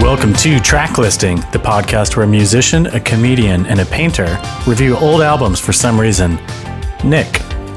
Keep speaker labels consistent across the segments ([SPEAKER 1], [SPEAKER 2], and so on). [SPEAKER 1] Welcome to Track Listing, the podcast where a musician, a comedian, and a painter review old albums for some reason. Nick,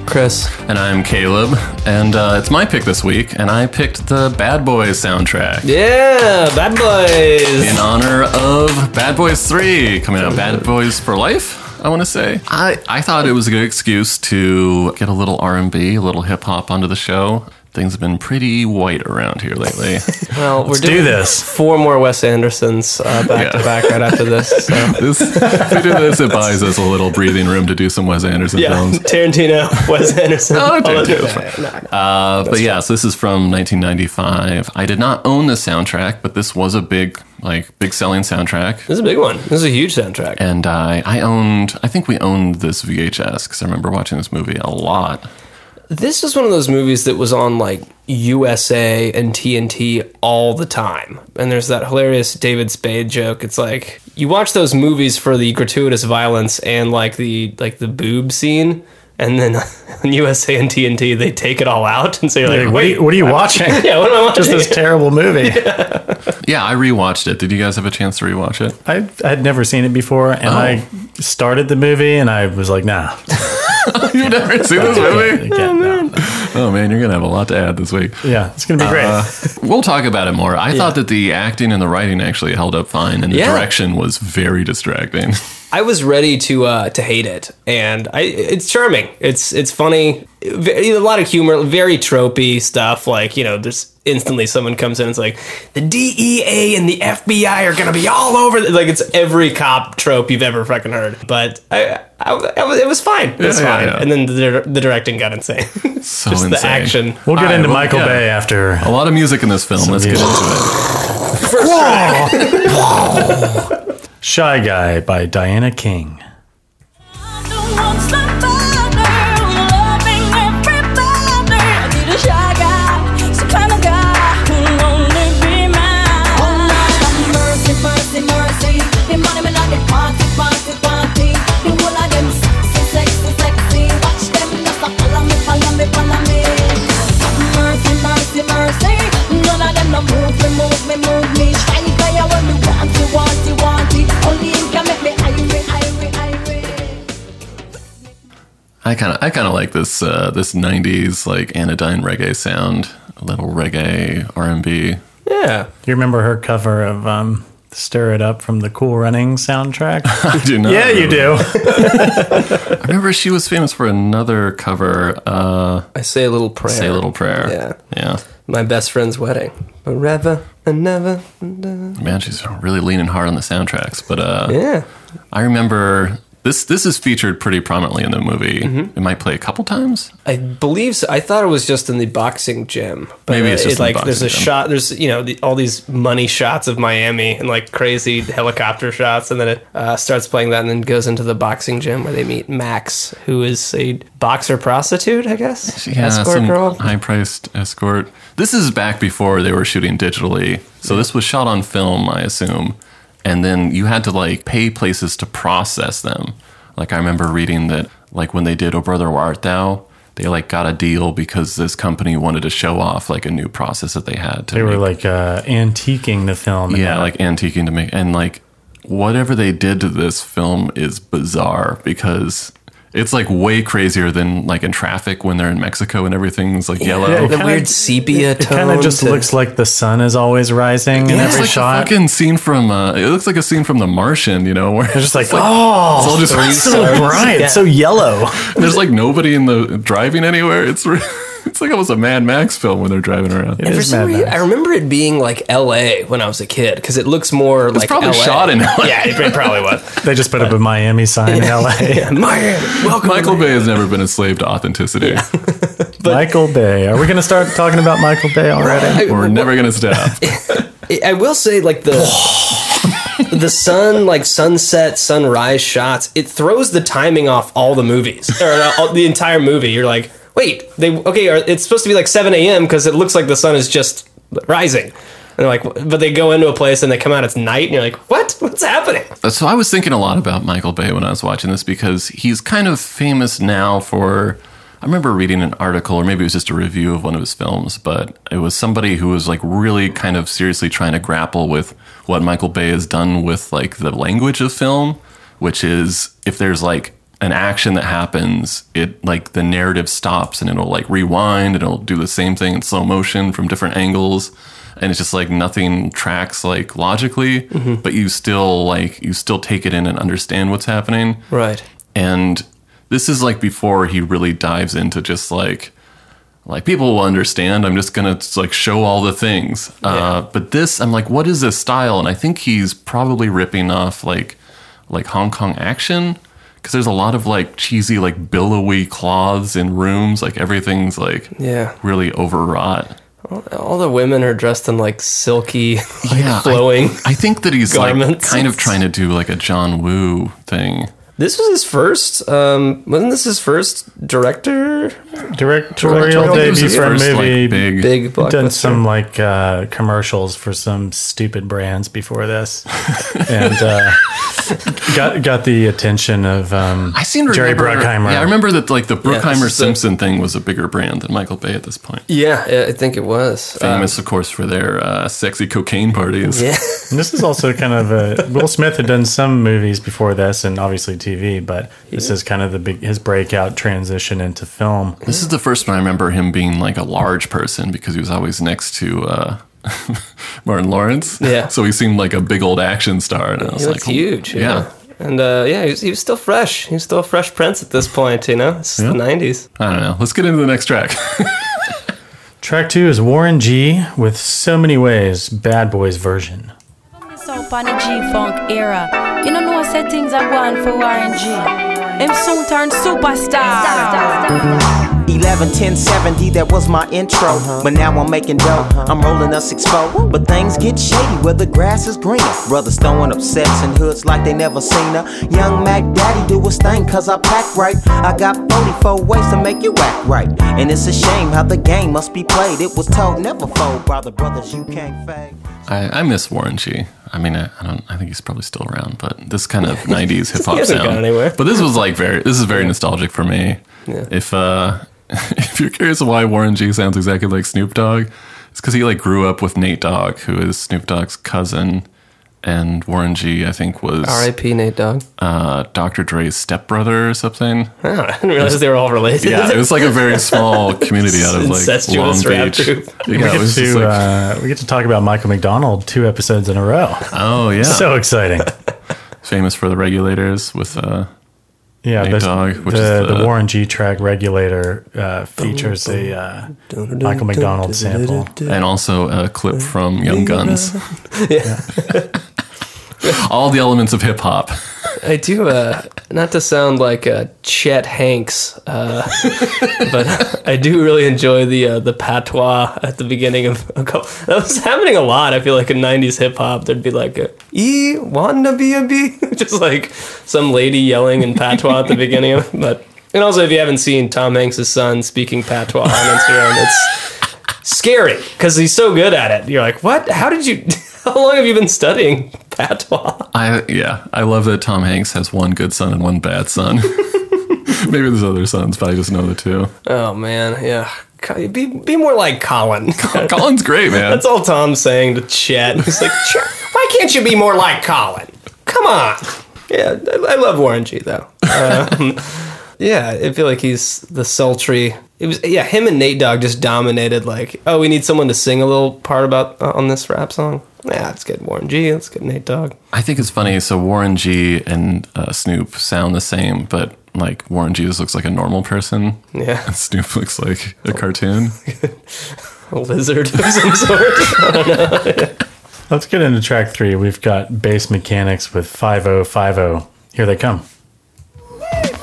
[SPEAKER 2] Chris.
[SPEAKER 3] And I'm Caleb, and uh, it's my pick this week, and I picked the Bad Boys soundtrack
[SPEAKER 2] Yeah, bad boys.
[SPEAKER 3] in honor of Bad Boys 3 coming out. Bad Boys for Life, I want to say. I, I thought it was a good excuse to get a little R&B, a little hip hop onto the show. Things have been pretty white around here lately.
[SPEAKER 2] Well, we're doing
[SPEAKER 1] do this.
[SPEAKER 2] four more Wes Andersons uh, back to
[SPEAKER 3] Yeah.
[SPEAKER 2] back right after this. So.
[SPEAKER 3] this, if we do this, it buys us a little breathing room to do some Wes Anderson
[SPEAKER 2] Yeah,
[SPEAKER 3] films.
[SPEAKER 2] Tarantino, Wes Anderson.
[SPEAKER 3] Oh,
[SPEAKER 2] all those
[SPEAKER 3] Tarantino.
[SPEAKER 2] guys.
[SPEAKER 3] Uh, but yeah, so this is from 1995. I did not own the soundtrack, but this was a big, like, big selling soundtrack.
[SPEAKER 2] This is a big one. This is a huge soundtrack.
[SPEAKER 3] and I, I owned i think we owned this vhs because i remember watching this movie a lot
[SPEAKER 2] This is one of those movies that was on like USA and TNT all the time. And there's that hilarious David Spade joke. It's like you watch those movies for the gratuitous violence and like the like the boob scene and then on USA and TNT they take it all out and so you're like,
[SPEAKER 1] what, are
[SPEAKER 2] "Wait,
[SPEAKER 1] you, what are you watching?
[SPEAKER 2] yeah, what am I watching?"
[SPEAKER 1] Just this terrible movie.
[SPEAKER 3] yeah i rewatched it did you guys have a chance to rewatch it
[SPEAKER 1] I had never seen it before, and I started the movie, and I was like, nah.
[SPEAKER 3] you've never seen this
[SPEAKER 1] I
[SPEAKER 3] movie
[SPEAKER 1] can't, no.
[SPEAKER 3] oh man you're gonna have a lot to add this week
[SPEAKER 1] Yeah, it's going to be great.
[SPEAKER 3] we'll talk about it more i thought that the acting and the writing actually held up fine and the
[SPEAKER 2] Yeah.
[SPEAKER 3] direction was very distracting
[SPEAKER 2] I was ready to uh, to hate it, and I it's charming. It's it's funny, Ve- a lot of humor, very tropey stuff. Like you know, there's instantly someone comes in, and it's like the DEA and the FBI are gonna be all over. th-" Like it's every cop trope you've ever fucking heard. But I, I, I was- it was fine. It was
[SPEAKER 3] Yeah, yeah,
[SPEAKER 2] fine.
[SPEAKER 3] yeah.
[SPEAKER 2] And then the, dir- the directing got insane.
[SPEAKER 3] so
[SPEAKER 2] Just the
[SPEAKER 3] insane.
[SPEAKER 2] action.
[SPEAKER 1] we'll get
[SPEAKER 3] All right,
[SPEAKER 1] into
[SPEAKER 3] well,
[SPEAKER 1] Michael
[SPEAKER 3] yeah.
[SPEAKER 1] Bay after.
[SPEAKER 3] a lot of music in this film let's get
[SPEAKER 1] music.
[SPEAKER 3] into it
[SPEAKER 1] Shy Guy by Diana King.
[SPEAKER 4] Oh,
[SPEAKER 3] i kind of i kind of like this uh this 90s like anodyne reggae sound a little reggae r&b
[SPEAKER 2] Yeah,
[SPEAKER 1] Do you remember her cover of um, Stir It Up from the Cool Running soundtrack?
[SPEAKER 3] i do not
[SPEAKER 1] yeah, you
[SPEAKER 3] remember.
[SPEAKER 1] do.
[SPEAKER 3] I remember she was famous for another cover, uh,
[SPEAKER 2] I say a little prayer.
[SPEAKER 3] Say a Little Prayer.
[SPEAKER 2] Yeah.
[SPEAKER 3] Yeah.
[SPEAKER 2] My best friend's wedding, forever and never. and ever.
[SPEAKER 3] Man, she's really leaning hard on the soundtracks. But uh,
[SPEAKER 2] Yeah.
[SPEAKER 3] I remember this this is featured pretty prominently in the movie.
[SPEAKER 2] Mm-hmm.
[SPEAKER 3] It might play a couple times.
[SPEAKER 2] I believe so. I thought it was just in the boxing gym. But
[SPEAKER 3] Maybe it's
[SPEAKER 2] uh,
[SPEAKER 3] just in the
[SPEAKER 2] like there's a
[SPEAKER 3] boxing gym.
[SPEAKER 2] shot. There's you know the, all these money shots of Miami and like crazy helicopter shots, and then it uh, starts playing that, and then goes into the boxing gym where they meet Max, who is a boxer prostitute, I guess.
[SPEAKER 3] Yeah,
[SPEAKER 2] escort
[SPEAKER 3] some
[SPEAKER 2] girl.
[SPEAKER 3] high-priced escort. This is back before they were shooting digitally, so this was shot on film, I assume, and then you had to like pay places to process them. Like I remember reading that, like when they did "Oh Brother Where Art Thou," they like got a deal because this company wanted to show off like a new process that they had. To
[SPEAKER 1] They were
[SPEAKER 3] make-
[SPEAKER 1] like uh, antiquing the film.
[SPEAKER 3] yeah, like antiquing to make and like whatever they did to this film is bizarre because. It's like way crazier than like in traffic when they're in Mexico and everything's like yellow.
[SPEAKER 1] Yeah, it
[SPEAKER 2] The
[SPEAKER 1] kinda-
[SPEAKER 2] weird sepia
[SPEAKER 1] It kind of just looks like the sun is always rising in
[SPEAKER 3] It's
[SPEAKER 1] every
[SPEAKER 3] like a
[SPEAKER 1] shot.
[SPEAKER 3] fucking scene from. Uh, it looks like a scene from The Martian, you know, where it's
[SPEAKER 1] just like, oh,
[SPEAKER 3] all just
[SPEAKER 1] so bright,
[SPEAKER 2] Yeah.
[SPEAKER 1] so yellow.
[SPEAKER 3] there's like nobody in the driving anywhere. It's re- it's like almost a Mad Max film when they're driving around.
[SPEAKER 1] It
[SPEAKER 3] It's
[SPEAKER 2] For
[SPEAKER 1] is
[SPEAKER 2] some
[SPEAKER 1] Mad
[SPEAKER 2] reason,
[SPEAKER 1] Max.
[SPEAKER 2] I remember it being like L.A. when I was a kid because it looks more like
[SPEAKER 3] probably
[SPEAKER 2] LA.
[SPEAKER 3] shot in.
[SPEAKER 2] Yeah, it it probably was.
[SPEAKER 1] They just put up a Miami sign in LA.
[SPEAKER 2] Miami, welcome, to
[SPEAKER 3] Michael
[SPEAKER 2] Miami.
[SPEAKER 3] Bay has never been a slave to authenticity.
[SPEAKER 1] Michael Bay. Are we going to start talking about Michael Bay already?
[SPEAKER 3] We're never gonna stop.
[SPEAKER 2] I I will say, like the the sun, like sunset, sunrise shots, it throws the timing off all the movies or uh, all, the entire movie. You're like, wait, they okay? Are, it's supposed to be like 7 a.m. because it looks like the sun is just rising. And they're like, but they go into a place and they come out. It's night, and you're like, what? What's happening?
[SPEAKER 3] So I was thinking a lot about Michael Bay when I was watching this because he's kind of famous now for. I remember reading an article, or maybe it was just a review of one of his films, but it was somebody who was like really kind of seriously trying to grapple with what Michael Bay has done with like the language of film, which is if there's like an action that happens, it like the narrative stops and it'll like rewind and it'll do the same thing in slow motion from different angles. And it's just like nothing tracks like logically, but you still like you still take it in and understand what's happening.
[SPEAKER 2] Right.
[SPEAKER 3] And this is like before he really dives into just like like people will understand. I'm just gonna like show all the things. Uh, but this, I'm like, what is this style? And I think he's probably ripping off like like Hong Kong action because there's a lot of like cheesy like billowy cloths in rooms. Like everything's like
[SPEAKER 2] Yeah.
[SPEAKER 3] really overwrought.
[SPEAKER 2] All the women are dressed in like silky, like
[SPEAKER 3] Yeah, I-
[SPEAKER 2] flowing.
[SPEAKER 3] I think that he's like
[SPEAKER 2] Garments.
[SPEAKER 3] kind of trying to do like a John Woo thing.
[SPEAKER 2] This was his first. Um, wasn't this his first director?
[SPEAKER 1] Directorial
[SPEAKER 2] Directorial
[SPEAKER 1] debut
[SPEAKER 2] debut.
[SPEAKER 1] for a
[SPEAKER 3] First, like,
[SPEAKER 1] movie.
[SPEAKER 3] big,
[SPEAKER 2] Big
[SPEAKER 1] He'd done
[SPEAKER 2] blockbuster.
[SPEAKER 1] some like uh, commercials for some stupid brands before this, and uh, got got the attention of um,
[SPEAKER 3] I seem to
[SPEAKER 1] Jerry
[SPEAKER 3] remember,
[SPEAKER 1] Bruckheimer.
[SPEAKER 3] Yeah, I remember that like the Bruckheimer
[SPEAKER 2] it's the-
[SPEAKER 3] Simpson thing was a bigger brand than Michael Bay at this point.
[SPEAKER 2] yeah, yeah, I think it was. Uh,
[SPEAKER 3] Famous, of course, for their uh, sexy cocaine parties.
[SPEAKER 2] yeah,
[SPEAKER 1] And this is also kind of a Will Smith had done some movies before this, and obviously TV, but this is kind of the big his breakout transition into film.
[SPEAKER 3] This is the first one I remember him being like a large person because he was always next to uh, Martin Lawrence.
[SPEAKER 2] Yeah.
[SPEAKER 3] so he seemed like a big old action star, and I was
[SPEAKER 2] he
[SPEAKER 3] like,
[SPEAKER 2] looked huge.
[SPEAKER 3] Yeah.
[SPEAKER 2] Yeah. And uh, yeah, he was, he was still fresh. He was still a fresh prince at this point, you know? It's the 90s.
[SPEAKER 3] I don't know. Let's get into the next track.
[SPEAKER 1] Track two is Warren G with "So Many Ways," Bad Boys version.
[SPEAKER 5] So on the G-Funk era, you don't know what settings are going for RNG. Him soon turn superstar.
[SPEAKER 6] 11, 10, 70, that was my intro. But now I'm making dough. I'm rolling a 6 4. But things get shady where the grass is greener. Brothers throwing up sets in hoods like they never seen her. Young Mac Daddy do his thing cause I pack right. I got 44 ways to make you act right. And it's a shame how the game must be played. It was told never fold by the brothers you can't fade.
[SPEAKER 3] I, I miss Warren G. I mean, I, I don't. I think he's probably still around, but this kind of '90s hip hop
[SPEAKER 2] hasn't
[SPEAKER 3] sound.
[SPEAKER 2] gone anywhere.
[SPEAKER 3] But this was like very. This is very nostalgic for me. If uh, if you're curious why Warren G sounds exactly like Snoop Dogg, it's because he like grew up with Nate Dogg, who is Snoop Dogg's cousin, and Warren G. I think was
[SPEAKER 2] R.I.P. Nate Dogg.
[SPEAKER 3] uh, Dr. Dre's stepbrother or something.
[SPEAKER 2] Oh, I didn't realize they were all related.
[SPEAKER 3] Yeah, it was like a very small community out of like Long
[SPEAKER 2] Incestuous rap
[SPEAKER 3] Beach.
[SPEAKER 2] group.
[SPEAKER 1] We
[SPEAKER 3] Yeah, it
[SPEAKER 1] get
[SPEAKER 3] was just
[SPEAKER 1] to
[SPEAKER 3] like,
[SPEAKER 1] uh, we get to talk about Michael McDonald two episodes in a row.
[SPEAKER 3] oh yeah,
[SPEAKER 1] So exciting!
[SPEAKER 3] famous for the regulators with uh,
[SPEAKER 1] Yeah,
[SPEAKER 3] Nate
[SPEAKER 1] this-
[SPEAKER 3] Dogg, which
[SPEAKER 1] the,
[SPEAKER 3] is
[SPEAKER 1] the,
[SPEAKER 3] the-
[SPEAKER 1] Warren G track "Regulator" uh, features a uh, Michael McDonald sample.
[SPEAKER 3] and also a clip from Young Guns. All the elements of hip hop.
[SPEAKER 2] I do, uh, not to sound like uh, Chet Hanks, uh, but I do really enjoy the uh, the patois at the beginning of a couple. That was happening a lot. I feel like in '90s hip hop, there'd be like a "E wanna be a bee," just like some lady yelling in patois at the beginning of. But and also, if you haven't seen Tom Hanks' son speaking patois on Instagram, it's scary because he's so good at it. You're like, what? How did you? How long have you been studying patois?
[SPEAKER 3] I yeah, I love that Tom Hanks has one good son and one bad son. Maybe there's other sons, but I just know the two.
[SPEAKER 2] Oh man, yeah. Co- Be be more like Colin.
[SPEAKER 3] Colin's great, man.
[SPEAKER 2] That's all Tom's saying to Chet. He's like, "Chet, why can't you be more like Colin? Come on. Yeah, I, I love Warren G though. Um, yeah, I feel like he's the sultry. It was yeah, him and Nate Dogg just dominated. Like, oh, we need someone to sing a little part about uh, on this rap song. Yeah, let's get Warren G. Let's get Nate Dogg.
[SPEAKER 3] I think it's funny. So Warren G and uh, Snoop sound the same, but like Warren G just looks like a normal person.
[SPEAKER 2] Yeah.
[SPEAKER 3] And Snoop looks like a cartoon.
[SPEAKER 2] A lizard of some sort.
[SPEAKER 1] Let's get into track three. We've got bass mechanics with 5050. oh. Here they come.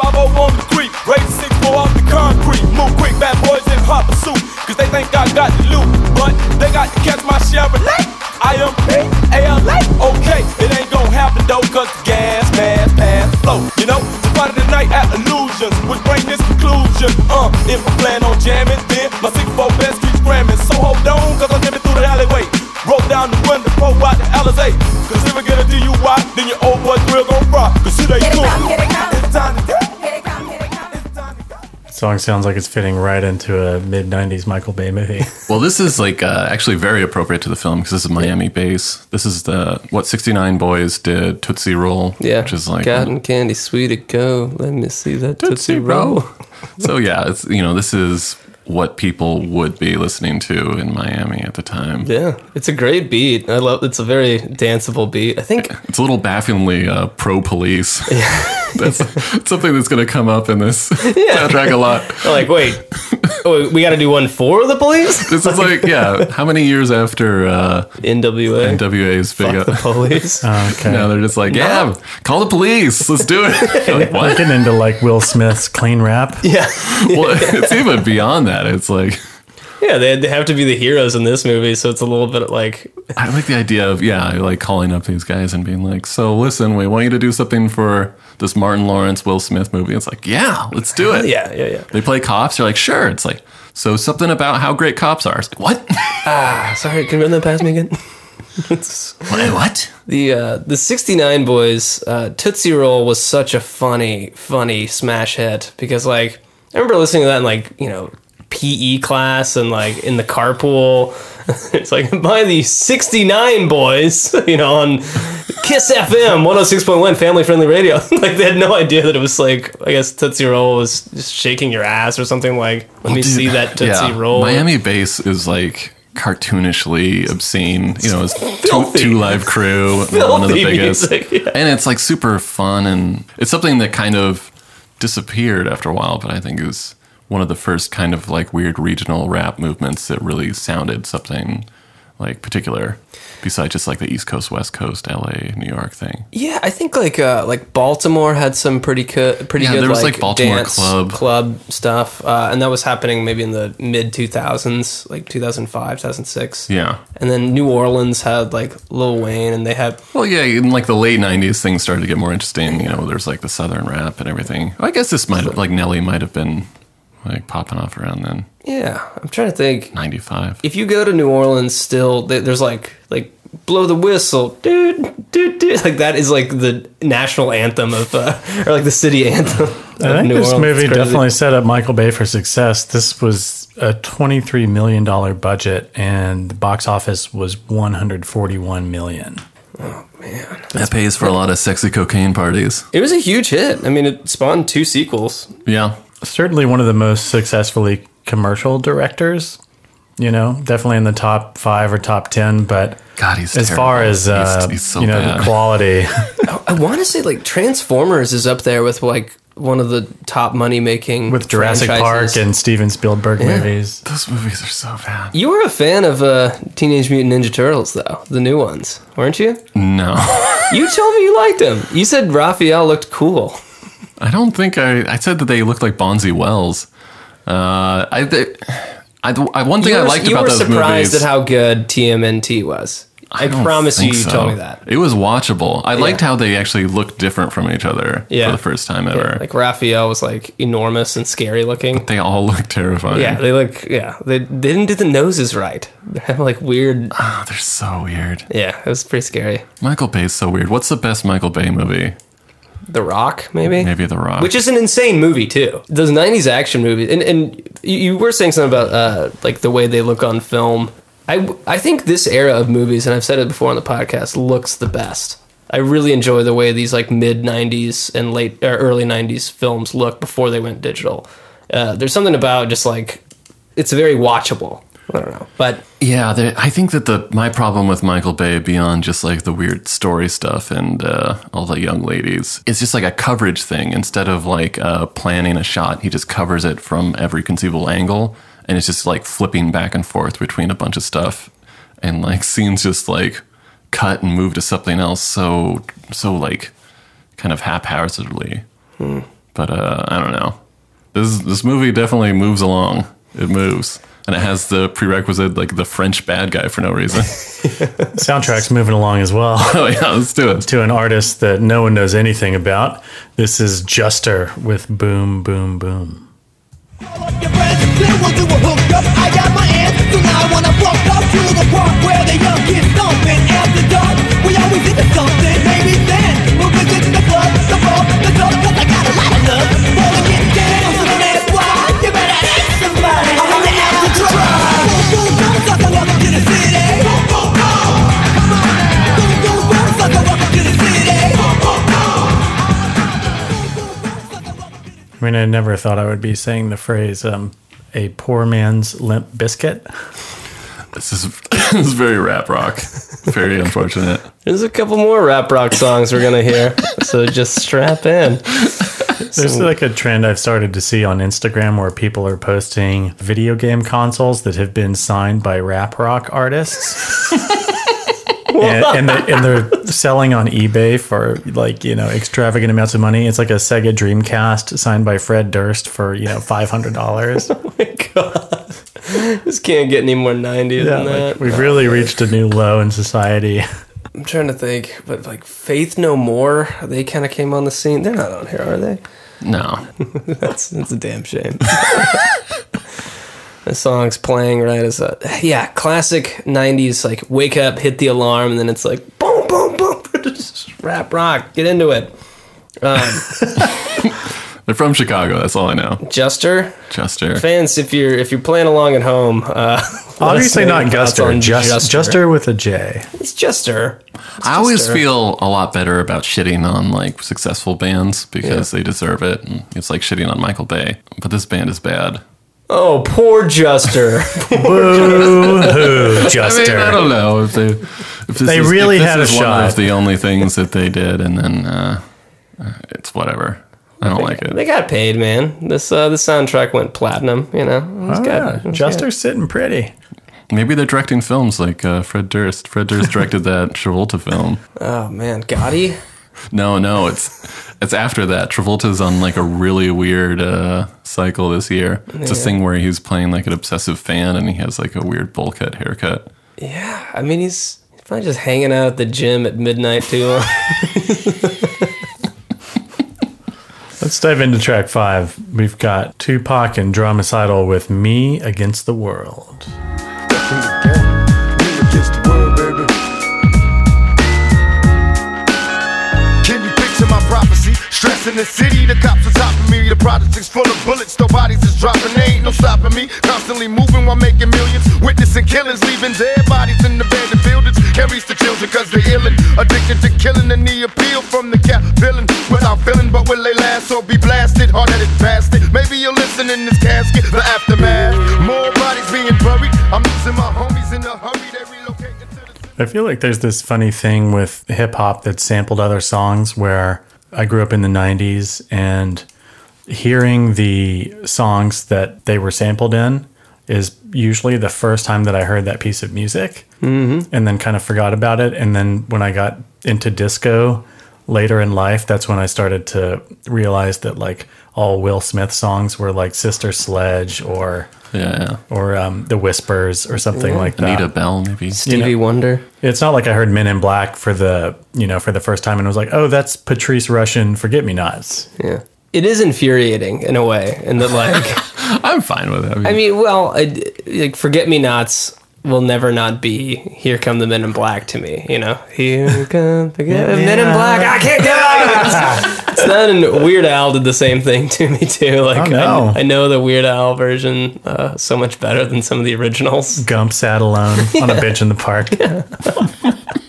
[SPEAKER 7] 501 the creek, race 6 4 off the concrete. Move quick, bad boys in hot pursuit. Cause they think I got the loot, but they got to catch my Chevrolet. I am big, ALA, okay. It ain't gonna happen though, cause the gas, pass, pass, flow. You know, it's part of the night at illusions, which bring this conclusion. Uh, if I plan on jamming, then my 6 4 best keeps cramming. So hold on, cause I'm dipping through the alleyway. Roll down the window, pour out the LSA. Cause if I get a DUI, then your old boy thrill gon' rock. Cause it ain't cool. It's time to go. It's time to go.
[SPEAKER 1] Song sounds like it's fitting right into a mid '90s Michael Bay movie.
[SPEAKER 3] Well, this is like uh, actually very appropriate to the film because this is Miami base. This is the what sixty nine boys did Tootsie Roll,
[SPEAKER 2] Yeah.
[SPEAKER 3] which is like
[SPEAKER 2] cotton candy, sweet it go. Let me see that tootsie,
[SPEAKER 3] Tootsie
[SPEAKER 2] roll.
[SPEAKER 3] Roll. so yeah, it's you know this is what people would be listening to in Miami at the time.
[SPEAKER 2] Yeah, it's a great beat. I love. It's a very danceable beat. I think
[SPEAKER 3] It's a little bafflingly uh, pro police. that's something that's going to come up in this soundtrack a lot.
[SPEAKER 2] like wait, oh, we got to do one for the police.
[SPEAKER 3] This is like yeah, how many years after uh,
[SPEAKER 2] NWA.
[SPEAKER 3] NWA's big
[SPEAKER 2] Fuck the
[SPEAKER 3] up?
[SPEAKER 2] police.
[SPEAKER 1] Okay,
[SPEAKER 3] Now they're just like, yeah, call the police. Let's do it. You're like, what?
[SPEAKER 1] getting into like Will Smith's clean rap.
[SPEAKER 2] yeah,
[SPEAKER 3] well, it's even beyond that. It's like
[SPEAKER 2] yeah. They, they have to be the heroes in this movie, so it's a little bit like
[SPEAKER 3] I like the idea of yeah, like calling up these guys and being like, "So listen, we want you to do something for this Martin Lawrence Will Smith movie." It's like, yeah, let's do it.
[SPEAKER 2] yeah, yeah, yeah.
[SPEAKER 3] They play cops. You're like, sure. It's like so something about how great cops are. It's like, what?
[SPEAKER 2] Sorry, can you run that past me again?
[SPEAKER 3] Wait, what?
[SPEAKER 2] The uh, the '69 boys uh, Tootsie Roll was such a funny, funny smash hit because like I remember listening to that in like you know PE class and like in the carpool. it's like by the '69 boys, you know, on Kiss FM 106.1 family friendly radio. like they had no idea that it was like I guess Tootsie Roll was just shaking your ass or something. Like let me see that Tootsie Roll.
[SPEAKER 3] Miami Bass is like cartoonishly obscene. You know, it's two,
[SPEAKER 2] Filthy.
[SPEAKER 3] two live crew, one of the
[SPEAKER 2] Filthy
[SPEAKER 3] biggest,
[SPEAKER 2] music, yeah.
[SPEAKER 3] and it's like super fun and it's something that kind of disappeared after a while. But I think it was one of the first kind of like weird regional rap movements that really sounded something like particular. Besides just like the East Coast, West Coast, LA, New York thing.
[SPEAKER 2] Yeah, I think like uh, like Baltimore had some pretty co- pretty
[SPEAKER 3] Yeah,
[SPEAKER 2] good
[SPEAKER 3] there was,
[SPEAKER 2] like,
[SPEAKER 3] like, Baltimore
[SPEAKER 2] dance
[SPEAKER 3] club.
[SPEAKER 2] stuff, uh, and that was happening maybe in the mid two thousands, like two thousand five, two thousand six.
[SPEAKER 3] Yeah.
[SPEAKER 2] and then New Orleans had like Lil Wayne, and they had
[SPEAKER 3] Well, yeah, in like the late '90s, things started to get more interesting. You know, there's like the southern rap and everything. I guess this might have, like Nelly might have been like popping off around then
[SPEAKER 2] yeah. I'm trying to think.
[SPEAKER 3] '95.
[SPEAKER 2] If you go to New Orleans, still th- there's like like blow the whistle, dude, dude, dude. Like that is like the national anthem of uh, or like the city anthem.
[SPEAKER 1] I think this movie
[SPEAKER 2] It's crazy.
[SPEAKER 1] definitely set up Michael Bay for success. This was a $23 million budget, and the box office was $141 million.
[SPEAKER 3] That pays for a lot of sexy cocaine parties.
[SPEAKER 2] It was a huge hit. I mean, it spawned two sequels.
[SPEAKER 3] Yeah,
[SPEAKER 1] Certainly one of the most successfully commercial directors, you know, definitely in the top five or top 10, but.
[SPEAKER 3] God, he's
[SPEAKER 1] As
[SPEAKER 3] terrible.
[SPEAKER 1] far as uh,
[SPEAKER 3] He's- he's so
[SPEAKER 1] you know,
[SPEAKER 3] bad.
[SPEAKER 1] the quality,
[SPEAKER 2] I want to say like Transformers is up there with like one of the top money making
[SPEAKER 1] with Jurassic Park and Steven Spielberg movies,
[SPEAKER 3] those movies are so bad.
[SPEAKER 2] you were a fan of uh, Teenage Mutant Ninja Turtles though the new ones, weren't you?
[SPEAKER 3] No,
[SPEAKER 2] You told me you liked them. You said Raphael looked cool.
[SPEAKER 3] I don't think I. I said that they looked like Bonzi Wells. Uh, I, they, I, I- one thing
[SPEAKER 2] you
[SPEAKER 3] I
[SPEAKER 2] were,
[SPEAKER 3] liked
[SPEAKER 2] you
[SPEAKER 3] about
[SPEAKER 2] were
[SPEAKER 3] those
[SPEAKER 2] surprised
[SPEAKER 3] movies.
[SPEAKER 2] at how good TMNT was. I,
[SPEAKER 3] don't
[SPEAKER 2] promise you,
[SPEAKER 3] think
[SPEAKER 2] you
[SPEAKER 3] so.
[SPEAKER 2] told me that.
[SPEAKER 3] It was watchable. I liked how they actually looked different from each other
[SPEAKER 2] Yeah.
[SPEAKER 3] for the first time ever.
[SPEAKER 2] Like Raphael was like enormous and scary looking.
[SPEAKER 3] They all look terrifying.
[SPEAKER 2] Yeah, they look. Yeah, they, they didn't do the noses right. They have like weird.
[SPEAKER 3] Oh, they're so weird.
[SPEAKER 2] Yeah, it was pretty scary.
[SPEAKER 3] Michael Bay's so weird. What's the best Michael Bay movie?
[SPEAKER 2] The Rock, maybe.
[SPEAKER 3] Maybe The Rock.
[SPEAKER 2] which is an insane movie too. Those '90s action movies, and and you- you were saying something about uh, like the way they look on film. I I think this era of movies, and I've said it before on the podcast, looks the best. I really enjoy the way these like mid '90s and late or early '90s films look before they went digital. Uh, there's something about just like it's very watchable. I don't know, but
[SPEAKER 3] yeah, they- I think that the my problem with Michael Bay beyond just like the weird story stuff and uh, all the young ladies, it's just like a coverage thing. Instead of like uh, planning a shot, he just covers it from every conceivable angle, and it's just like flipping back and forth between a bunch of stuff, and like scenes just like cut and move to something else. So so like kind of haphazardly.
[SPEAKER 2] Hmm.
[SPEAKER 3] But uh, I don't know. This this movie definitely moves along. It moves, and it has the prerequisite like the French bad guy for no reason.
[SPEAKER 1] soundtrack's moving along as well.
[SPEAKER 3] oh yeah, let's do it.
[SPEAKER 1] to an artist that no one knows anything about. This is Juster with Boom Boom Boom.
[SPEAKER 8] your friends, they will do a hookup. I got my hands, so now I wanna walk up to the park where the young kids dump and after dark. We always into something, maybe then we'll visit the club. So far, the club, 'cause I got a lot of love for the kids down. So that's why
[SPEAKER 1] I mean, I never thought I would be saying the phrase um, "a poor man's limp biscuit."
[SPEAKER 3] This is this is very rap rock. Very unfortunate.
[SPEAKER 2] There's a couple more rap rock songs we're gonna hear, so just strap in.
[SPEAKER 1] There's like a trend I've started to see on Instagram where people are posting video game consoles that have been signed by rap rock artists. and, and, they, and they're selling on eBay for like, you know, extravagant amounts of money. It's like a Sega Dreamcast signed by Fred Durst for, you know, $500.
[SPEAKER 2] My God, this can't get any more
[SPEAKER 1] yeah,
[SPEAKER 2] '90s than that.
[SPEAKER 1] like, we've really reached a new low in society.
[SPEAKER 2] I'm trying to think, but like Faith No More, they kind of came on the scene. They're not on here, are they?
[SPEAKER 3] No.
[SPEAKER 2] That's that's a damn shame. the song's playing right as a yeah, classic '90s like wake up, hit the alarm, and then it's like boom, boom, boom, Just rap rock, get into it. Um,
[SPEAKER 3] They're from Chicago, that's all I know.
[SPEAKER 2] Juster
[SPEAKER 3] Chester.
[SPEAKER 2] fans, if you're if you're playing along at home, uh,
[SPEAKER 1] Obviously
[SPEAKER 2] let us know
[SPEAKER 1] not
[SPEAKER 2] your thoughts
[SPEAKER 1] Guster,
[SPEAKER 2] on
[SPEAKER 1] just, Juster with a J.
[SPEAKER 2] It's Juster.
[SPEAKER 3] I always
[SPEAKER 2] Chester.
[SPEAKER 3] feel a lot better about shitting on like successful bands because they deserve it. And It's like shitting on Michael Bay, but this band is bad.
[SPEAKER 2] Oh, poor Juster.
[SPEAKER 1] Boo-hoo,
[SPEAKER 3] I mean,
[SPEAKER 1] Juster.
[SPEAKER 3] I don't know if they if this
[SPEAKER 1] They
[SPEAKER 3] is, if
[SPEAKER 1] really
[SPEAKER 3] this
[SPEAKER 1] had a
[SPEAKER 3] is one
[SPEAKER 1] shot.
[SPEAKER 3] of the only things that they did, and then uh, it's whatever. I don't like
[SPEAKER 2] they
[SPEAKER 3] it.
[SPEAKER 2] got paid, man. This uh, the soundtrack went platinum. You know, it's
[SPEAKER 1] Ah,
[SPEAKER 2] good. It's
[SPEAKER 1] Juster's sitting pretty.
[SPEAKER 3] Maybe they're directing films like uh, Fred Durst. Fred Durst directed that Travolta film.
[SPEAKER 2] good. Oh man, Gotti.
[SPEAKER 3] No, no, it's it's after that. Travolta's on like a really weird uh, cycle this year. It's this thing where he's playing like an obsessive fan, and he has like a weird bowl cut haircut.
[SPEAKER 2] Yeah, I mean he's he's probably just hanging out at the gym at midnight too. long.
[SPEAKER 1] Let's dive into track five. We've got Tupac and Dramacidal with Me Against the World.
[SPEAKER 9] Me against the world, baby. Can you picture my prophecy? Stress in the city, the cops are topping me. The project's full of bullets, the bodies is dropping. They ain't no stopping me. Constantly moving while making millions. Witnessing killings, leaving dead bodies in abandoned buildings. Carries the children cause they illin'. Addicted to killing and the appeal from the cap villain. Without feeling, but will they last or be blasted? Hard headed bastard. Maybe you'll listen in this casket, the aftermath. More bodies being buried. I'm losing my homies in a hurry. They relocating to the
[SPEAKER 1] I feel like there's this funny thing with hip hop that sampled other songs where I grew up in the 90s and hearing the songs that they were sampled in is usually the first time that I heard that piece of music and then kind of forgot about it. And then when I got into disco later in life, that's when I started to realize that like all Will Smith songs were like Sister Sledge or.
[SPEAKER 3] Yeah,
[SPEAKER 1] Or um, the whispers, or something like
[SPEAKER 3] yeah.
[SPEAKER 1] that.
[SPEAKER 3] Anita Bell, maybe.
[SPEAKER 2] Stevie Wonder.
[SPEAKER 1] It's not like I heard Men in Black for the you know for the first time and was like, oh, that's Patrice Russian Forget Me Nots.
[SPEAKER 2] Yeah, it is infuriating in a way, in that like.
[SPEAKER 3] I'm fine with it.
[SPEAKER 2] I mean, well, I, like Forget Me Nots will never not be Here Come the Men in Black to me, you know? Here come the Men in Black. I can't get out of it. It's that and Weird Al did the same thing to me, too. Like,
[SPEAKER 1] Oh, no.
[SPEAKER 2] I, I know the Weird Al version uh, so much better than some of the originals.
[SPEAKER 1] Gump sat alone on a bench in the park.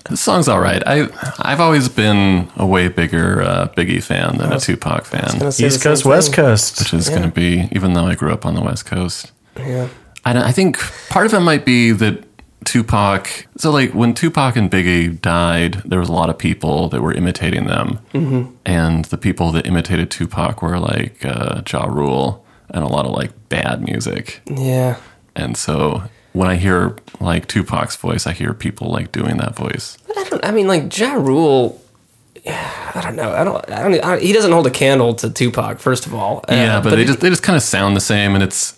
[SPEAKER 3] This song's all right. I I've always been a way bigger uh, Biggie fan than a Tupac fan,
[SPEAKER 2] Say the
[SPEAKER 1] East Coast,
[SPEAKER 2] same
[SPEAKER 1] West
[SPEAKER 2] thing.
[SPEAKER 1] Coast.
[SPEAKER 3] which is going to be even though I grew up on the West Coast.
[SPEAKER 2] Yeah.
[SPEAKER 3] I don't- I think part of it might be that Tupac. So like when Tupac and Biggie died, there was a lot of people that were imitating them,
[SPEAKER 2] Mm-hmm.
[SPEAKER 3] and the people that imitated Tupac were like uh, Ja Rule and a lot of like bad music.
[SPEAKER 2] Yeah.
[SPEAKER 3] And so when I hear like Tupac's voice, I hear people like doing that voice.
[SPEAKER 2] I don't. I mean, like Ja Rule. I don't know. I don't. I don't. I, he doesn't hold a candle to Tupac. First of all. Uh,
[SPEAKER 3] Yeah, but, they just they just kind of sound the same, and it's.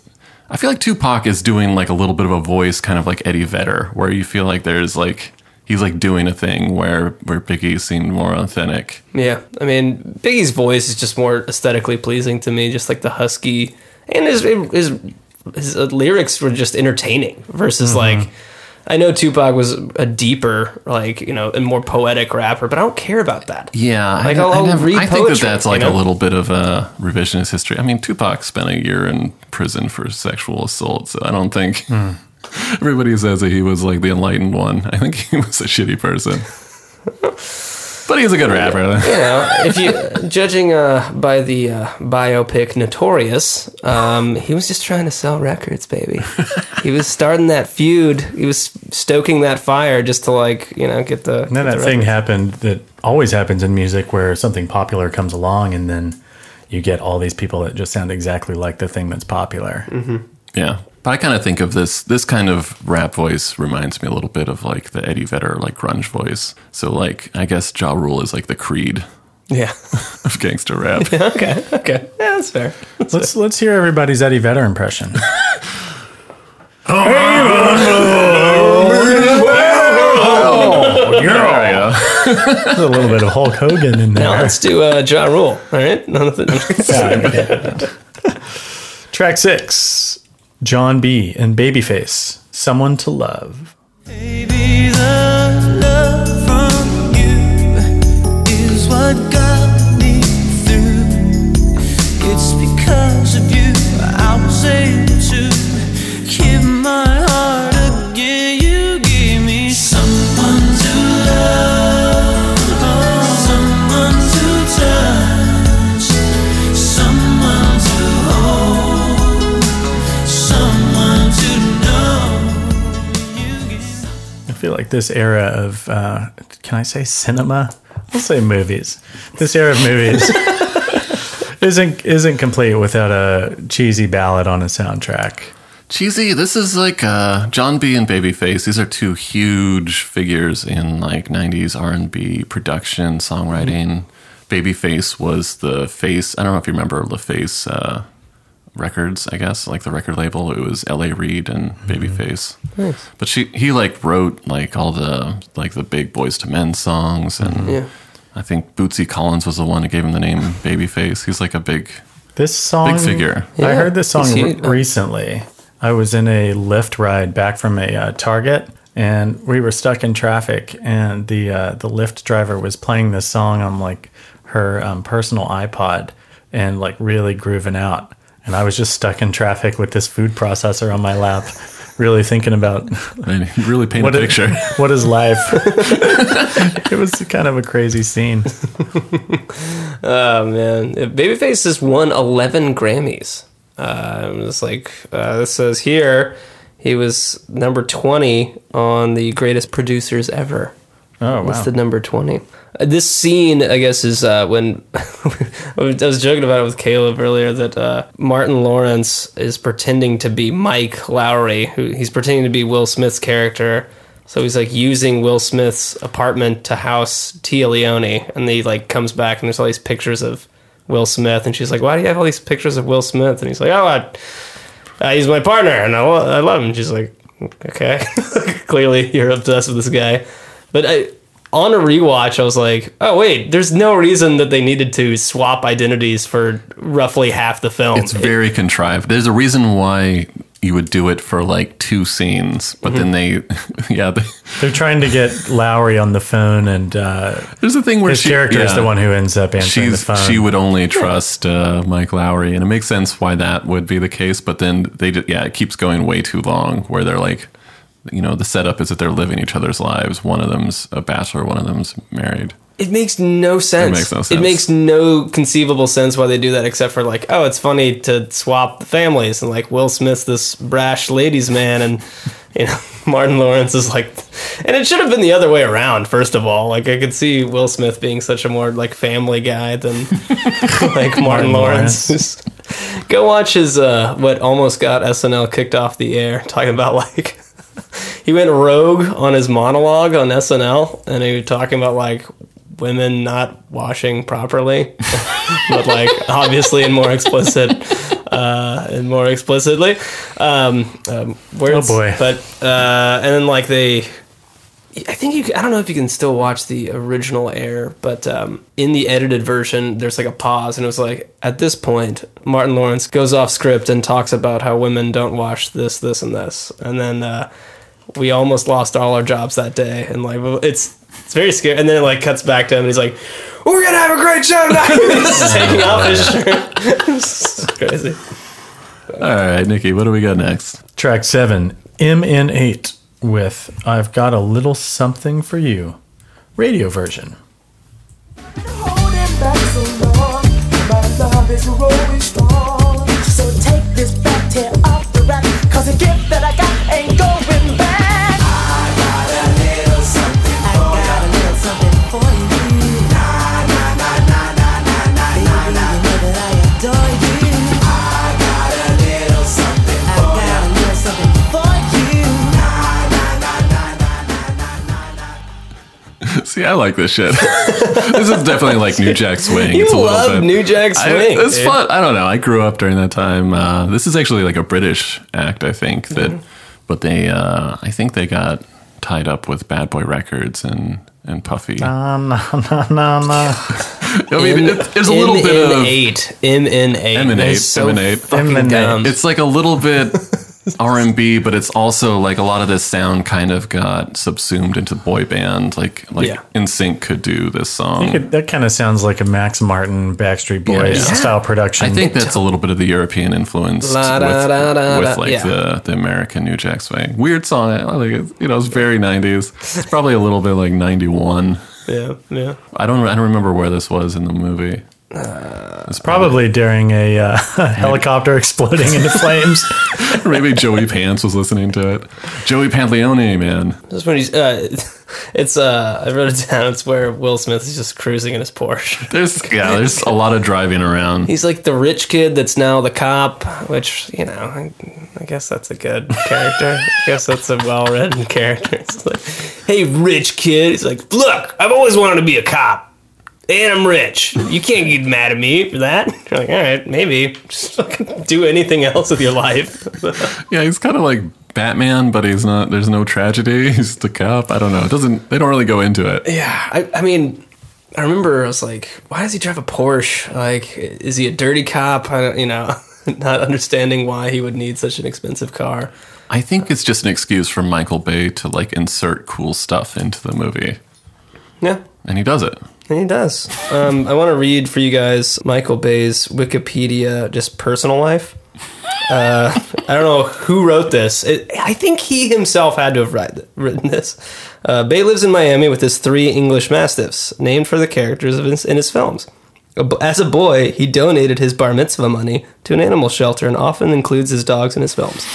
[SPEAKER 3] I feel like Tupac is doing like a little bit of a voice, kind of like Eddie Vedder, where you feel like there's like he's like doing a thing where where Biggie seemed more authentic.
[SPEAKER 2] Yeah, I mean, Biggie's voice is just more aesthetically pleasing to me, just like the husky, and his his his uh, lyrics were just entertaining. Versus like, I know Tupac was a deeper, like you know, and more poetic rapper, but I don't care about that.
[SPEAKER 3] Yeah,
[SPEAKER 2] Like,
[SPEAKER 3] I,
[SPEAKER 2] I'll-
[SPEAKER 3] I
[SPEAKER 2] I'll read
[SPEAKER 3] I think that
[SPEAKER 2] poetry,
[SPEAKER 3] that's
[SPEAKER 2] you
[SPEAKER 3] like
[SPEAKER 2] know?
[SPEAKER 3] a little bit of a revisionist history. I mean, Tupac spent a year in prison for sexual assault, so I don't think everybody says that he was like the enlightened one. I think he was a shitty person. But he's a good rapper.
[SPEAKER 2] you know, if you judging uh, by the uh, biopic Notorious, um, he was just trying to sell records, baby. he was starting that feud. He was stoking that fire just to like you know get the.
[SPEAKER 1] And then that thing happened that always happens in music where something popular comes along and then you get all these people that just sound exactly like the thing that's popular.
[SPEAKER 3] Yeah. But I kind of think of this this kind of rap voice reminds me a little bit of like the Eddie Vedder like grunge voice. So like I guess Ja Rule is like the creed
[SPEAKER 2] Yeah.
[SPEAKER 3] of gangster rap.
[SPEAKER 2] okay. Okay. Yeah, that's fair.
[SPEAKER 1] Let's let's hear everybody's Eddie Vedder impression. There's a little bit of Hulk Hogan in
[SPEAKER 2] Now
[SPEAKER 1] there.
[SPEAKER 2] let's do uh, Ja Rule. All right. None of the-
[SPEAKER 1] Track six: John B. and Babyface, "Someone to Love."
[SPEAKER 10] Baby, the love from you is what got me through. It's because of you I was able to give my heart again. You gave me someone to love, someone to touch, someone to hold, someone to know. You gave
[SPEAKER 1] I feel like this era of uh, can I say cinema? I'll say movies. This era of movies isn't isn't complete without a cheesy ballad on a soundtrack.
[SPEAKER 3] Cheesy, this is like uh, John B and Babyface. These are two huge figures in like '90s R&B production, songwriting. Babyface was the face. I don't know if you remember LaFace uh, Records. I guess like the record label. It was L.A. Reid and Babyface. But she, he like wrote like all the like the big Boys to Men songs, and
[SPEAKER 2] Yeah.
[SPEAKER 3] I think Bootsy Collins was the one who gave him the name Babyface. He's like a big
[SPEAKER 1] This song,
[SPEAKER 3] Big figure.
[SPEAKER 1] I
[SPEAKER 2] Yeah,
[SPEAKER 1] heard this song
[SPEAKER 2] it's
[SPEAKER 1] re-
[SPEAKER 2] huge.
[SPEAKER 1] recently. I was in a lift ride back from a uh, Target, and we were stuck in traffic. And the uh, the lift driver was playing this song on like her um, personal iPod, and like really grooving out. And I was just stuck in traffic with this food processor on my lap, really thinking about
[SPEAKER 3] and he really paint a
[SPEAKER 1] what is-
[SPEAKER 3] picture.
[SPEAKER 1] what is life. it was kind of a crazy scene.
[SPEAKER 2] Oh man, Babyface has won 11 Grammys. Uh, it's like uh, this says here, he was number 20 on the greatest producers ever.
[SPEAKER 1] Oh wow!
[SPEAKER 2] That's the number 20. Uh, this scene, I guess, is uh, when I was joking about it with Caleb earlier that uh, Martin Lawrence is pretending to be Mike Lowry, who he's pretending to be Will Smith's character. So he's like using Will Smith's apartment to house Tia Leone, and he like comes back and there's all these pictures of Will Smith, and she's like, "Why do you have all these pictures of Will Smith?" And he's like, "Oh, I, uh, he's my partner and I, lo- I love him. She's like, okay, clearly you're obsessed with this guy. But I, on a rewatch, I was like, oh, wait, there's no reason that they needed to swap identities for roughly half the film.
[SPEAKER 3] It's very contrived. There's a reason why you would do it for like two scenes, but then
[SPEAKER 1] Mm-hmm.
[SPEAKER 3] they, yeah, they,
[SPEAKER 1] They're trying to get Lowry on the phone, and uh,
[SPEAKER 3] there's a thing where
[SPEAKER 1] his
[SPEAKER 3] she,
[SPEAKER 1] character is
[SPEAKER 3] yeah,
[SPEAKER 1] the one who ends up answering
[SPEAKER 3] She's
[SPEAKER 1] the phone.
[SPEAKER 3] she would only trust uh, Mike Lowry, and it makes sense why that would be the case. But then they, did, yeah, it keeps going way too long. Where they're like, you know, the setup is that they're living each other's lives. One of them's a bachelor, one of them's married.
[SPEAKER 2] It makes no sense.
[SPEAKER 3] makes no sense.
[SPEAKER 2] It makes no conceivable sense why they do that, except for like, oh, it's funny to swap the families, and like Will Smith's this brash ladies' man, and you know Martin Lawrence is like, and it should have been the other way around. First of all, like I could see Will Smith being such a more like family guy than like Martin Lawrence. Go watch his uh, what almost got SNL kicked off the air, talking about like he went rogue on his monologue on SNL, and he was talking about like women not washing properly, but like obviously and more explicit uh, and more explicitly um, um, words.
[SPEAKER 1] boy.
[SPEAKER 2] But uh, and then like they. I think you. I don't know if you can still watch the original air, but um, in the edited version, there's like a pause, and it was like at this point, Martin Lawrence goes off script and talks about how women don't wash this, this, and this, and then uh, we almost lost all our jobs that day, and like it's it's very scary. And then it like cuts back to him, and he's like, "We're gonna have a great show tonight." he's just taking off his shirt. it's crazy.
[SPEAKER 3] All right, Nikki, what do we got next?
[SPEAKER 1] Track seven, MN8 with I've Got a Little Something for You, radio version.
[SPEAKER 8] is a rolling stone. So take this back tear off the rack, cause the gift that I got ain't going back. I got a little something for you. Baby, you know that I adore you. I got a little something for you.
[SPEAKER 3] See, I like this shit. this is definitely like New Jack Swing.
[SPEAKER 2] You
[SPEAKER 3] it's a
[SPEAKER 2] love
[SPEAKER 3] little bit,
[SPEAKER 2] New Jack
[SPEAKER 3] I-
[SPEAKER 2] Swing,
[SPEAKER 3] it's
[SPEAKER 2] dude.
[SPEAKER 3] fun. I don't know. I grew up during that time. Uh, this is actually like a British act, I think. That,
[SPEAKER 2] Mm-hmm.
[SPEAKER 3] but they, uh, I think they got tied up with Bad Boy Records and and Puffy.
[SPEAKER 1] No, no, no, no.
[SPEAKER 3] I mean, it, there's a little bit of
[SPEAKER 2] eight. M N eight.
[SPEAKER 3] M and eight,
[SPEAKER 2] So
[SPEAKER 3] M and eight.
[SPEAKER 1] M
[SPEAKER 2] fucking
[SPEAKER 1] and eight.
[SPEAKER 2] dumb.
[SPEAKER 3] It's like a little bit R and B, but it's also like a lot of this sound kind of got subsumed into boy band. Like like
[SPEAKER 2] Yeah.
[SPEAKER 3] NSYNC could do this song.
[SPEAKER 1] It- that kind of sounds like a Max Martin Backstreet
[SPEAKER 3] Yeah,
[SPEAKER 1] Boys
[SPEAKER 3] yeah.
[SPEAKER 1] style production.
[SPEAKER 3] I think that's a little bit of the European influence
[SPEAKER 2] La da
[SPEAKER 3] with,
[SPEAKER 2] da da
[SPEAKER 3] with
[SPEAKER 2] da.
[SPEAKER 3] like
[SPEAKER 2] Yeah.
[SPEAKER 3] the, the American New Jack Swing. Weird song. I like it. You know, it's very '90s. It's probably a little bit like '91.
[SPEAKER 2] yeah, yeah.
[SPEAKER 3] I don't. I don't remember where this was in the movie. It's
[SPEAKER 1] probably during a uh, helicopter exploding into flames.
[SPEAKER 3] maybe Joey Pants was listening to it. Joey Pantaleone, man.
[SPEAKER 2] That's when he's. Uh, it's. Uh, I wrote it down. It's where Will Smith is just cruising in his Porsche.
[SPEAKER 3] There's yeah. There's a lot of driving around.
[SPEAKER 2] He's like the rich kid that's now the cop, which you know. I, I guess that's a good character. I guess that's a well-written character. It's like, hey, rich kid. He's like, look, I've always wanted to be a cop. And I'm rich. You can't get mad at me for that. You're like, all right, maybe. Just fucking do anything else with your life.
[SPEAKER 3] Yeah, he's kind of like Batman, but he's not. There's no tragedy. He's the cop. I don't know. It doesn't. They don't really go into it.
[SPEAKER 2] Yeah, I, I mean, I remember I was like, why does he drive a Porsche? Like, is he a dirty cop? I don't, you know, not understanding why he would need such an expensive car.
[SPEAKER 3] I think it's just an excuse for Michael Bay to like insert cool stuff into the movie.
[SPEAKER 2] Yeah,
[SPEAKER 3] And he does it.
[SPEAKER 2] and he does. Um, I want to read for you guys Michael Bay's Wikipedia, just personal life. Uh, I don't know who wrote this. It, I think he himself had to have write, written this. Uh, Bay lives in Miami with his three English Mastiffs, named for the characters of his, in his films. A bo- As a boy, he donated his bar mitzvah money to an animal shelter and often includes his dogs in his films.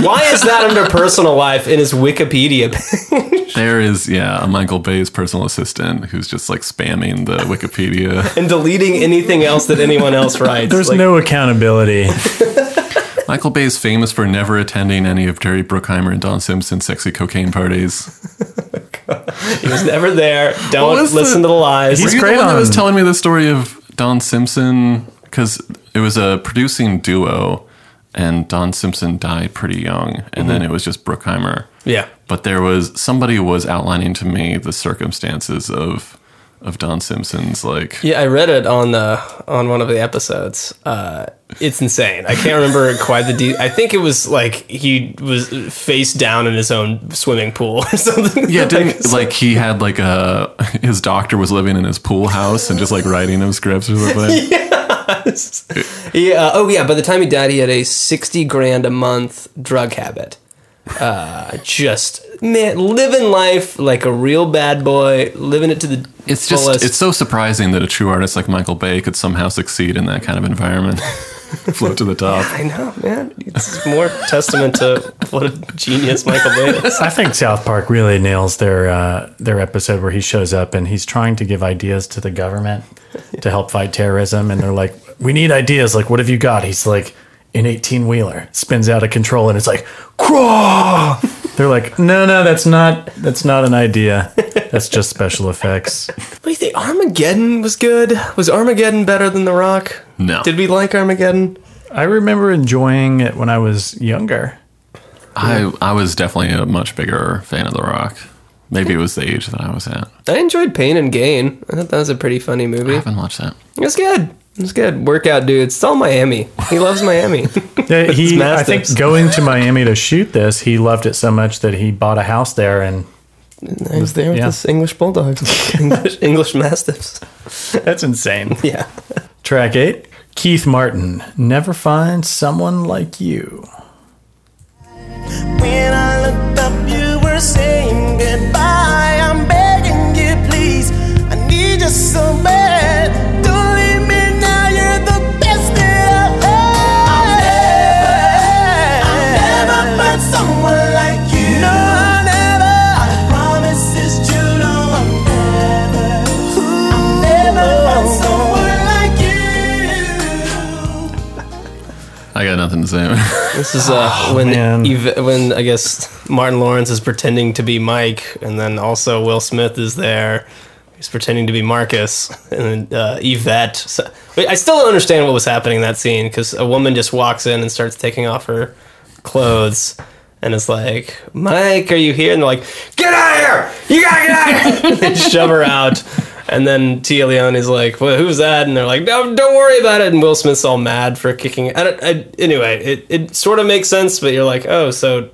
[SPEAKER 2] Why is that under personal life in his Wikipedia?
[SPEAKER 3] There is, yeah, a Michael Bay's personal assistant who's just like spamming the Wikipedia.
[SPEAKER 2] and deleting anything else that anyone else writes.
[SPEAKER 1] There's
[SPEAKER 2] Like,
[SPEAKER 1] no accountability.
[SPEAKER 3] Michael Bay is famous for never attending any of Jerry Bruckheimer and Don Simpson's sexy cocaine parties.
[SPEAKER 2] he was never there. Don't
[SPEAKER 3] was
[SPEAKER 2] listen
[SPEAKER 3] the-
[SPEAKER 2] to the lies.
[SPEAKER 1] He's
[SPEAKER 3] Were you
[SPEAKER 1] great
[SPEAKER 3] the one that
[SPEAKER 1] on-
[SPEAKER 3] was telling me the story of Don Simpson because it was a producing duo, and Don Simpson died pretty young, and then it
[SPEAKER 1] Mm-hmm.
[SPEAKER 3] was just Bruckheimer.
[SPEAKER 2] yeah.
[SPEAKER 3] but there was somebody was outlining to me the circumstances of of Don Simpson's like
[SPEAKER 2] Yeah, I read it on the on one of the episodes. Uh, it's insane. I can't remember quite the. De- I think it was like he was face down in his own swimming pool or something.
[SPEAKER 3] yeah didn't like he had like a his doctor was living in his pool house and just like writing him scripts or something
[SPEAKER 2] Yeah. Oh, yeah. By the time he died, he had a sixty grand a month drug habit. Uh, just man, living life like a real bad boy, living it to the
[SPEAKER 3] it's just
[SPEAKER 2] fullest.
[SPEAKER 3] it's so surprising that a true artist like Michael Bay could somehow succeed in that kind of environment float to the top
[SPEAKER 2] I know, man. It's more testament to what a genius Michael Bay is.
[SPEAKER 1] I think South Park really nails their uh, their episode where he shows up and he's trying to give ideas to the government to help fight terrorism, and they're like, "We need ideas. Like, what have you got?" He's like, "An eighteen wheeler spins out of control, and it's like, craw." They're like, "No, no, that's not that's not an idea. That's just special effects."
[SPEAKER 2] What do you think? Armageddon was good. Was Armageddon better than The Rock?
[SPEAKER 3] No.
[SPEAKER 2] Did we like Armageddon?
[SPEAKER 1] I remember enjoying it when I was younger.
[SPEAKER 3] I I was definitely a much bigger fan of The Rock maybe it was the age that I was at
[SPEAKER 2] I enjoyed Pain and Gain. I thought that was a pretty funny
[SPEAKER 3] I
[SPEAKER 2] movie. It
[SPEAKER 3] haven't watched that
[SPEAKER 2] was good. It was good. Workout dude. It's all Miami. He loves Miami.
[SPEAKER 1] Yeah,
[SPEAKER 2] It's
[SPEAKER 1] he, I
[SPEAKER 2] massive.
[SPEAKER 1] think going to Miami to shoot this, he loved it so much that he bought a house there and
[SPEAKER 2] I was there with
[SPEAKER 1] Yeah.
[SPEAKER 2] this English Bulldogs, English, English Mastiffs.
[SPEAKER 1] that's insane.
[SPEAKER 2] Yeah.
[SPEAKER 1] Track eight Keith Martin, Never Find Someone Like You.
[SPEAKER 8] When I looked up, you were saying goodbye. I'm begging you, please. I need you so bad. Don't leave me now, you're
[SPEAKER 3] nothing to say.
[SPEAKER 2] This is uh, when
[SPEAKER 1] man.
[SPEAKER 2] Eva- when I guess Martin Lawrence is pretending to be Mike, and then also Will Smith is there. He's pretending to be Marcus and then, uh, Yvette. So, wait, I still don't understand what was happening in that scene because a woman just walks in and starts taking off her clothes. And it's like, Mike, are you here? And they're like, get out of here! You gotta get out of here! they shove her out. And then Tia Leone is like, well, who's that? And they're like, no, don't worry about it. And Will Smith's all mad for kicking. I don't, I, anyway, it, it sort of makes sense, but you're like, oh, so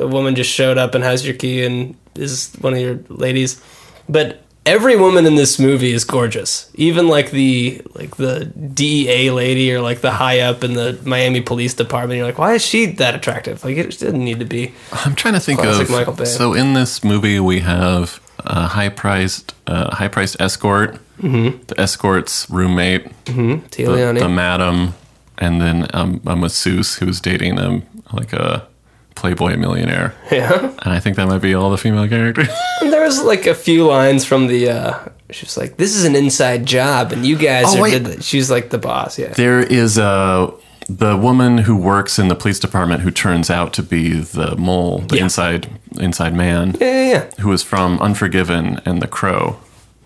[SPEAKER 2] a woman just showed up and has your key and is one of your ladies. But every woman in this movie is gorgeous. Even like the like the DEA lady or like the high up in the Miami Police Department. You're like, why is she that attractive? Like it didn't need to be.
[SPEAKER 3] I'm trying to think
[SPEAKER 2] Classic
[SPEAKER 3] of
[SPEAKER 2] Michael Bay.
[SPEAKER 3] so in this movie we have a high priced uh, high priced escort,
[SPEAKER 2] Mm-hmm.
[SPEAKER 3] the escort's roommate,
[SPEAKER 2] Tia
[SPEAKER 3] the, the
[SPEAKER 2] Leone.
[SPEAKER 3] madam, and then um, a masseuse who's dating a like a playboy millionaire.
[SPEAKER 2] Yeah.
[SPEAKER 3] And I think that might be all the female characters.
[SPEAKER 2] And there was like a few lines from the. uh she was like, "This is an inside job, and you guys
[SPEAKER 3] Oh,
[SPEAKER 2] are."
[SPEAKER 3] wait.
[SPEAKER 2] Did the, she's like the boss, yeah.
[SPEAKER 3] there is a the woman who works in the police department who turns out to be the mole, the
[SPEAKER 2] Yeah.
[SPEAKER 3] inside inside man,
[SPEAKER 2] Yeah, yeah, yeah.
[SPEAKER 3] who is from Unforgiven and The Crow.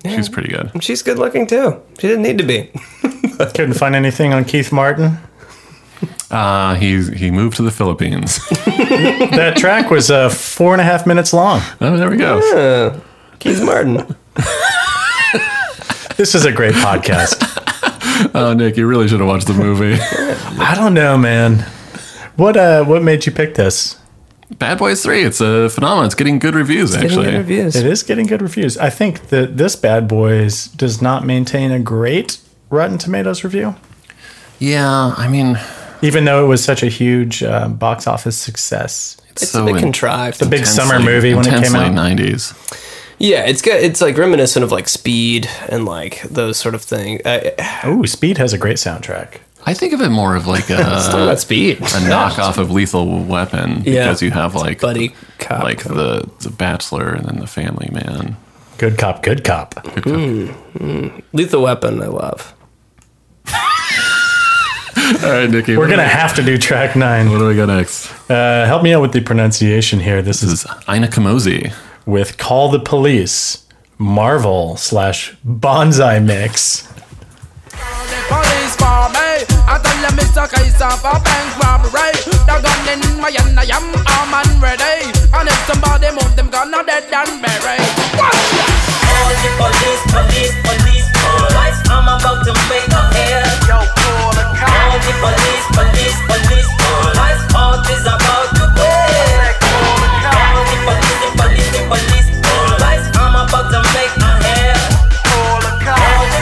[SPEAKER 3] She's pretty good.
[SPEAKER 2] And she's good looking too. She didn't need to be.
[SPEAKER 1] Couldn't find anything on Keith Martin.
[SPEAKER 3] Uh, he he moved to the Philippines.
[SPEAKER 1] That track was uh, four and a half minutes long.
[SPEAKER 3] oh, there we go.
[SPEAKER 2] Keith Martin.
[SPEAKER 1] This is a great podcast.
[SPEAKER 3] Oh, Nick, you really should have watched the movie.
[SPEAKER 1] I don't know, man. What uh, what made you pick this?
[SPEAKER 3] Bad Boys Three. It's a phenomenon. It's getting good reviews.
[SPEAKER 2] Getting
[SPEAKER 3] actually,
[SPEAKER 2] good reviews.
[SPEAKER 1] It is getting good reviews. I think that this Bad Boys does not maintain a great Rotten Tomatoes review,
[SPEAKER 3] yeah. I mean,
[SPEAKER 1] even though it was such a huge uh, box office success.
[SPEAKER 3] it's,
[SPEAKER 2] It's
[SPEAKER 3] so
[SPEAKER 2] a bit
[SPEAKER 3] in-
[SPEAKER 2] contrived.
[SPEAKER 1] Big summer
[SPEAKER 3] intensely-
[SPEAKER 1] movie when it came
[SPEAKER 3] intensely
[SPEAKER 1] out.
[SPEAKER 3] Nineties.
[SPEAKER 2] Yeah, it's good. It's like reminiscent of like Speed and like those sort of things. Uh,
[SPEAKER 1] Ooh, Speed has a great soundtrack.
[SPEAKER 3] I think of it more of like
[SPEAKER 2] talking
[SPEAKER 3] a,
[SPEAKER 2] about Speed,
[SPEAKER 3] a knockoff of Lethal Weapon
[SPEAKER 2] Yeah.
[SPEAKER 3] because you have like
[SPEAKER 2] buddy cop.
[SPEAKER 3] like the the Bachelor and then the Family Man.
[SPEAKER 1] Good cop, good cop.
[SPEAKER 2] Lethal Weapon, I love.
[SPEAKER 3] All right, Nikki.
[SPEAKER 1] We're gonna have to do track nine.
[SPEAKER 3] What do we got next?
[SPEAKER 1] Uh, help me out with the pronunciation here. This
[SPEAKER 3] This
[SPEAKER 1] is
[SPEAKER 3] is Ina Kamosi.
[SPEAKER 1] with "Call the Police," Marvel slash Bonsai mix.
[SPEAKER 7] Police for me. I tell you, Mr. Case of a bank robbery. The gun in my hand, I am arm and ready. And if somebody move them gun, I'm dead and buried.
[SPEAKER 11] Police, police, police, police. I'm about to make a hair. Yo, call the cops. All the police, police, police, police. All this about to go. All the police, police, police, police. I'm about to make a hair. All the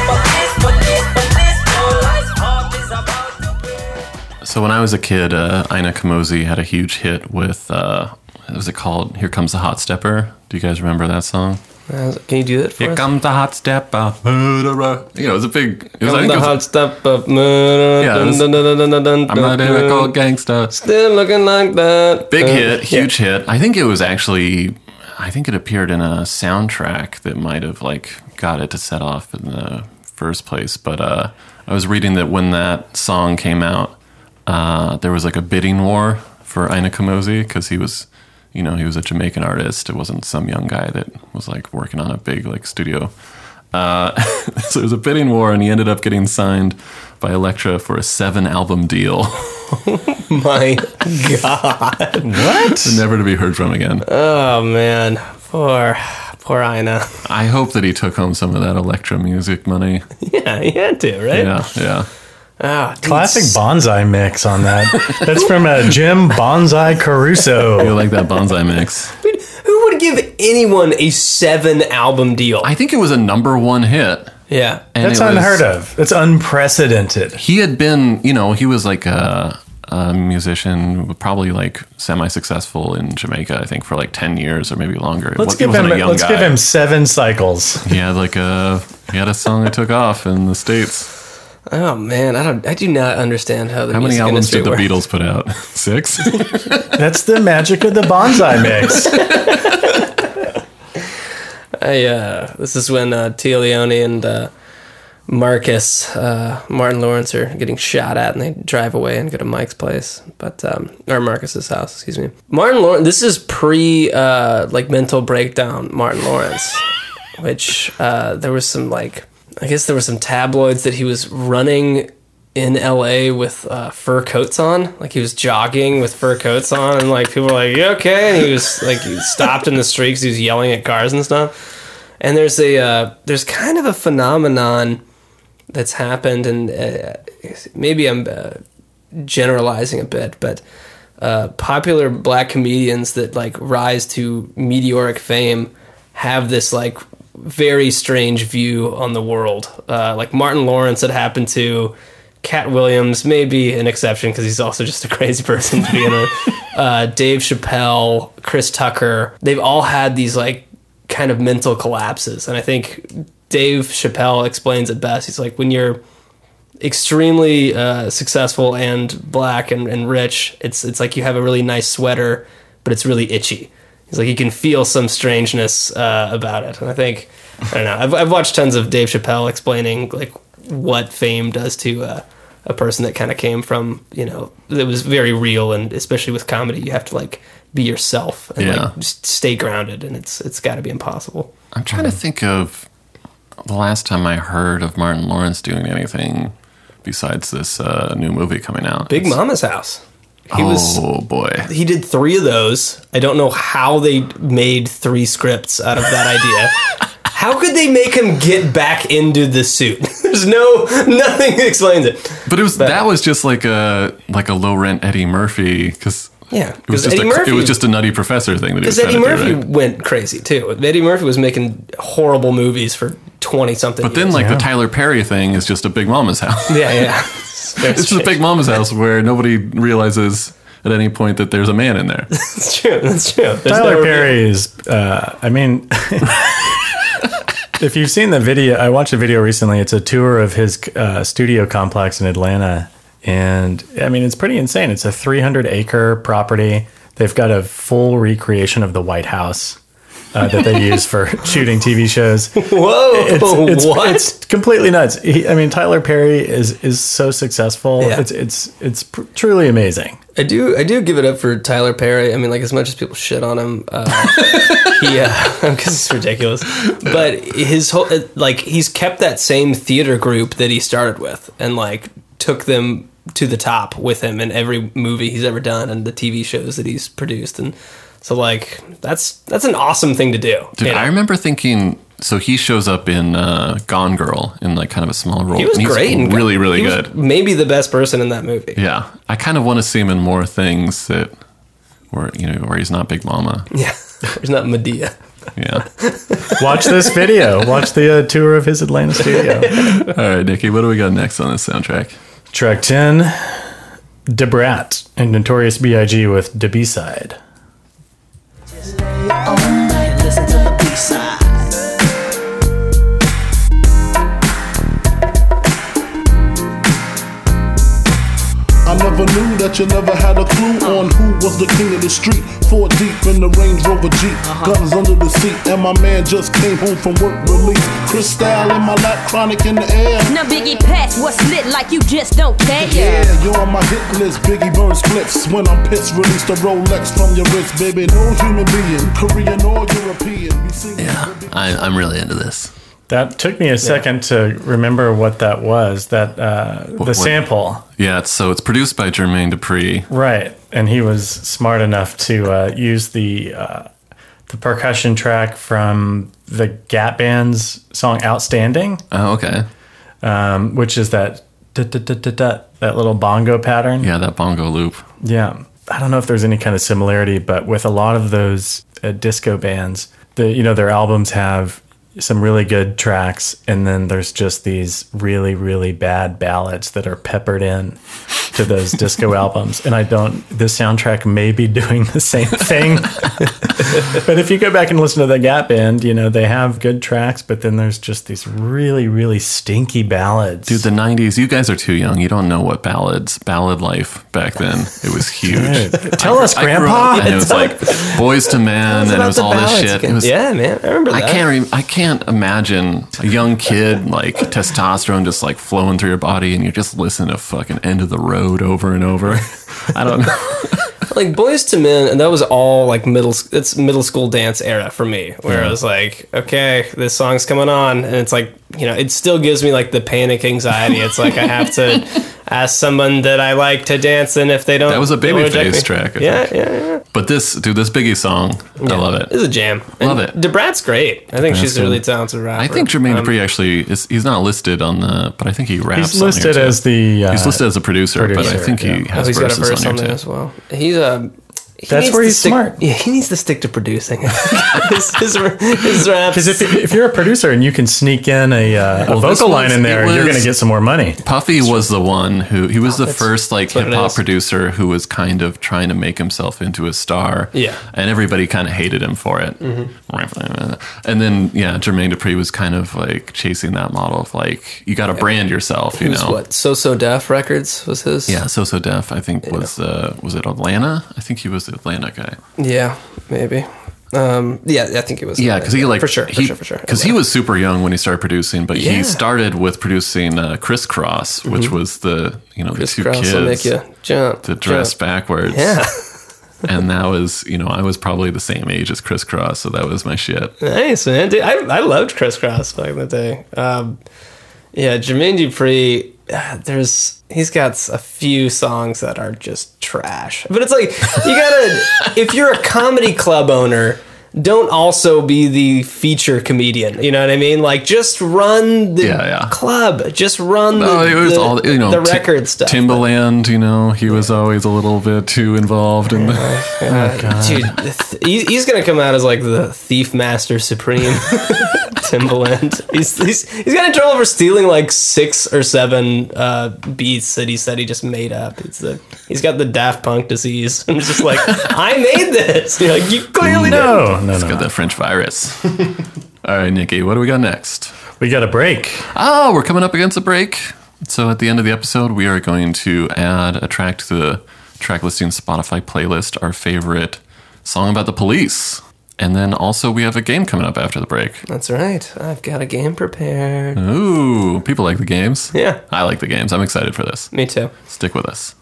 [SPEAKER 11] police, police, police, police. All this about to go.
[SPEAKER 3] So when I was a kid, uh, Ina Kamosi had a huge hit with uh, what was it called? Here comes the hot stepper. Do you guys remember that song?
[SPEAKER 2] Uh, Can you do that for
[SPEAKER 3] Here
[SPEAKER 2] us?
[SPEAKER 3] comes the hot stepper, murderer. You know, it was a big. It was, I
[SPEAKER 2] I'm
[SPEAKER 3] think
[SPEAKER 2] the
[SPEAKER 3] it was,
[SPEAKER 2] hot step of murder.
[SPEAKER 3] Yeah,
[SPEAKER 2] dun,
[SPEAKER 3] this-
[SPEAKER 2] dun, dun, dun, dun, dun,
[SPEAKER 3] I'm not
[SPEAKER 2] dun,
[SPEAKER 3] a
[SPEAKER 2] dun.
[SPEAKER 3] cold gangster.
[SPEAKER 2] Still looking like that.
[SPEAKER 3] Big
[SPEAKER 2] Uh,
[SPEAKER 3] hit,
[SPEAKER 2] yeah.
[SPEAKER 3] huge hit. I think it was actually. I think it appeared in a soundtrack that might have like got it to set off in the first place. But uh, I was reading that when that song came out, uh, there was like a bidding war for Ina Kamosi because he was, you know, he was a Jamaican artist. It wasn't some young guy that was like working on a big like studio. Uh, so it was a bidding war, and he ended up getting signed by Elektra for a seven album deal,
[SPEAKER 2] My
[SPEAKER 3] never to be heard from again.
[SPEAKER 2] oh man, poor poor Ina.
[SPEAKER 3] I hope that he took home some of that Electra music money.
[SPEAKER 2] Yeah, he had to, right?
[SPEAKER 3] Yeah, yeah.
[SPEAKER 2] Ah, dude,
[SPEAKER 1] Classic
[SPEAKER 2] s-
[SPEAKER 1] bonsai mix on that. That's from uh, Jim Bonsai
[SPEAKER 3] I
[SPEAKER 1] Caruso.
[SPEAKER 3] like that bonsai mix.
[SPEAKER 2] Who would give anyone a seven album deal?
[SPEAKER 3] I think it was a number one hit.
[SPEAKER 2] yeah.
[SPEAKER 3] And
[SPEAKER 1] That's
[SPEAKER 3] it was-
[SPEAKER 1] unheard of. That's unprecedented.
[SPEAKER 3] He had been, you know, he was like a, a musician, probably like semi-successful in Jamaica. I think for like ten years or maybe longer.
[SPEAKER 1] Let's
[SPEAKER 3] He
[SPEAKER 1] give him.
[SPEAKER 3] wasn't
[SPEAKER 1] Let's give him seven cycles.
[SPEAKER 3] He had like a he had a song that took off in the states.
[SPEAKER 2] Oh man, I don't. I do not understand how the
[SPEAKER 3] How many
[SPEAKER 2] music
[SPEAKER 3] albums
[SPEAKER 2] industry
[SPEAKER 3] did the
[SPEAKER 2] works.
[SPEAKER 3] Beatles put out? Six.
[SPEAKER 1] That's the magic of the bonsai mix.
[SPEAKER 2] I, uh, this is when uh, Tia Leone and uh, Marcus, uh, Martin Lawrence are getting shot at, and they drive away and go to Mike's place, but um, or Marcus's house, excuse me. Martin Lawrence. This is pre uh, like mental breakdown. Martin Lawrence, which uh, there was some like I guess there were some tabloids that he was running in L.A. with uh, fur coats on, like he was jogging with fur coats on, and like people were like, "You okay?" And he was like he stopped in the street 'cause he was yelling at cars and stuff. And there's a uh, there's kind of a phenomenon that's happened, and uh, maybe I'm uh, generalizing a bit, but uh, popular black comedians that like rise to meteoric fame have this like very strange view on the world. Uh, like Martin Lawrence, it happened to. Cat Williams may be an exception because he's also just a crazy person to be in a. Uh, Dave Chappelle, Chris Tucker, they've all had these like kind of mental collapses. And I think Dave Chappelle explains it best. He's like, when you're extremely uh, successful and black and, and rich, it's it's like you have a really nice sweater, but it's really itchy. He's like, you can feel some strangeness uh, about it. And I think, I don't know, I've, I've watched tons of Dave Chappelle explaining like what fame does to uh, a person that kind of came from, you know, that was very real. And especially with comedy, you have to like be yourself and
[SPEAKER 3] Yeah.
[SPEAKER 2] like just stay grounded. And it's, it's gotta be impossible.
[SPEAKER 3] I'm trying
[SPEAKER 2] Mm-hmm.
[SPEAKER 3] to think of the last time I heard of Martin Lawrence doing anything besides this uh, new movie coming out.
[SPEAKER 2] Big
[SPEAKER 3] It's-
[SPEAKER 2] Mama's house. He
[SPEAKER 3] Oh
[SPEAKER 2] was
[SPEAKER 3] boy.
[SPEAKER 2] he did three of those. I don't know how they made three scripts out of that idea. How could they make him get back into the suit? There's no nothing explains it.
[SPEAKER 3] But it was that was just like a like a low rent Eddie Murphy because
[SPEAKER 2] Yeah,
[SPEAKER 3] it was
[SPEAKER 2] because
[SPEAKER 3] just
[SPEAKER 2] Eddie
[SPEAKER 3] a,
[SPEAKER 2] Murphy.
[SPEAKER 3] it was just a Nutty Professor thing that he was
[SPEAKER 2] because
[SPEAKER 3] trying
[SPEAKER 2] Eddie
[SPEAKER 3] to do,
[SPEAKER 2] Murphy
[SPEAKER 3] right?
[SPEAKER 2] went crazy too. Eddie Murphy was making horrible movies for twenty something.
[SPEAKER 3] But then like the Tyler Perry thing is just a Big Mama's house.
[SPEAKER 2] yeah, yeah.
[SPEAKER 3] it's just a Big Mama's house where nobody realizes at any point that there's a man in there.
[SPEAKER 2] That's true. That's true. There's
[SPEAKER 1] Tyler
[SPEAKER 2] no-
[SPEAKER 1] Perry is, uh, I mean, if you've seen the video, I watched a video recently. It's a tour of his uh, studio complex in Atlanta. And I mean, it's pretty insane. It's a 300 acre property. They've got a full recreation of the White House uh, that they use for shooting TV shows.
[SPEAKER 2] Whoa!
[SPEAKER 1] It's, it's,
[SPEAKER 2] Oh, what?
[SPEAKER 1] it's completely nuts. He, I mean, Tyler Perry is is so successful.
[SPEAKER 2] Yeah.
[SPEAKER 1] It's it's it's pr- truly amazing.
[SPEAKER 2] I do I do give it up for Tyler Perry. I mean, like as much as people shit on him, uh, yeah, because it's ridiculous. But his whole it- like he's kept that same theater group that he started with, and like took them to the top with him in every movie he's ever done and the TV shows that he's produced, and so like that's that's an awesome thing to do.
[SPEAKER 3] Dude,
[SPEAKER 2] you know?
[SPEAKER 3] I remember thinking. So he shows up in uh, Gone Girl in like kind of a small role.
[SPEAKER 2] he was
[SPEAKER 3] and he's
[SPEAKER 2] great and
[SPEAKER 3] really, really
[SPEAKER 2] he was
[SPEAKER 3] good.
[SPEAKER 2] Maybe the best person in that movie.
[SPEAKER 3] Yeah, I kind of want to see him in more things that where you know where he's not Big Mama.
[SPEAKER 2] Yeah, there's not Medea.
[SPEAKER 3] Yeah.
[SPEAKER 1] Watch this video. Watch the uh, tour of his Atlanta studio.
[SPEAKER 3] All right, Nikki, what do we got next on this soundtrack?
[SPEAKER 1] Track 10, Debrat and Notorious B.I.G. with The B-Side.
[SPEAKER 12] I never knew that you never had a clue on who was the king of the street. Four deep in the Range Rover Jeep, guns under the seat, and my man just came home from work relief. Crystal in my lap, chronic in the air.
[SPEAKER 13] Now Biggie Pass, what's lit like you just don't care?
[SPEAKER 12] Yeah, you on my hit list, Biggie Burn splits. When I'm pissed, release the Rolex from your wrist, baby. No human being, Korean or European. Be singing.
[SPEAKER 3] I, I'm really into this.
[SPEAKER 1] That took me a second to remember what that was, that uh, the
[SPEAKER 3] what?
[SPEAKER 1] sample.
[SPEAKER 3] Yeah, it's, so it's produced by Jermaine Dupri.
[SPEAKER 1] Right. And he was smart enough to uh, use the uh, the percussion track from the Gap Band's song Outstanding,
[SPEAKER 3] Oh, okay.
[SPEAKER 1] um, which is that da-da-da-da-da, that little bongo pattern.
[SPEAKER 3] Yeah, that bongo loop.
[SPEAKER 1] Yeah. I don't know if there's any kind of similarity, but with a lot of those uh, disco bands, the you know their albums have some really good tracks and then there's just these really really bad ballads that are peppered in to those disco albums and I don't this soundtrack may be doing the same thing. but if you go back and listen to the Gap Band, you know they have good tracks, but then there's just these really, really stinky ballads.
[SPEAKER 3] Dude, the 90s, you guys are too young. You don't know what ballads, ballad life back then. It was huge.
[SPEAKER 1] Dude, tell us,
[SPEAKER 3] I grew
[SPEAKER 1] Grandpa.
[SPEAKER 3] up and it was like Boys to Men, and it
[SPEAKER 2] about
[SPEAKER 3] was
[SPEAKER 2] the
[SPEAKER 3] all this
[SPEAKER 2] ballads
[SPEAKER 3] shit.
[SPEAKER 2] again.
[SPEAKER 3] It was,
[SPEAKER 2] yeah, man, I remember.
[SPEAKER 3] I
[SPEAKER 2] That.
[SPEAKER 3] can't. Re- I can't imagine a young kid like testosterone just like flowing through your body, and you just listen to fucking "End of the Road" over and over. I don't know.
[SPEAKER 2] like boys to men, and that was all like middle. s- It's middle school dance era for me, where I was like, okay, this song's coming on, and it's like, you know, it still gives me like the panic anxiety. It's like I have to ask someone that I like to dance, and if they don't,
[SPEAKER 3] That was a
[SPEAKER 2] they will reject me.
[SPEAKER 3] Babyface track. I
[SPEAKER 2] Yeah,
[SPEAKER 3] think.
[SPEAKER 2] yeah, yeah.
[SPEAKER 3] But this, dude, this Biggie song, I love it.
[SPEAKER 2] It's a jam.
[SPEAKER 3] Love it.
[SPEAKER 2] Debrat's great. I think
[SPEAKER 3] Debrat's
[SPEAKER 2] she's a
[SPEAKER 3] good.
[SPEAKER 2] really talented rapper.
[SPEAKER 3] I think Jermaine
[SPEAKER 2] Um,
[SPEAKER 3] Dupri actually is, he's not listed on the, but I think he raps.
[SPEAKER 1] He's
[SPEAKER 3] on here,
[SPEAKER 1] listed
[SPEAKER 3] too.
[SPEAKER 1] as the. Uh,
[SPEAKER 3] he's listed as a producer, but
[SPEAKER 1] producer,
[SPEAKER 3] I think he
[SPEAKER 1] yeah.
[SPEAKER 2] Oh,
[SPEAKER 3] has
[SPEAKER 2] he's got a verse
[SPEAKER 3] verses on
[SPEAKER 2] on
[SPEAKER 3] here
[SPEAKER 2] there
[SPEAKER 3] too.
[SPEAKER 2] as well. He's a. he
[SPEAKER 1] That's
[SPEAKER 2] needs
[SPEAKER 1] where
[SPEAKER 2] to
[SPEAKER 1] he's
[SPEAKER 2] stick-
[SPEAKER 1] smart.
[SPEAKER 2] Yeah, he needs to stick to producing. his, his, his raps.
[SPEAKER 1] because if, if you're a producer and you can sneak in a, uh, a
[SPEAKER 3] Well, this
[SPEAKER 1] vocal line
[SPEAKER 3] one's-
[SPEAKER 1] in there,
[SPEAKER 3] it
[SPEAKER 1] you're
[SPEAKER 3] was-
[SPEAKER 1] going to get some more money.
[SPEAKER 3] Puffy was the one who he was the first like
[SPEAKER 2] Oh, what it
[SPEAKER 3] hip hop
[SPEAKER 2] is.
[SPEAKER 3] producer who was kind of trying to make himself into a star.
[SPEAKER 2] Yeah. Mm-hmm.
[SPEAKER 3] and everybody kind of hated him for it. And then yeah, Jermaine Dupri was kind of like chasing that model of like you got to brand yourself. You
[SPEAKER 2] Who's
[SPEAKER 3] know
[SPEAKER 2] what? So So Deaf Records was his.
[SPEAKER 3] Yeah, So So Def I think was uh, was it Atlanta? I think he was the Atlanta guy.
[SPEAKER 2] Yeah, maybe. Um, yeah, I think it was.
[SPEAKER 3] Yeah, because he like
[SPEAKER 2] for sure, for
[SPEAKER 3] he-
[SPEAKER 2] sure, for sure.
[SPEAKER 3] Because he was super young when he started producing, but
[SPEAKER 2] Yeah.
[SPEAKER 3] he started with producing uh, Crisscross, which was the you know the two
[SPEAKER 2] Cross will make
[SPEAKER 3] kids
[SPEAKER 2] you jump.
[SPEAKER 3] that dress
[SPEAKER 2] jump.
[SPEAKER 3] backwards.
[SPEAKER 2] Yeah,
[SPEAKER 3] and that was you know I was probably the same age as Crisscross, so that was my shit.
[SPEAKER 2] nice man. Dude, I I loved crisscross back in the day. Um, yeah, Jermaine Dupri. ah, There's he's got s- a few songs that are just trash, but it's like you gotta if you're a comedy club owner. Don't also be the feature comedian. You know what I mean? Like, just run the
[SPEAKER 3] Yeah, yeah.
[SPEAKER 2] club. Just run
[SPEAKER 3] No,
[SPEAKER 2] the,
[SPEAKER 3] Oh, it was
[SPEAKER 2] the-
[SPEAKER 3] all you know
[SPEAKER 2] the
[SPEAKER 3] Ti-
[SPEAKER 2] record stuff.
[SPEAKER 3] Timbaland, you know, he was always a little bit too involved in the.
[SPEAKER 2] Dude, th- he- he's gonna come out as like the thief master supreme, Timbaland. He's, he's he's got in trouble for stealing like six or seven uh, beats that he said he just made up. It's the he's got the Daft Punk disease. I'm just like, I made this. You're like, you clearly
[SPEAKER 1] No,
[SPEAKER 2] know.
[SPEAKER 1] no,
[SPEAKER 3] Got
[SPEAKER 1] no.
[SPEAKER 3] that French virus. All right, Nikki, what do we got next?
[SPEAKER 1] We got a break.
[SPEAKER 3] Oh, we're coming up against a break. So at the end of the episode, we are going to add a track to the track listing Spotify playlist, our favorite song about the police. And then also we have a game coming up after the break.
[SPEAKER 2] That's right. I've got a game prepared.
[SPEAKER 3] Ooh, people like the games.
[SPEAKER 2] Yeah.
[SPEAKER 3] I like the games. I'm excited for this.
[SPEAKER 2] Me too.
[SPEAKER 3] Stick with us.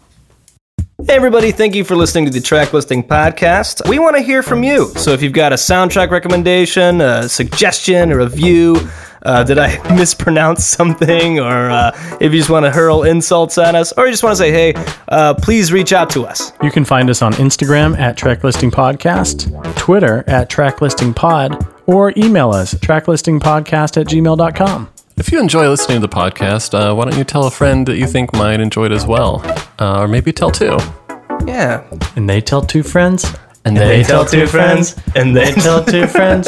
[SPEAKER 2] Hey everybody, thank you for listening to the Track Listing Podcast. We want to hear from you. So if you've got a soundtrack recommendation, a suggestion, a review, uh, did I mispronounce something? Or uh, if you just want to hurl insults at us, or you just want to say, hey, uh, please reach out to us.
[SPEAKER 1] You can find us on Instagram at Tracklisting Podcast, Twitter at Tracklisting Pod, or email us tracklistingpodcast at gmail.com.
[SPEAKER 3] If you enjoy listening to the podcast, uh, why don't you tell a friend that you think might enjoy it as well? Uh, or maybe tell two.
[SPEAKER 2] Yeah.
[SPEAKER 1] And they tell two friends.
[SPEAKER 3] And
[SPEAKER 1] They
[SPEAKER 3] then
[SPEAKER 1] tell two friends.
[SPEAKER 2] And then
[SPEAKER 1] Tell two friends.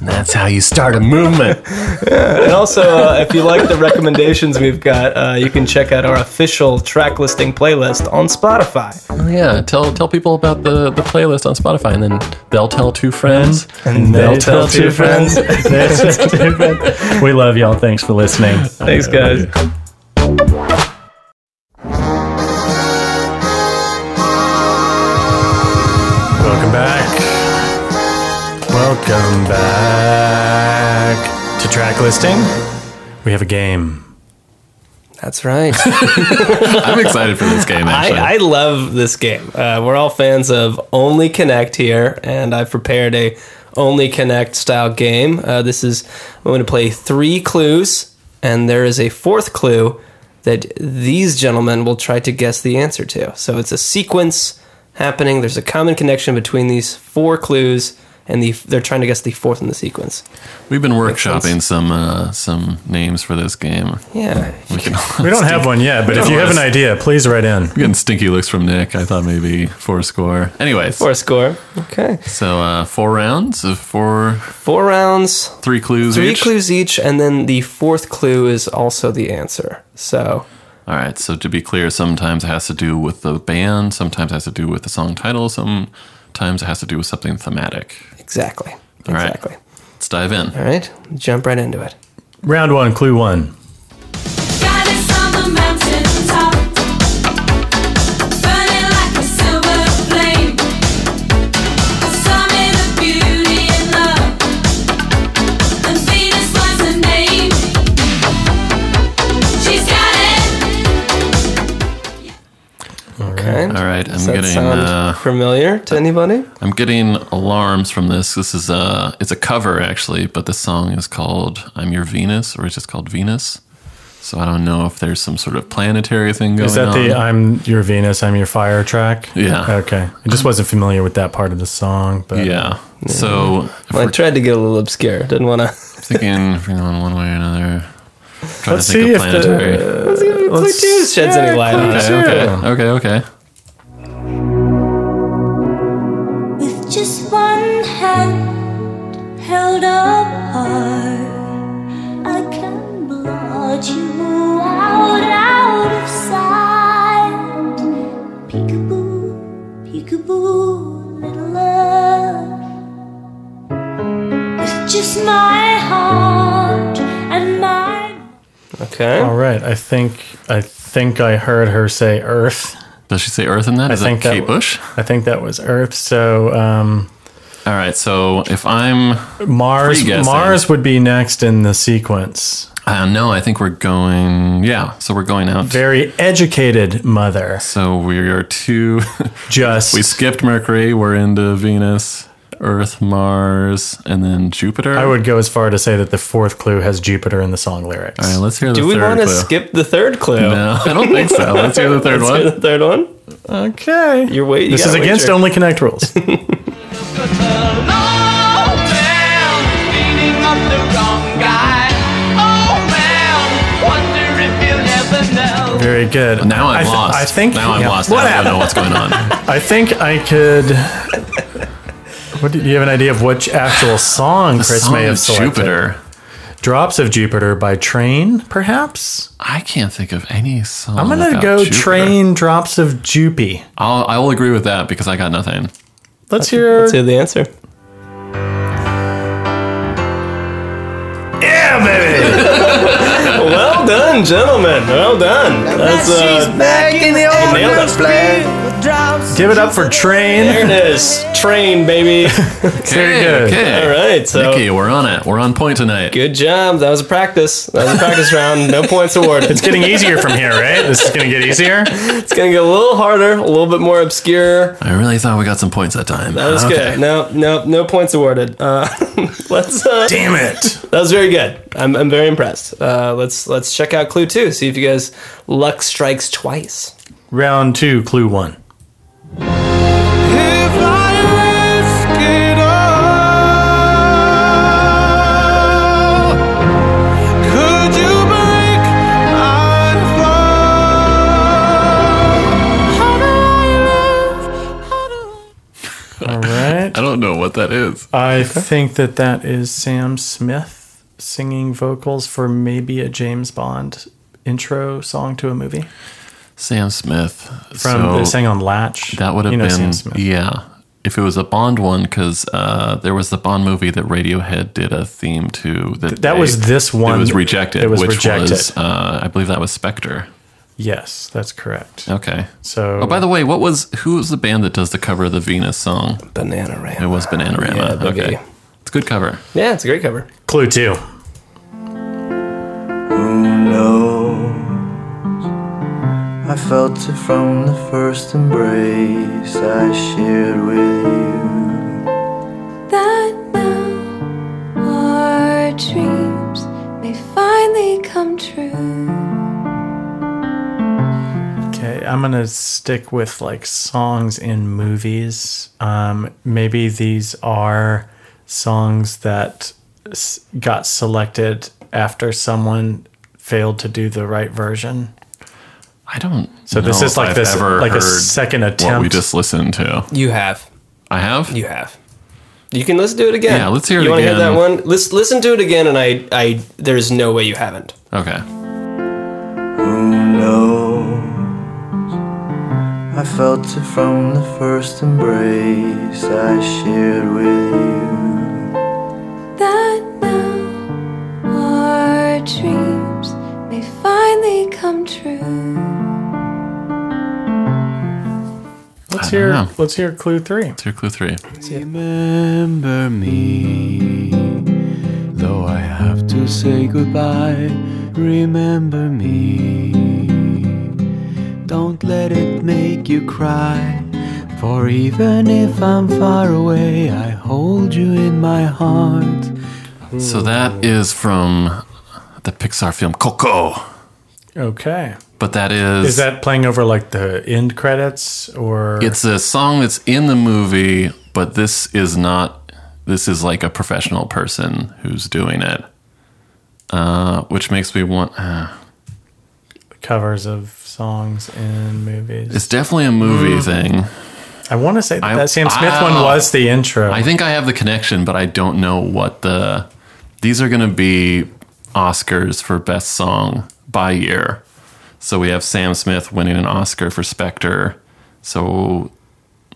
[SPEAKER 3] that's how you start a movement.
[SPEAKER 2] And also, uh, if you like the recommendations we've got, uh, you can check out our official track listing playlist on Spotify.
[SPEAKER 3] Oh, yeah, tell tell people about the, the playlist on Spotify, and then they'll tell two friends.
[SPEAKER 1] And
[SPEAKER 2] they'll tell two friends.
[SPEAKER 1] They tell two friends. We love y'all. Thanks for listening.
[SPEAKER 2] Thanks, guys.
[SPEAKER 1] Welcome back. Welcome back to track listing. We have a game.
[SPEAKER 2] That's right.
[SPEAKER 3] I'm excited for this game. Actually,
[SPEAKER 2] I, I love this game. Uh, we're all fans of Only Connect here, and I've prepared a Only Connect style game. Uh, this is I'm going to play three clues, and there is a fourth clue that these gentlemen will try to guess the answer to. So it's a sequence happening. There's a common connection between these four clues, and the, they're trying to guess the fourth in the sequence.
[SPEAKER 3] We've been workshopping
[SPEAKER 2] sense.
[SPEAKER 3] some uh, some names for this game.
[SPEAKER 2] Yeah,
[SPEAKER 3] We can
[SPEAKER 1] We don't have one yet, but if you have an idea, please write in.
[SPEAKER 3] We're getting stinky looks from Nick. I thought maybe four score. Anyways,
[SPEAKER 2] four score. Okay,
[SPEAKER 3] so uh, four rounds of four,
[SPEAKER 2] four rounds.
[SPEAKER 3] three clues
[SPEAKER 2] Three
[SPEAKER 3] each.
[SPEAKER 2] clues each, and then the fourth clue is also the answer. So
[SPEAKER 3] All right. So to be clear, sometimes it has to do with the band, sometimes it has to do with the song title, some Sometimes it has to do with something thematic.
[SPEAKER 2] Exactly.
[SPEAKER 3] All right. Exactly. Let's dive in.
[SPEAKER 2] All right. Jump right into it.
[SPEAKER 1] Round one, clue one.
[SPEAKER 4] Got us on the mountain top, burning like a silver flame. A summit of beauty and love, and Venus was her name. She's got it.
[SPEAKER 2] Okay.
[SPEAKER 3] All right. I'm
[SPEAKER 2] Does that
[SPEAKER 3] getting
[SPEAKER 2] sound
[SPEAKER 3] uh,
[SPEAKER 2] familiar to anybody?
[SPEAKER 3] I'm getting alarms from this. This is a it's a cover actually, but the song is called "I'm Your Venus" or it's just called Venus. So I don't know if there's some sort of planetary thing going on.
[SPEAKER 1] Is that the I'm Your Venus, I'm Your Fire track?
[SPEAKER 3] Yeah.
[SPEAKER 1] Okay. I just wasn't familiar with that part of the song, but
[SPEAKER 3] yeah. So
[SPEAKER 2] Well, I tried to get a little obscure. Didn't want to.
[SPEAKER 3] thinking you know, in one way or another. Trying
[SPEAKER 1] Let's
[SPEAKER 3] to think
[SPEAKER 1] see
[SPEAKER 3] of
[SPEAKER 1] if the- uh,
[SPEAKER 3] planetary.
[SPEAKER 2] Let's two sheds any light on
[SPEAKER 3] okay,
[SPEAKER 2] it.
[SPEAKER 3] okay, okay, okay.
[SPEAKER 4] With just one hand held up hard, I can blot you out, out of sight. Peekaboo, peekaboo, little love. With just my heart and my
[SPEAKER 2] Okay.
[SPEAKER 1] All right. I think I think I heard her say Earth.
[SPEAKER 3] Does she say Earth in that?
[SPEAKER 1] I
[SPEAKER 3] Is
[SPEAKER 1] think
[SPEAKER 3] that Kate
[SPEAKER 1] w-
[SPEAKER 3] Bush?
[SPEAKER 1] I think that was Earth. So um,
[SPEAKER 3] All right. So if I'm
[SPEAKER 1] Mars
[SPEAKER 3] Free guessing.
[SPEAKER 1] Mars would be next in the sequence.
[SPEAKER 3] Uh, no, I think we're going. Yeah, so we're going out.
[SPEAKER 1] Very educated mother.
[SPEAKER 3] So we are two.
[SPEAKER 1] Just
[SPEAKER 3] we skipped Mercury. We're into Venus, Earth, Mars, and then Jupiter.
[SPEAKER 1] I would go as far to say that the fourth clue has Jupiter in the song lyrics.
[SPEAKER 3] All right, let's hear the
[SPEAKER 2] Do we
[SPEAKER 3] third
[SPEAKER 2] want
[SPEAKER 3] clue.
[SPEAKER 2] to skip the third clue?
[SPEAKER 3] No, I don't think so. Let's hear the third
[SPEAKER 2] Let's
[SPEAKER 3] one.
[SPEAKER 2] hear the third one.
[SPEAKER 1] Okay.
[SPEAKER 2] You're waiting.
[SPEAKER 1] this is against
[SPEAKER 2] Wait
[SPEAKER 1] only connect rules.
[SPEAKER 8] Oh, man, beating up the wrong guy. Oh, man, wonder if you'll ever know.
[SPEAKER 1] Very good.
[SPEAKER 3] Now I'm
[SPEAKER 1] I th-
[SPEAKER 3] lost.
[SPEAKER 1] I think
[SPEAKER 3] now I'm
[SPEAKER 1] yeah.
[SPEAKER 3] lost.
[SPEAKER 1] What
[SPEAKER 3] Now I
[SPEAKER 1] happened?
[SPEAKER 3] don't know what's going on.
[SPEAKER 1] I think I could. What do do you have an idea of which actual song
[SPEAKER 3] The
[SPEAKER 1] Chris
[SPEAKER 3] song
[SPEAKER 1] may have
[SPEAKER 3] of
[SPEAKER 1] selected?
[SPEAKER 3] Jupiter.
[SPEAKER 1] Drops of Jupiter by Train, perhaps.
[SPEAKER 3] I can't think of any song.
[SPEAKER 2] Oh,
[SPEAKER 1] I'm gonna
[SPEAKER 3] about
[SPEAKER 1] go
[SPEAKER 3] Jupiter.
[SPEAKER 1] Train Drops of Jupy.
[SPEAKER 3] I'll, I will agree with that because I got nothing.
[SPEAKER 1] Let's hear.
[SPEAKER 2] Let's hear the answer.
[SPEAKER 1] yeah, baby.
[SPEAKER 2] Oh, Well done, gentlemen. Well done. That's uh,
[SPEAKER 8] Back in the old
[SPEAKER 2] nailed it.
[SPEAKER 1] Give it up for Train.
[SPEAKER 2] There it is. Train, baby.
[SPEAKER 1] Very good.
[SPEAKER 3] Okay.
[SPEAKER 2] All right. So
[SPEAKER 3] Nikki, we're on it. We're on point tonight.
[SPEAKER 2] good job. That was a practice. That was a practice round. No points awarded.
[SPEAKER 1] It's getting easier from here, right? This is gonna get easier.
[SPEAKER 2] It's gonna get a little harder, a little bit more obscure.
[SPEAKER 3] I really thought we got some points that time.
[SPEAKER 2] That was
[SPEAKER 3] Oh, Okay.
[SPEAKER 2] good. No, no, no points awarded. Uh, let's. Uh,
[SPEAKER 1] Damn it.
[SPEAKER 2] That was very good. I'm, I'm very impressed. Uh, let's let's check out Clue Two. See if you guys luck strikes twice.
[SPEAKER 1] Round two, clue one.
[SPEAKER 8] If I risk it all, could you break my fall? How do I live? How do I?
[SPEAKER 1] All right.
[SPEAKER 3] I don't know what that is.
[SPEAKER 1] I think that that is Sam Smith singing vocals for maybe a James Bond intro song to a movie.
[SPEAKER 3] Sam Smith.
[SPEAKER 1] From
[SPEAKER 3] so
[SPEAKER 1] they sang on Latch.
[SPEAKER 3] that would have
[SPEAKER 1] you know Sam
[SPEAKER 3] been E.
[SPEAKER 1] Smith.
[SPEAKER 3] yeah. If it was a Bond one, because uh, there was the Bond movie that Radiohead did a theme to.
[SPEAKER 1] that
[SPEAKER 3] That, they-
[SPEAKER 1] was this one
[SPEAKER 3] It was rejected.
[SPEAKER 1] that was
[SPEAKER 3] which
[SPEAKER 1] rejected.
[SPEAKER 3] Was, uh, I believe that was Spectre.
[SPEAKER 1] Yes, that's correct.
[SPEAKER 3] Okay.
[SPEAKER 1] So
[SPEAKER 3] Oh, by the way, what was who was the band that does the cover of the Venus song?
[SPEAKER 2] Banana
[SPEAKER 3] It
[SPEAKER 2] Ram.
[SPEAKER 3] was Bananarama.
[SPEAKER 2] Yeah, baby.
[SPEAKER 3] okay, it's a good cover.
[SPEAKER 2] Yeah, it's a great cover.
[SPEAKER 1] clue two.
[SPEAKER 14] I felt it from the first embrace I shared with you.
[SPEAKER 4] that now our dreams may finally come true.
[SPEAKER 1] Okay, I'm gonna stick with like songs in movies. Um, maybe these are songs that s- got selected after someone failed to do the right version.
[SPEAKER 3] I don't.
[SPEAKER 1] So this
[SPEAKER 3] know
[SPEAKER 1] is
[SPEAKER 3] if
[SPEAKER 1] like
[SPEAKER 3] I've
[SPEAKER 1] this-
[SPEAKER 3] ever
[SPEAKER 1] like a
[SPEAKER 3] heard
[SPEAKER 1] second
[SPEAKER 3] What we
[SPEAKER 1] attempt.
[SPEAKER 3] just listened to.
[SPEAKER 2] You have.
[SPEAKER 3] I have.
[SPEAKER 2] You have. You can let's do it again.
[SPEAKER 3] Yeah, let's hear it
[SPEAKER 2] you wanna
[SPEAKER 3] again.
[SPEAKER 2] hear that one? Let's listen to it again, and I I there's no way you haven't.
[SPEAKER 3] Okay.
[SPEAKER 14] Who knows? I I felt it from the first embrace I shared with you.
[SPEAKER 15] that now our dreams may finally come true.
[SPEAKER 1] Let's
[SPEAKER 3] I don't
[SPEAKER 1] hear.
[SPEAKER 3] know.
[SPEAKER 1] Let's hear clue three. Let's
[SPEAKER 3] hear clue three.
[SPEAKER 16] Remember me, though I have to say goodbye. Remember me, don't let it make you cry. For even if I'm far away, I hold you in my heart.
[SPEAKER 3] So that is from the Pixar film Coco.
[SPEAKER 1] Okay.
[SPEAKER 3] But that is
[SPEAKER 1] Is that playing over like the end credits or?
[SPEAKER 3] it's a song that's in the movie, but this is not this is like a professional person who's doing it. Uh, which makes me want uh,
[SPEAKER 1] covers of songs and movies.
[SPEAKER 3] it's definitely a movie
[SPEAKER 1] Mm.
[SPEAKER 3] thing.
[SPEAKER 1] I want to say that,
[SPEAKER 3] I-
[SPEAKER 1] that Sam Smith one
[SPEAKER 3] Ah.
[SPEAKER 1] was the intro.
[SPEAKER 3] I think I have the connection, but I don't know what the. These are going to be Oscars for best song by year. So we have Sam Smith winning an Oscar for Spectre. So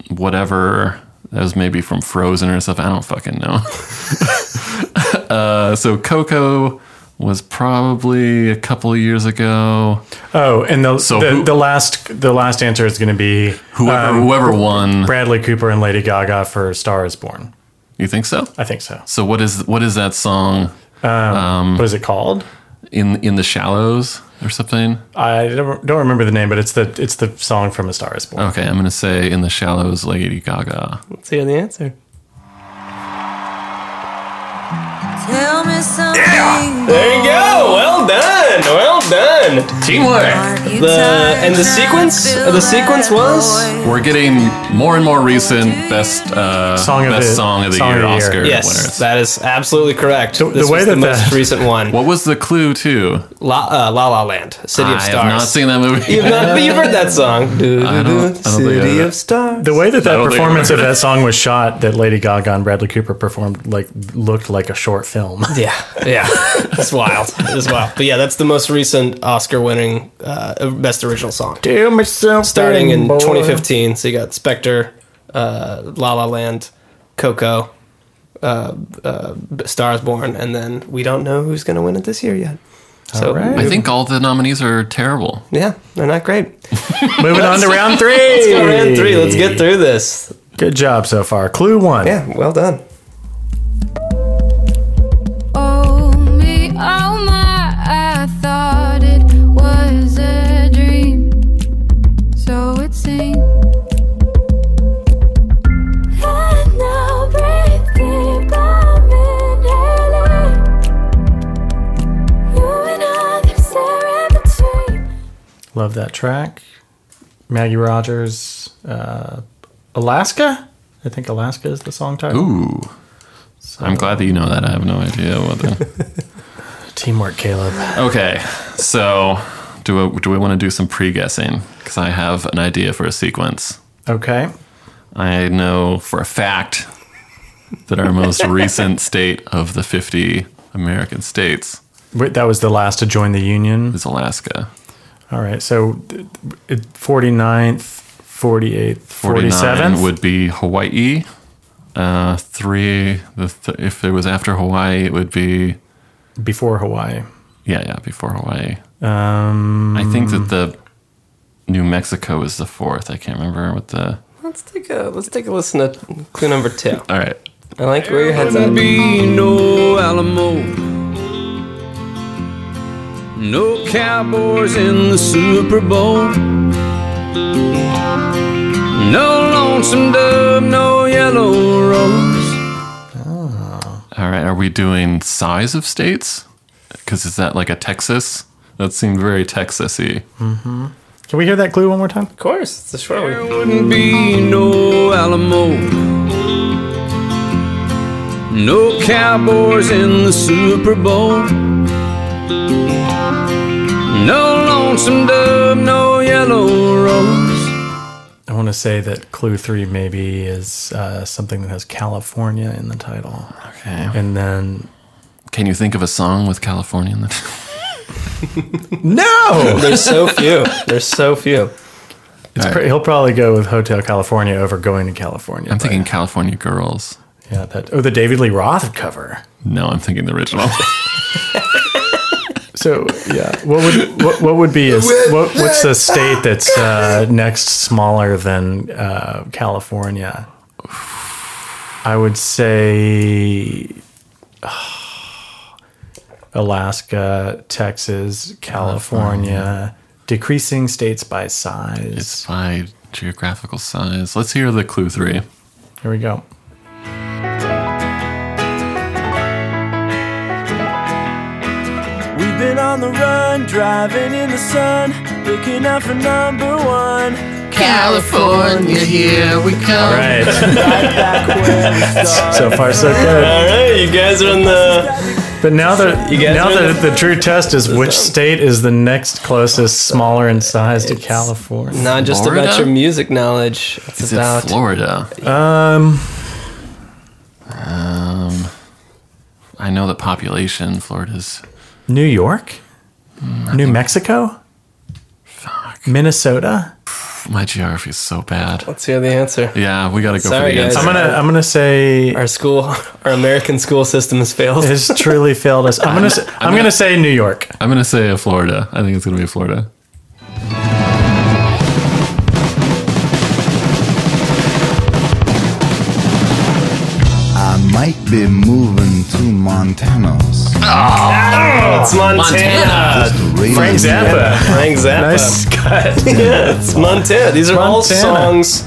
[SPEAKER 3] whatever that was maybe from Frozen or something. I don't fucking know. uh, so Coco was probably a couple years ago.
[SPEAKER 1] Oh, and the
[SPEAKER 3] So
[SPEAKER 1] the,
[SPEAKER 3] who-
[SPEAKER 1] the last the last answer is going to be um,
[SPEAKER 3] Whoever- whoever won.
[SPEAKER 1] Bradley Cooper and Lady Gaga for Star Is Born.
[SPEAKER 3] You think so?
[SPEAKER 1] I think so.
[SPEAKER 3] So what is what is that song? Um,
[SPEAKER 1] what is it called?
[SPEAKER 3] In in the shallows or something?
[SPEAKER 1] I don't, don't remember the name, but it's the it's the song from A Star Is Born.
[SPEAKER 3] Okay, I'm gonna say in the shallows, Lady Gaga.
[SPEAKER 2] Let's hear the answer.
[SPEAKER 8] Tell me something.
[SPEAKER 2] There you go. Well done. Well done.
[SPEAKER 3] Teamwork.
[SPEAKER 2] The and the sequence. The sequence was
[SPEAKER 3] We're getting more and more recent best uh,
[SPEAKER 2] Song of
[SPEAKER 3] best
[SPEAKER 2] the-
[SPEAKER 3] song of the
[SPEAKER 2] Song
[SPEAKER 3] year
[SPEAKER 2] of the Year.
[SPEAKER 3] Oscar
[SPEAKER 2] Yes,
[SPEAKER 3] winners.
[SPEAKER 2] That is absolutely correct. The,
[SPEAKER 3] way
[SPEAKER 2] the
[SPEAKER 3] that
[SPEAKER 2] most
[SPEAKER 3] the-
[SPEAKER 2] recent one.
[SPEAKER 3] What was the clue to
[SPEAKER 2] La uh, La, La Land, City of
[SPEAKER 3] I have
[SPEAKER 2] Stars?
[SPEAKER 3] not seen that movie.
[SPEAKER 2] You've not, but you've heard that song.
[SPEAKER 3] I don't- I don't think I've
[SPEAKER 2] City
[SPEAKER 3] heard
[SPEAKER 2] of
[SPEAKER 3] it.
[SPEAKER 2] Stars.
[SPEAKER 1] The way that
[SPEAKER 3] Oh. I
[SPEAKER 1] that
[SPEAKER 3] don't think I
[SPEAKER 1] performance of
[SPEAKER 3] remember
[SPEAKER 1] that song was shot, that Lady Gaga and Bradley Cooper performed, like looked like a short film.
[SPEAKER 2] Yeah, yeah, it's wild. It's wild. But yeah, that's the most recent Oscar-winning uh, best original song.
[SPEAKER 1] Tell me something.
[SPEAKER 2] Starting in
[SPEAKER 1] boy.
[SPEAKER 2] 2015, so you got Spectre, uh, La La Land, Coco, uh, uh, Stars Born, and then we don't know who's going to win it this year yet. So
[SPEAKER 3] I think all the nominees are terrible.
[SPEAKER 2] yeah, they're not great.
[SPEAKER 1] Moving on to round three.
[SPEAKER 2] Let's go round three. Let's get through this.
[SPEAKER 1] Good job so far. Clue one.
[SPEAKER 2] Yeah, well done.
[SPEAKER 4] Oh me, oh my, I thought it was a dream. So it seemed. And now breathe deep, I'm inhaling. You and I, there's there in between.
[SPEAKER 1] Love that track. Maggie Rogers, uh, Alaska. I think Alaska is the song title.
[SPEAKER 3] Ooh, I'm glad that you know that. I have no idea what the.
[SPEAKER 1] Teamwork, Caleb.
[SPEAKER 3] okay, so do we, do we want to do some pre guessing? Because I have an idea for a sequence.
[SPEAKER 1] Okay.
[SPEAKER 3] I know for a fact that our most recent state of the 50 American states
[SPEAKER 1] Wait, that was the last to join the union.
[SPEAKER 3] is Alaska.
[SPEAKER 1] All right. So th- it- 49th, 48th,
[SPEAKER 3] 49
[SPEAKER 1] 47th.
[SPEAKER 3] would be Hawaii. Uh, three, the th- if it was after Hawaii, it would be.
[SPEAKER 1] Before Hawaii.
[SPEAKER 3] Yeah, yeah, before Hawaii.
[SPEAKER 1] Um,
[SPEAKER 3] I think that the New Mexico is the fourth. I can't remember what the.
[SPEAKER 2] Let's take a let's take a listen to clue number two.
[SPEAKER 3] All right.
[SPEAKER 2] I like where your head's at.
[SPEAKER 16] be no Alamo. No Cowboys in the Super Bowl. No lonesome dove, no yellow rose.
[SPEAKER 3] All right. Are we doing size of states? Because is that like a Texas? That seemed very Texas-y.
[SPEAKER 1] hmm Can we hear that clue one more time? Of
[SPEAKER 2] course. It's a short one.
[SPEAKER 16] Wouldn't be no Alamo. No Cowboys in the Super Bowl. No lonesome dove, no yellow rose.
[SPEAKER 1] I want to say that clue three maybe is uh, something that has California in the title.
[SPEAKER 3] Okay.
[SPEAKER 1] And then.
[SPEAKER 3] Can you think of a song with California in the
[SPEAKER 1] No!
[SPEAKER 2] There's so few. There's so few.
[SPEAKER 1] It's pr- he'll probably go with Hotel California over going to California.
[SPEAKER 3] I'm thinking California Girls.
[SPEAKER 1] Yeah, that oh the David Lee Roth cover.
[SPEAKER 3] No, I'm thinking the original.
[SPEAKER 1] So yeah, what would what, what would be a, what, what's a state that's uh, next smaller than uh, California? I would say ah, Alaska, Texas, California, decreasing states by size.
[SPEAKER 3] it's by geographical size. Let's hear the clue three.
[SPEAKER 1] Here we go.
[SPEAKER 17] We've been on the run, driving in the sun, looking out for number one. California, here we come.
[SPEAKER 1] All right. so far, so good. All
[SPEAKER 2] right, you guys are in the.
[SPEAKER 1] But now that
[SPEAKER 2] guys
[SPEAKER 1] now
[SPEAKER 2] are in
[SPEAKER 1] that the, true test is which state is the next closest, smaller in size to California.
[SPEAKER 2] Not just about your music knowledge. It's
[SPEAKER 1] Is it
[SPEAKER 2] about
[SPEAKER 3] Florida.
[SPEAKER 1] Um,
[SPEAKER 3] Um, I know that population Florida's
[SPEAKER 1] New York, New Mexico, Minnesota.
[SPEAKER 3] my geography is so bad.
[SPEAKER 2] Let's hear the answer.
[SPEAKER 3] Yeah, we got to go
[SPEAKER 2] Sorry,
[SPEAKER 3] for the
[SPEAKER 2] guys.
[SPEAKER 3] answer.
[SPEAKER 2] I'm gonna-
[SPEAKER 1] I'm gonna say
[SPEAKER 2] our school, our American school system has failed.
[SPEAKER 1] Has truly failed us. I'm gonna say, I'm, gonna, say New York.
[SPEAKER 3] I'm gonna say uh, Florida. I think it's gonna be Florida.
[SPEAKER 18] I might be moving to Montana's.
[SPEAKER 2] Oh, it's Montana.
[SPEAKER 18] Frank Zappa.
[SPEAKER 2] Frank Zappa.
[SPEAKER 18] Nice
[SPEAKER 2] cut. yeah, it's Montana. These are all
[SPEAKER 18] Montana.
[SPEAKER 2] songs.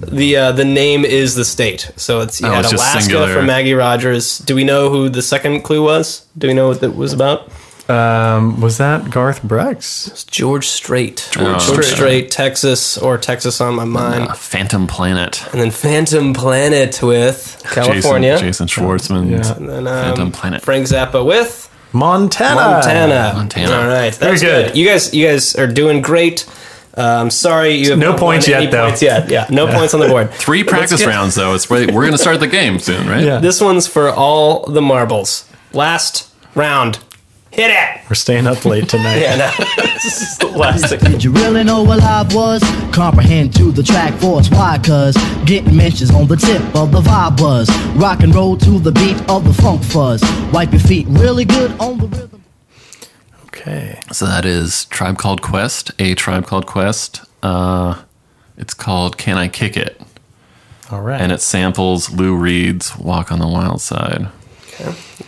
[SPEAKER 2] The uh, the name is the state. So it's you
[SPEAKER 3] Oh,
[SPEAKER 2] had
[SPEAKER 3] it's just
[SPEAKER 2] Alaska
[SPEAKER 3] singular.
[SPEAKER 2] from Maggie Rogers. Do we know who the second clue was? Do we know what that was about?
[SPEAKER 1] Um, was that Garth Brooks?
[SPEAKER 2] It's George Strait. George,
[SPEAKER 3] Oh,
[SPEAKER 2] Strait.
[SPEAKER 3] Strait.
[SPEAKER 2] Texas or Texas on my mind.
[SPEAKER 3] Uh, Phantom Planet.
[SPEAKER 2] And then Phantom Planet with California.
[SPEAKER 3] Jason, Jason Schwartzman.
[SPEAKER 2] Yeah. And then, um,
[SPEAKER 3] Phantom Planet.
[SPEAKER 2] Frank Zappa with
[SPEAKER 1] Montana.
[SPEAKER 2] Montana.
[SPEAKER 3] Montana.
[SPEAKER 2] All right.
[SPEAKER 1] Very
[SPEAKER 2] That's good.
[SPEAKER 1] good.
[SPEAKER 2] You guys, you guys are doing great. Uh, I'm sorry you have
[SPEAKER 1] No
[SPEAKER 2] not
[SPEAKER 1] points
[SPEAKER 2] won
[SPEAKER 1] yet,
[SPEAKER 2] any
[SPEAKER 1] though.
[SPEAKER 2] Points yet. Yeah, no
[SPEAKER 1] Yeah.
[SPEAKER 2] points on the board.
[SPEAKER 3] Three
[SPEAKER 2] Let's
[SPEAKER 3] practice
[SPEAKER 2] get-
[SPEAKER 3] rounds though. It's really, we're gonna start the game soon, right?
[SPEAKER 2] This one's for all the marbles. Last round. Hit it.
[SPEAKER 1] We're staying up late tonight.
[SPEAKER 2] Yeah, no. this is the last thing.
[SPEAKER 19] Did you really know what I was? Comprehend to the track force. Why? Cuz getting mentions on the tip of the vibe was. Rock and roll to the beat of the funk fuzz. Wipe your feet really good on the rhythm.
[SPEAKER 1] Okay.
[SPEAKER 3] So that is Tribe Called Quest, a Tribe Called Quest. Uh, it's called Can I Kick It?
[SPEAKER 1] All right.
[SPEAKER 3] And it samples Lou Reed's Walk on the Wild Side.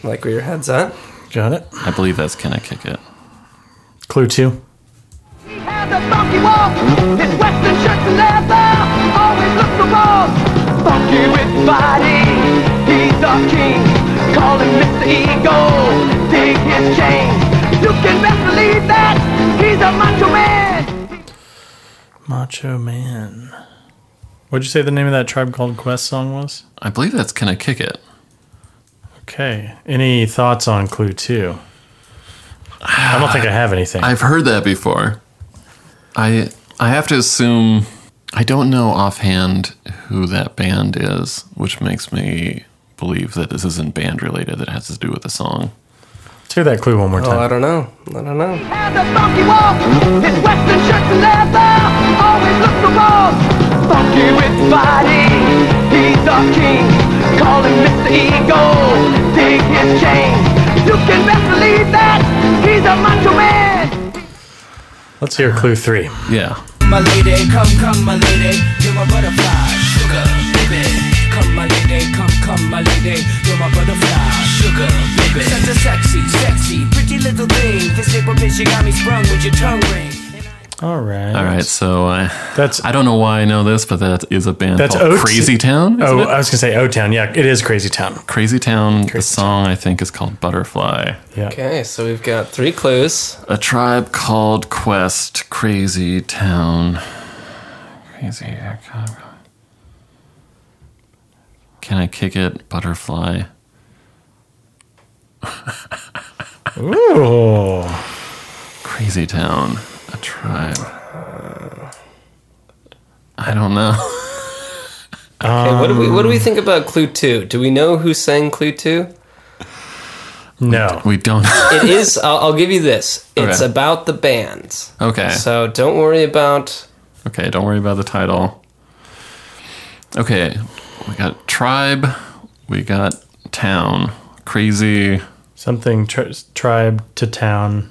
[SPEAKER 2] Like where your head's at.
[SPEAKER 1] Got it.
[SPEAKER 3] I believe that's Can I Kick It?
[SPEAKER 1] Clue two.
[SPEAKER 8] funky walk. It's Western shirts and leather. Always look the boss. Funky with body. He's the king. Call him Mr. Ego. Dig his chains. You can best believe that he's a macho man.
[SPEAKER 1] Macho Man. What'd you say the name of that Tribe Called Quest song was?
[SPEAKER 3] I believe that's Can I Kick It?
[SPEAKER 1] Okay. Any thoughts on Clue two? I don't think I have anything.
[SPEAKER 3] I've heard that before. I I have to assume I don't know offhand who that band is, which makes me believe that this isn't band related. That it has to do with the song.
[SPEAKER 1] Let's hear that clue one more
[SPEAKER 2] Oh, I
[SPEAKER 1] time.
[SPEAKER 2] don't know. I don't know.
[SPEAKER 8] Funky walk. It's Western shirts and leather. Always look the boss. Funky with body. He's the king. Call him Mr. Ego. Dig his chains. You can best believe that he's a macho man.
[SPEAKER 1] Let's hear Clue three.
[SPEAKER 3] Yeah.
[SPEAKER 20] My lady, come, come, my lady, you're my butterfly, sugar, baby. Come, my lady, come, come, my lady, you're my butterfly, sugar, baby. Such a sexy, sexy, pretty little thing. This April bitch, you got me sprung with your tongue ring.
[SPEAKER 1] All right.
[SPEAKER 3] All right. So I that's I don't know why I know this, but that is a band
[SPEAKER 1] That's
[SPEAKER 3] called
[SPEAKER 1] O-
[SPEAKER 3] Crazy Town. isn't
[SPEAKER 1] Oh,
[SPEAKER 3] it?
[SPEAKER 1] I was gonna say O Town. Yeah, it is Crazy Town.
[SPEAKER 3] Crazy Town. the song I think is called Butterfly.
[SPEAKER 1] Yeah.
[SPEAKER 2] Okay, so we've got three clues.
[SPEAKER 3] A tribe called Quest. Crazy Town. Crazy. Can I kick it? Butterfly.
[SPEAKER 1] Ooh.
[SPEAKER 3] Crazy Town. A tribe. I don't know.
[SPEAKER 2] Okay, what do we what do we
[SPEAKER 1] Um,
[SPEAKER 2] think about clue two? Do we know who sang clue two?
[SPEAKER 1] No.
[SPEAKER 3] We don't.
[SPEAKER 2] it is. I'll, I'll give you this. It's
[SPEAKER 3] Okay.
[SPEAKER 2] about the band.
[SPEAKER 3] Okay.
[SPEAKER 2] So don't worry about
[SPEAKER 3] Okay, don't worry about the title. Okay, we got tribe, we got town, crazy.
[SPEAKER 1] Something tri- tribe to town.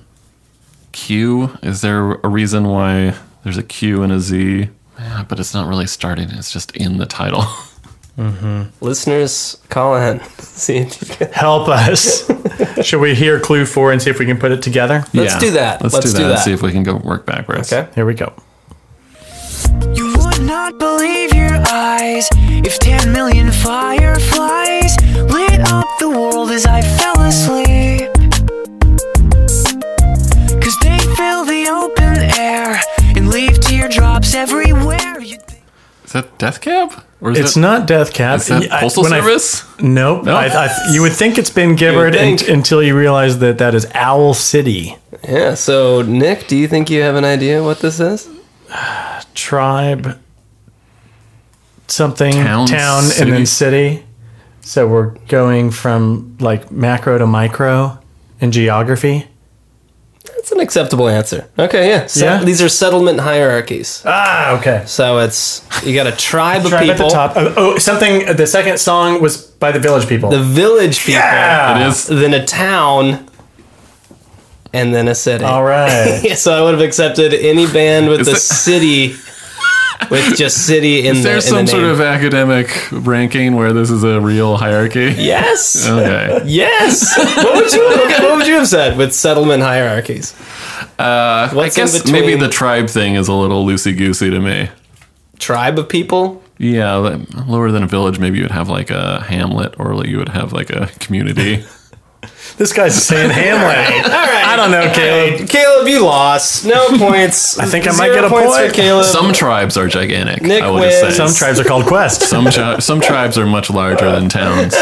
[SPEAKER 3] Q. Is there a reason why there's a Q and a Z? Yeah, but it's not really starting. It's just in the title.
[SPEAKER 2] Listeners, call in. See if you can
[SPEAKER 1] help us. Should we hear clue four and see if we can put it together?
[SPEAKER 2] Let's do that.
[SPEAKER 3] Let's, do that. and see if we can go work backwards. Okay,
[SPEAKER 1] here we go.
[SPEAKER 10] You would not believe your eyes if 10 million fireflies lit up the world as I fell asleep. Cause they fill the open air and leave teardrops everywhere.
[SPEAKER 3] Is that Death Cab? Or is
[SPEAKER 1] it's
[SPEAKER 3] it-
[SPEAKER 1] not Death Cab.
[SPEAKER 3] Is that
[SPEAKER 1] Yeah, I-
[SPEAKER 3] Postal
[SPEAKER 1] when I-
[SPEAKER 3] Service?
[SPEAKER 1] nope.
[SPEAKER 3] No?
[SPEAKER 1] I, I, you would think it's been
[SPEAKER 2] would
[SPEAKER 1] gibbered un-
[SPEAKER 2] think.
[SPEAKER 1] until you realize that that is Owl City.
[SPEAKER 2] Yeah, so Nick, do you think you have an idea what this is?
[SPEAKER 1] Tribe, something,
[SPEAKER 2] Town,
[SPEAKER 1] town, and
[SPEAKER 2] city.
[SPEAKER 1] then city. So we're going from like macro to micro in geography.
[SPEAKER 2] That's an acceptable answer. Okay, yeah. So
[SPEAKER 1] Yeah?
[SPEAKER 2] These are settlement hierarchies.
[SPEAKER 1] Ah, okay.
[SPEAKER 2] So it's, you got a tribe of
[SPEAKER 1] Tribe
[SPEAKER 2] people.
[SPEAKER 1] at the top. Oh, oh, something. The second song was by the Village People.
[SPEAKER 2] The village people.
[SPEAKER 1] Yeah! It is.
[SPEAKER 2] Then a town. And then a city. All
[SPEAKER 1] right.
[SPEAKER 2] so I would have accepted any band with
[SPEAKER 3] Is
[SPEAKER 2] the
[SPEAKER 3] it-
[SPEAKER 2] city, with just city in
[SPEAKER 3] Is there
[SPEAKER 2] the, in the
[SPEAKER 3] some
[SPEAKER 2] name.
[SPEAKER 3] sort of academic ranking where this is a real hierarchy?
[SPEAKER 2] Yes.
[SPEAKER 3] okay.
[SPEAKER 2] Yes. what would you okay, What would you have said with settlement hierarchies?
[SPEAKER 3] Uh, I
[SPEAKER 2] What's in
[SPEAKER 3] guess
[SPEAKER 2] between?
[SPEAKER 3] maybe the tribe thing is a little loosey goosey to me.
[SPEAKER 2] Tribe of people?
[SPEAKER 3] Yeah, li- lower than a village, maybe you would have like a hamlet or like you would have like a community.
[SPEAKER 1] This guy's saying Hamlet. All right. I don't know, Caleb.
[SPEAKER 2] Caleb, you lost. No points.
[SPEAKER 1] I think I
[SPEAKER 2] Zero
[SPEAKER 1] might get a
[SPEAKER 2] points
[SPEAKER 1] point.
[SPEAKER 2] for Caleb.
[SPEAKER 3] Some tribes are gigantic.
[SPEAKER 2] Nick
[SPEAKER 3] I would just
[SPEAKER 2] wins.
[SPEAKER 3] say.
[SPEAKER 2] Some tribes
[SPEAKER 1] are called quests.
[SPEAKER 3] some, tri- some tribes are much larger than towns.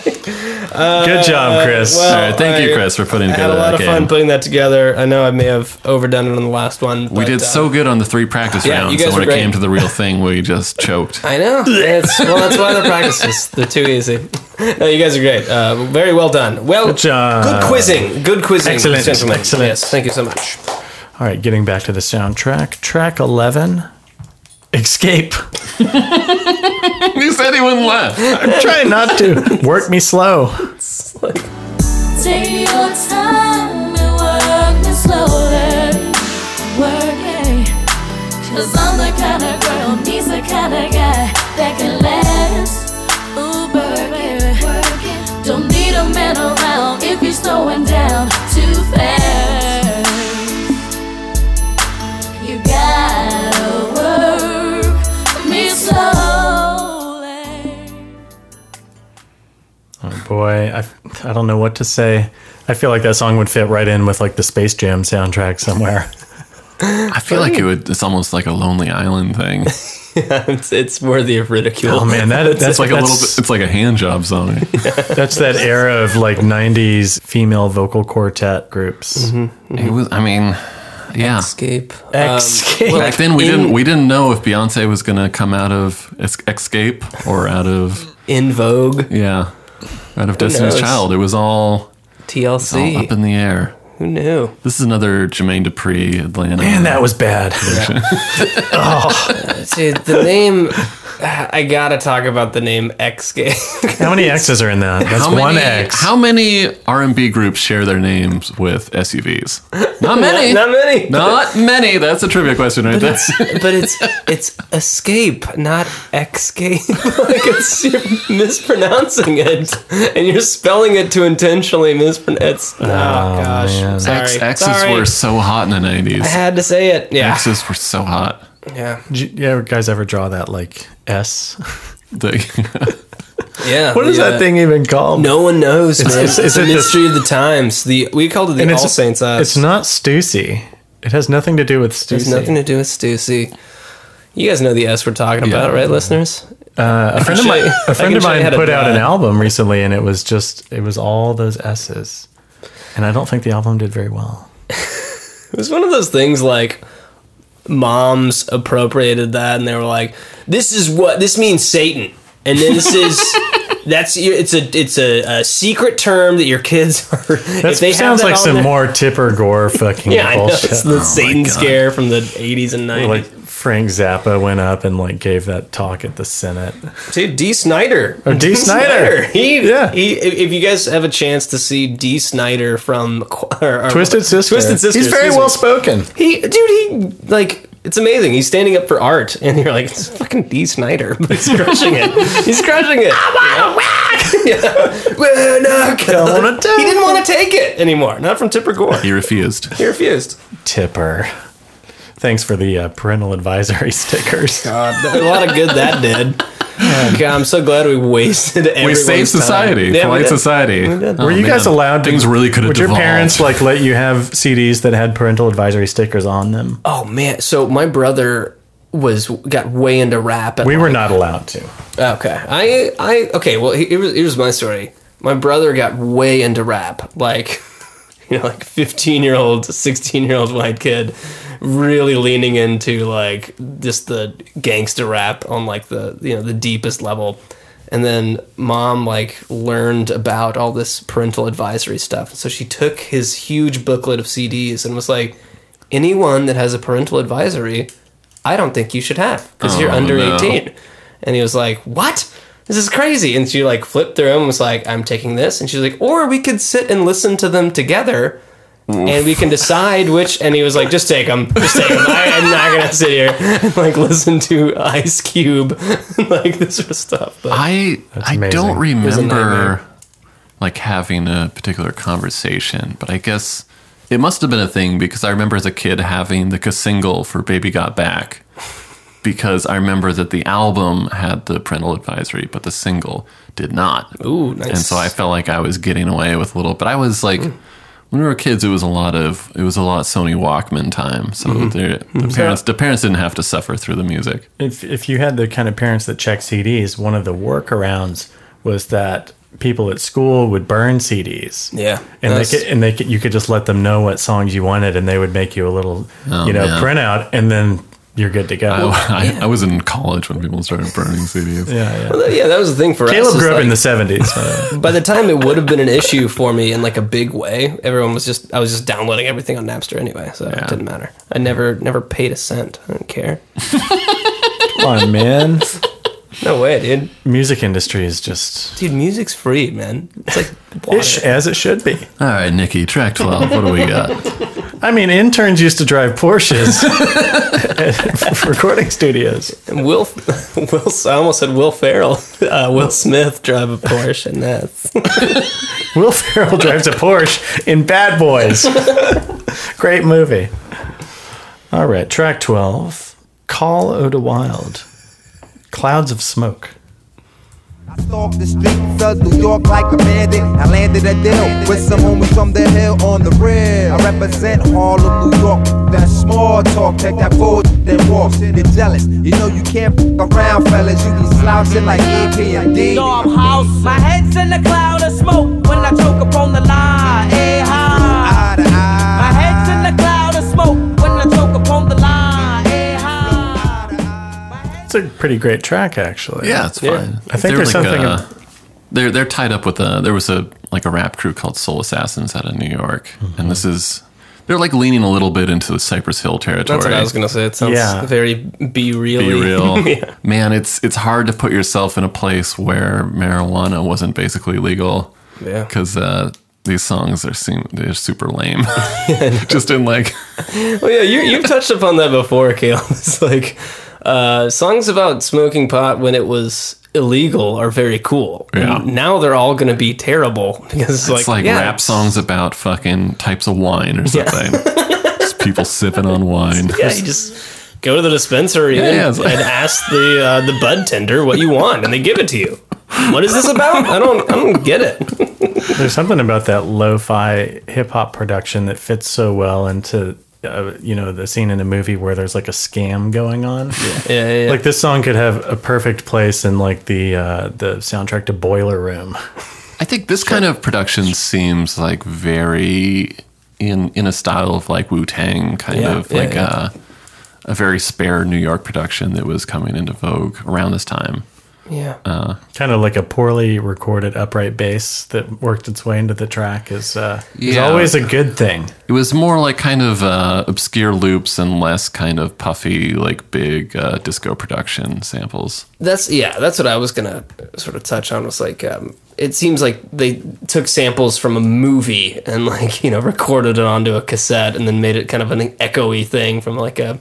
[SPEAKER 1] Good job, Chris.
[SPEAKER 2] well,
[SPEAKER 3] All right, thank you,
[SPEAKER 2] I-
[SPEAKER 3] Chris, for putting
[SPEAKER 2] I had
[SPEAKER 3] together
[SPEAKER 2] a lot
[SPEAKER 3] that
[SPEAKER 2] of
[SPEAKER 3] game.
[SPEAKER 2] fun putting that together. I know I may have overdone it on the last one.
[SPEAKER 3] we
[SPEAKER 2] but,
[SPEAKER 3] did
[SPEAKER 2] uh,
[SPEAKER 3] so good on the three practice
[SPEAKER 2] yeah, you
[SPEAKER 3] rounds,
[SPEAKER 2] guys
[SPEAKER 3] and when
[SPEAKER 2] were
[SPEAKER 3] it
[SPEAKER 2] great.
[SPEAKER 3] came to the real thing, we just choked.
[SPEAKER 2] I know. It's, well, that's why the practices. They're too easy. No, you guys are great. Uh, very well done. Well, good,
[SPEAKER 1] job.
[SPEAKER 2] quizzing. Good quizzing.
[SPEAKER 1] Excellent,
[SPEAKER 2] gentlemen.
[SPEAKER 1] excellent.
[SPEAKER 2] Yes, thank you so much.
[SPEAKER 1] All right, getting back to the soundtrack. Track 11 Escape.
[SPEAKER 3] you said he wouldn't laugh.
[SPEAKER 1] I'm trying not to. Work me slow.
[SPEAKER 4] Take your time and work me slowly. Work it. Cause I'm the kind of girl needs the kind of guy that can last. Ooh, baby. Don't need a man around if you're slowing down too fast. You gotta work me slowly.
[SPEAKER 1] Oh boy, I, I don't know what to say. I feel like that song would fit right in with like the Space Jam soundtrack somewhere.
[SPEAKER 3] I feel like it would. It's almost like a Lonely Island thing.
[SPEAKER 2] yeah, it's, it's worthy of ridicule.
[SPEAKER 1] Oh man, that, that's
[SPEAKER 3] it's like a
[SPEAKER 1] that's-
[SPEAKER 3] little. bit It's like a hand job song.
[SPEAKER 1] That's that era of like '90s female vocal quartet groups.
[SPEAKER 3] It was. I mean, yeah.
[SPEAKER 2] Escape. uh,
[SPEAKER 1] Um, Escape.
[SPEAKER 3] Back then, we
[SPEAKER 1] In-
[SPEAKER 3] didn't. We didn't know if Beyonce was gonna come out of es- Escape or out of
[SPEAKER 2] In Vogue.
[SPEAKER 3] Yeah, out of Destiny's
[SPEAKER 2] knows?
[SPEAKER 3] Child. It was all it's
[SPEAKER 2] TLC.
[SPEAKER 1] Oh,
[SPEAKER 3] all up in the air.
[SPEAKER 2] Who knew?
[SPEAKER 3] This is another Jermaine Dupri Atlanta.
[SPEAKER 1] Man, that was bad.
[SPEAKER 2] Dude, the name. I gotta talk about the name X Game.
[SPEAKER 1] How many X's are in that? That's
[SPEAKER 3] how
[SPEAKER 1] one
[SPEAKER 3] many,
[SPEAKER 1] X.
[SPEAKER 3] How many R and B groups share their names with SUVs? Not many.
[SPEAKER 2] Not, many.
[SPEAKER 3] Not many. That's a trivia question right
[SPEAKER 2] But it's,
[SPEAKER 3] there.
[SPEAKER 2] but it's it's escape, not escape. like it's you're mispronouncing it, and you're spelling it to intentionally mispronounce. Oh, gosh,
[SPEAKER 3] man.
[SPEAKER 2] sorry.
[SPEAKER 3] X, X's
[SPEAKER 2] Sorry.
[SPEAKER 3] were so hot in the nineties.
[SPEAKER 2] I had to say it. Yeah,
[SPEAKER 3] X's were so hot.
[SPEAKER 2] yeah,
[SPEAKER 1] Did you, yeah, guys ever draw that like S?
[SPEAKER 3] The-
[SPEAKER 2] yeah.
[SPEAKER 1] what is
[SPEAKER 2] the, uh,
[SPEAKER 1] that thing even called?
[SPEAKER 2] No one knows.
[SPEAKER 1] It's-
[SPEAKER 2] man. It's,
[SPEAKER 1] it's- it's
[SPEAKER 2] a
[SPEAKER 1] in the-
[SPEAKER 2] mystery of the times. The we called it the All
[SPEAKER 1] it's,
[SPEAKER 2] Saints. Us.
[SPEAKER 1] It's not Stussy. It has nothing to do with
[SPEAKER 2] There's
[SPEAKER 1] Stussy.
[SPEAKER 2] nothing to do with Stussy. You guys know the S we're talking
[SPEAKER 1] Yeah.
[SPEAKER 2] about, right, listeners?
[SPEAKER 1] Uh, a friend of
[SPEAKER 2] show
[SPEAKER 1] mine,
[SPEAKER 2] you- I
[SPEAKER 1] a friend
[SPEAKER 2] can
[SPEAKER 1] of
[SPEAKER 2] show you how
[SPEAKER 1] mine
[SPEAKER 2] to
[SPEAKER 1] put out
[SPEAKER 2] draw
[SPEAKER 1] an
[SPEAKER 2] it.
[SPEAKER 1] album recently, and it was just it was all those S's, and I don't think the album did very well.
[SPEAKER 2] It was one of those things like moms appropriated that and they were like, "This is what this means, Satan," and then this is. That's your- it's a it's a, a secret term that your kids are.
[SPEAKER 1] That
[SPEAKER 2] if they have
[SPEAKER 1] sounds
[SPEAKER 2] that
[SPEAKER 1] like
[SPEAKER 2] on
[SPEAKER 1] some
[SPEAKER 2] their-
[SPEAKER 1] more Tipper Gore fucking
[SPEAKER 2] Yeah, I know.
[SPEAKER 1] bullshit.
[SPEAKER 2] It's the Satan scare from the 80s and 90s.
[SPEAKER 1] Like Frank Zappa went up and like gave that talk at the Senate.
[SPEAKER 2] Dude, D. Snyder.
[SPEAKER 1] Or D. Snyder.
[SPEAKER 2] He, yeah. He, if if you guys have a chance to see D. Snyder from Qu- or, or-
[SPEAKER 1] Twisted Sister.
[SPEAKER 2] Twisted Sister.
[SPEAKER 1] He's very
[SPEAKER 2] excuse me.
[SPEAKER 1] well spoken.
[SPEAKER 2] He, dude, he like it's amazing. He's standing up for art, and you're like, it's fucking D. Snyder, but he's crushing it. he's crushing it. We're not gonna do He didn't want to take it anymore. Not from Tipper Gore.
[SPEAKER 3] He refused.
[SPEAKER 2] He refused.
[SPEAKER 1] Tipper. Thanks for the uh, parental advisory stickers.
[SPEAKER 2] God, Uh, a lot of good that did. God, I'm so glad we wasted.
[SPEAKER 3] We
[SPEAKER 2] everyone's time.
[SPEAKER 3] saved society,
[SPEAKER 2] Yeah, we
[SPEAKER 3] polite
[SPEAKER 2] did.
[SPEAKER 3] society. Oh,
[SPEAKER 2] We did.
[SPEAKER 1] Were you guys allowed? To,
[SPEAKER 3] Things really could have
[SPEAKER 1] Would your
[SPEAKER 3] devolved.
[SPEAKER 1] parents like let you have CDs that had parental advisory stickers on them?
[SPEAKER 2] Oh man, so my brother was got way into rap. And
[SPEAKER 1] We were not allowed to.
[SPEAKER 2] Okay, I I okay. Well, he- here's, here's my story. My brother got way into rap, like you know, like 15 year old, 16 year old white kid, really leaning into like just the gangster rap on like the you know the deepest level. And then mom like learned about all this parental advisory stuff. So she took his huge booklet of CDs and was like, anyone that has a parental advisory, I don't think you should have because you're
[SPEAKER 3] Oh,
[SPEAKER 2] under
[SPEAKER 3] no.
[SPEAKER 2] 18. And he was like, What? This is crazy. And she like flipped through him and was like, I'm taking this. And she's like, Or we could sit and listen to them together and we can decide which. And he was like, Just take them. Just take them. I, am not going to sit here and like listen to Ice Cube, like this sort of stuff. But
[SPEAKER 3] I I
[SPEAKER 2] amazing.
[SPEAKER 3] don't
[SPEAKER 2] It was a nightmare.
[SPEAKER 3] remember like having a particular conversation, but I guess it must have been a thing because I remember as a kid having the single for Baby Got Back because I remember that the album had the parental advisory, but the single did not.
[SPEAKER 2] Ooh, nice. Hmm.
[SPEAKER 3] And so I felt like I was getting away with a little, but I was like, when we were kids, it was a lot of it was a lot Sony Walkman time. So
[SPEAKER 2] Mm-hmm.
[SPEAKER 1] Mhm.
[SPEAKER 3] the, the
[SPEAKER 1] Mhm.
[SPEAKER 3] parents the parents didn't have to suffer through the music.
[SPEAKER 1] If if you had the kind of parents that check CDs, one of the workarounds was that people at school would burn CDs.
[SPEAKER 2] Yeah.
[SPEAKER 1] and they
[SPEAKER 2] That's-
[SPEAKER 1] could, and they could, you could just let them know what songs you wanted, and they would make you a little
[SPEAKER 3] Oh,
[SPEAKER 1] you know
[SPEAKER 3] man. Oh.
[SPEAKER 1] printout, and then you're good to go.
[SPEAKER 3] I, I was in college when people started burning CDs.
[SPEAKER 1] yeah, yeah.
[SPEAKER 2] Well, yeah, that was the thing for us.
[SPEAKER 1] Caleb
[SPEAKER 2] is,
[SPEAKER 1] grew up
[SPEAKER 2] like-
[SPEAKER 1] in the seventies.
[SPEAKER 2] By the time it would have been an issue for me in like a big way, everyone was just I was just downloading everything on Napster anyway, so it didn't matter. I never never paid a cent. I don't care.
[SPEAKER 1] Come on, man.
[SPEAKER 2] No way, dude.
[SPEAKER 1] Music industry is just
[SPEAKER 2] Dude, music's free, man. It's like
[SPEAKER 1] ish as it should be.
[SPEAKER 3] All right, Nikki, track 12. What do we got?
[SPEAKER 1] I mean, interns used to drive Porsches at recording studios.
[SPEAKER 2] And Will, Will, I almost said Will Ferrell. Uh, Will Smith drive a Porsche, and that's
[SPEAKER 1] Will Ferrell drives a Porsche in Bad Boys. Great movie. All right, track 12 Call Oda Wild. Clouds of Smoke.
[SPEAKER 21] Stalked the streets of New York like a bandit. I landed a deal with some homies from the hill on the rear. I represent Harlem, New York. That small talk, take that forward, then walk. They're jealous. You know you can't f- around, fellas. You be slouching like EPMD.
[SPEAKER 11] No, I'm house. My head's in a cloud of smoke when I choke upon the lie. Eh, ha. My head's in a cloud of smoke when I choke upon the lie. Eh, ha.
[SPEAKER 1] It's a pretty great track, actually.
[SPEAKER 3] Yeah, it's fine.
[SPEAKER 1] I think
[SPEAKER 3] They're
[SPEAKER 1] there's
[SPEAKER 3] like,
[SPEAKER 1] something.
[SPEAKER 3] uh, they're they're tied up with a. There was a like a rap crew called Soul Assassins out of New York,
[SPEAKER 2] Mm-hmm.
[SPEAKER 3] and this is they're like leaning a little bit into the Cypress Hill territory.
[SPEAKER 2] that's what I was gonna say. It sounds
[SPEAKER 3] Yeah.
[SPEAKER 2] very be real.
[SPEAKER 3] Be real, man. It's it's hard to put yourself in a place where marijuana wasn't basically legal.
[SPEAKER 2] Yeah.
[SPEAKER 3] because uh, these songs are seem they're super lame. Just in like
[SPEAKER 2] well, Oh, yeah, you you've touched upon that before, Caleb. It's like uh, songs about smoking pot when it was illegal are very cool.
[SPEAKER 3] Yeah.
[SPEAKER 2] And now they're all going to be terrible because it's,
[SPEAKER 3] it's like,
[SPEAKER 2] yeah,
[SPEAKER 3] rap songs about fucking types of wine or something. Just people sipping on wine.
[SPEAKER 2] Yeah, you just go to the dispensary
[SPEAKER 3] Yeah,
[SPEAKER 2] and,
[SPEAKER 3] yeah, it's like-
[SPEAKER 2] and ask the uh, the bud tender what you want, and they give it to you. What is this about? I don't I don't get it.
[SPEAKER 1] There's something about that lo-fi hip hop production that fits so well into uh, you know the scene in a movie where there's like a scam going on.
[SPEAKER 2] Yeah, yeah, yeah.
[SPEAKER 1] Like this song could have a perfect place in like the uh, the soundtrack to Boiler Room.
[SPEAKER 3] I think this kind of production seems like very in in a style of like Wu Tang kind
[SPEAKER 1] Yeah,
[SPEAKER 3] of
[SPEAKER 1] yeah,
[SPEAKER 3] like
[SPEAKER 1] yeah.
[SPEAKER 3] uh A, very spare New York production that was coming into vogue around this time.
[SPEAKER 2] Yeah.
[SPEAKER 3] Uh,
[SPEAKER 1] kind of like a poorly recorded upright bass that worked its way into the track is uh, is
[SPEAKER 3] Yeah.
[SPEAKER 1] always a good thing.
[SPEAKER 3] It was more like kind of uh, obscure loops and less kind of puffy, like big uh, disco production samples.
[SPEAKER 2] That's yeah. That's what I was gonna sort of touch on. Was like, um, it seems like they took samples from a movie and like you know recorded it onto a cassette and then made it kind of an echoey thing from like a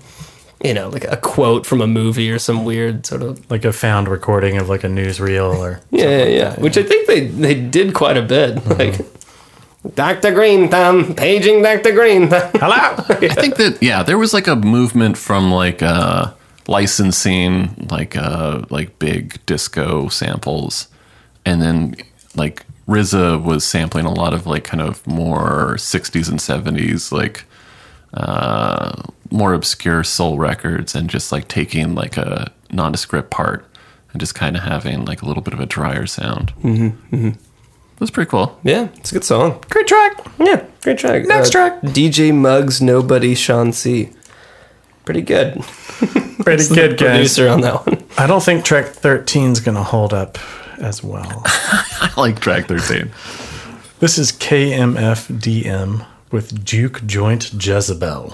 [SPEAKER 2] you know like a quote from a movie or some weird sort of
[SPEAKER 1] Like a found recording of like a newsreel or
[SPEAKER 2] yeah yeah, yeah. Which I think they they did quite a bit. Like Doctor Green Thumb paging Doctor Green Thumb. Hello.
[SPEAKER 3] I think that yeah, there was like a movement from like uh, licensing like uh, like big disco samples, and then like RZA was sampling a lot of like kind of more '60s and '70s like uh, more obscure soul records, and just like taking like a nondescript part and just kind of having like a little bit of a drier sound.
[SPEAKER 2] Mm-hmm, mm-hmm.
[SPEAKER 3] That's pretty cool.
[SPEAKER 2] Yeah, it's a good song.
[SPEAKER 1] Great track.
[SPEAKER 2] Yeah, great track.
[SPEAKER 1] Next track.
[SPEAKER 2] DJ Muggs, Nobody, Sean C. Pretty good.
[SPEAKER 1] Pretty
[SPEAKER 2] It's the
[SPEAKER 1] good guys.
[SPEAKER 2] producer on that one.
[SPEAKER 1] I don't think track 13 is going to hold up as well.
[SPEAKER 3] I like track 13.
[SPEAKER 1] This is KMFDM with Duke Joint Jezebel.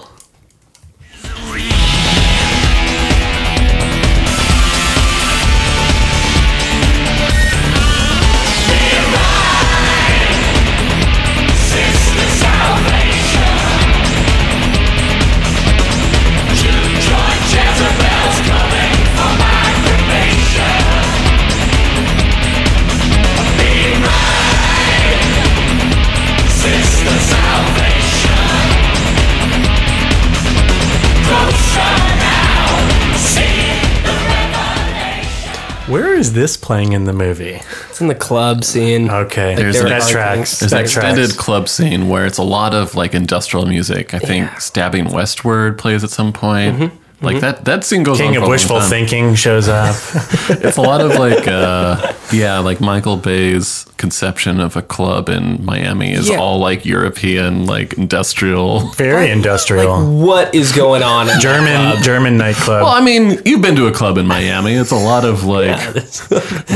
[SPEAKER 1] Where is this playing in the movie?
[SPEAKER 2] It's in the club scene.
[SPEAKER 1] Okay,
[SPEAKER 3] There's an,
[SPEAKER 1] that tracks.
[SPEAKER 3] there's an
[SPEAKER 1] that tracks.
[SPEAKER 3] extended club scene where it's a lot of like industrial music. I think "Stabbing Westward" plays at some point. Like
[SPEAKER 1] Mhm.
[SPEAKER 3] that that scene goes on
[SPEAKER 1] King
[SPEAKER 3] for
[SPEAKER 1] of
[SPEAKER 3] a long
[SPEAKER 1] Wishful
[SPEAKER 3] time.
[SPEAKER 1] Thinking shows up.
[SPEAKER 3] It's a lot of like uh, yeah, like Michael Bay's conception of a club in Miami is
[SPEAKER 2] Yeah.
[SPEAKER 3] all like European, like industrial,
[SPEAKER 1] very industrial.
[SPEAKER 2] What is going on? in
[SPEAKER 1] German German nightclub.
[SPEAKER 3] uh, Well, I mean, you've been to a club in Miami. It's a lot of like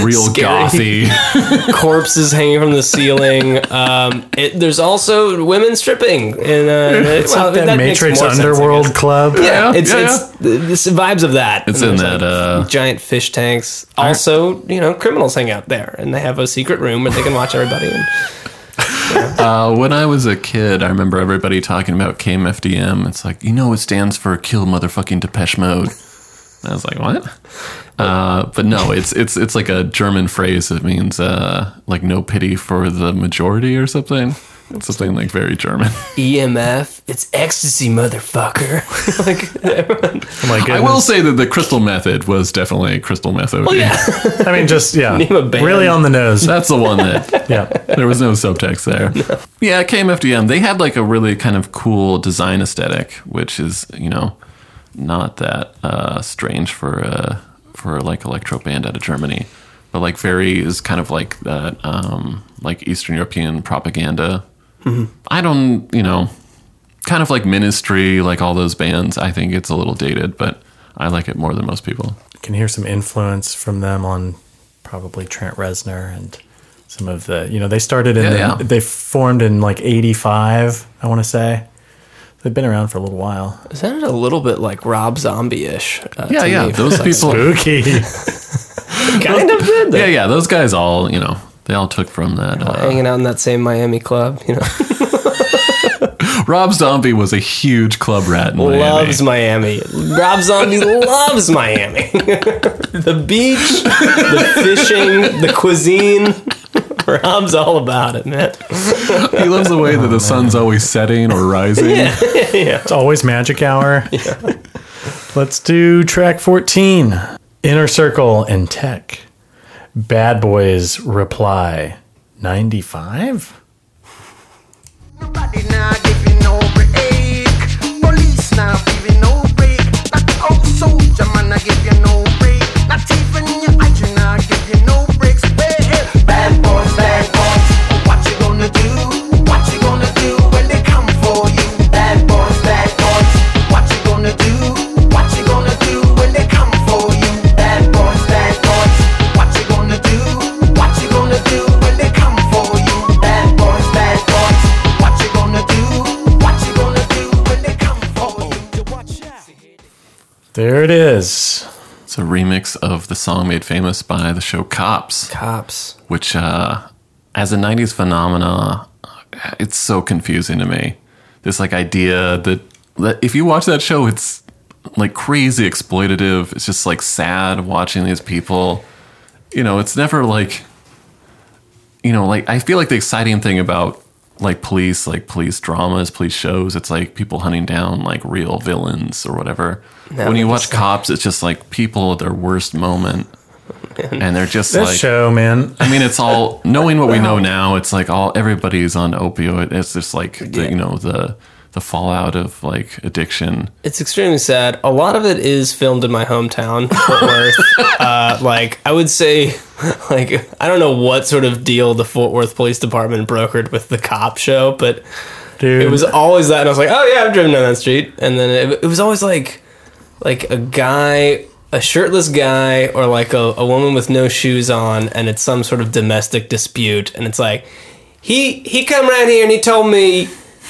[SPEAKER 3] real
[SPEAKER 2] Scary.
[SPEAKER 3] gothy.
[SPEAKER 2] Corpses hanging from the ceiling. Um, it, there's also women stripping, and uh, it's
[SPEAKER 1] It's not that,
[SPEAKER 2] makes
[SPEAKER 1] Matrix
[SPEAKER 2] more sense, I guess.
[SPEAKER 1] Underworld Club.
[SPEAKER 2] Yeah, it's, it's the it's vibes of that.
[SPEAKER 3] It's
[SPEAKER 2] And
[SPEAKER 3] in
[SPEAKER 2] there's,
[SPEAKER 3] that, uh,
[SPEAKER 2] like, giant fish tanks. Also, you know, criminals hang out there, and they have a secret room where they can watch everybody. And
[SPEAKER 3] Uh, when I was a kid, I remember everybody talking about KMFDM. It's like, you know, it stands for Kill Motherfucking Depeche Mode. And I was like, what? Uh, but no, it's it's it's like a German phrase that means uh, like no pity for the majority or something. It's something like very German.
[SPEAKER 2] EMF, E it's ecstasy, motherfucker.
[SPEAKER 1] Oh
[SPEAKER 3] I will say that the crystal method was definitely crystal method.
[SPEAKER 1] I mean, just yeah,
[SPEAKER 3] Name a band.
[SPEAKER 1] really on the nose.
[SPEAKER 3] That's the one that.
[SPEAKER 1] yeah,
[SPEAKER 3] there was no subtext there. Yeah, KMFDM. They had like a really kind of cool design aesthetic, which is you know not that uh, strange for uh, for like electro band out of Germany, but like very is kind of like that um, like Eastern European propaganda.
[SPEAKER 11] Mhm.
[SPEAKER 3] I don't you know kind of like Ministry, like all those bands. I think it's a little dated, but I like it more than most people.
[SPEAKER 1] can hear some influence from them on probably Trent Reznor and some of the you know they started in
[SPEAKER 3] Yeah,
[SPEAKER 1] the,
[SPEAKER 3] yeah.
[SPEAKER 1] they formed in like '85, I want to say. They've been around for a little while.
[SPEAKER 2] It sounded a little bit like Rob Zombie ish. Uh,
[SPEAKER 3] Yeah,
[SPEAKER 2] to
[SPEAKER 3] yeah,
[SPEAKER 2] me.
[SPEAKER 3] those
[SPEAKER 2] Like,
[SPEAKER 3] people-
[SPEAKER 1] Spooky.
[SPEAKER 2] kind of did.
[SPEAKER 3] Yeah, yeah, those guys all you know they all took from that. Uh,
[SPEAKER 2] Hanging out in that same Miami club, you know.
[SPEAKER 3] Rob Zombie was a huge club rat in Miami.
[SPEAKER 2] Loves Miami. Rob Zombie loves Miami. the beach, the fishing, the cuisine. Rob's all about it, man.
[SPEAKER 3] he loves the way that the sun's always setting or rising.
[SPEAKER 2] Oh, Yeah, yeah.
[SPEAKER 1] It's always magic hour. Let's do track 14 Inner Circle and Tech. Bad Boys Reply 95?
[SPEAKER 11] Nobody now giving no break. Police now giving no break. Not the old soldier man, I give you no break. Not even your eyes, you now give you no breaks. Well, bad boys, bad boys, what you gonna do? What you gonna do when they come for you? Bad boys, bad boys, what you gonna do? What you gonna do when they come for you? Bad boys, bad boys, what
[SPEAKER 1] There it is.
[SPEAKER 3] It's a remix of the song made famous by the show Cops.
[SPEAKER 2] Cops.
[SPEAKER 3] Which, uh, as a 90s phenomena, it's so confusing to me. This, like, idea that, that if you watch that show, it's, like, crazy exploitative. It's just, like, sad watching these people. You know, it's never like, you know, like, I feel like the exciting thing about, like, police, like, police dramas, police shows, it's like people hunting down, like, real villains or whatever.
[SPEAKER 1] No,
[SPEAKER 3] when you
[SPEAKER 1] it
[SPEAKER 3] watch
[SPEAKER 1] just-
[SPEAKER 3] cops, it's just like people at their worst moment. And they're just
[SPEAKER 1] This
[SPEAKER 3] like
[SPEAKER 1] show, man.
[SPEAKER 3] I mean, it's all knowing what we know now. It's like all everybody's on opioid. It's just like the, you know the the fallout of like addiction.
[SPEAKER 2] It's extremely sad. A lot of it is filmed in my hometown, Fort Worth. uh, like I would say, like I don't know what sort of deal the Fort Worth Police Department brokered with the cop show, but
[SPEAKER 1] Dude.
[SPEAKER 2] it was always that. And I was like, oh yeah, I've driven down that street, and then it, it was always like, like a guy, a shirtless guy, or like a, a woman with no shoes on, and it's some sort of domestic dispute, and it's like he he come around here and he told me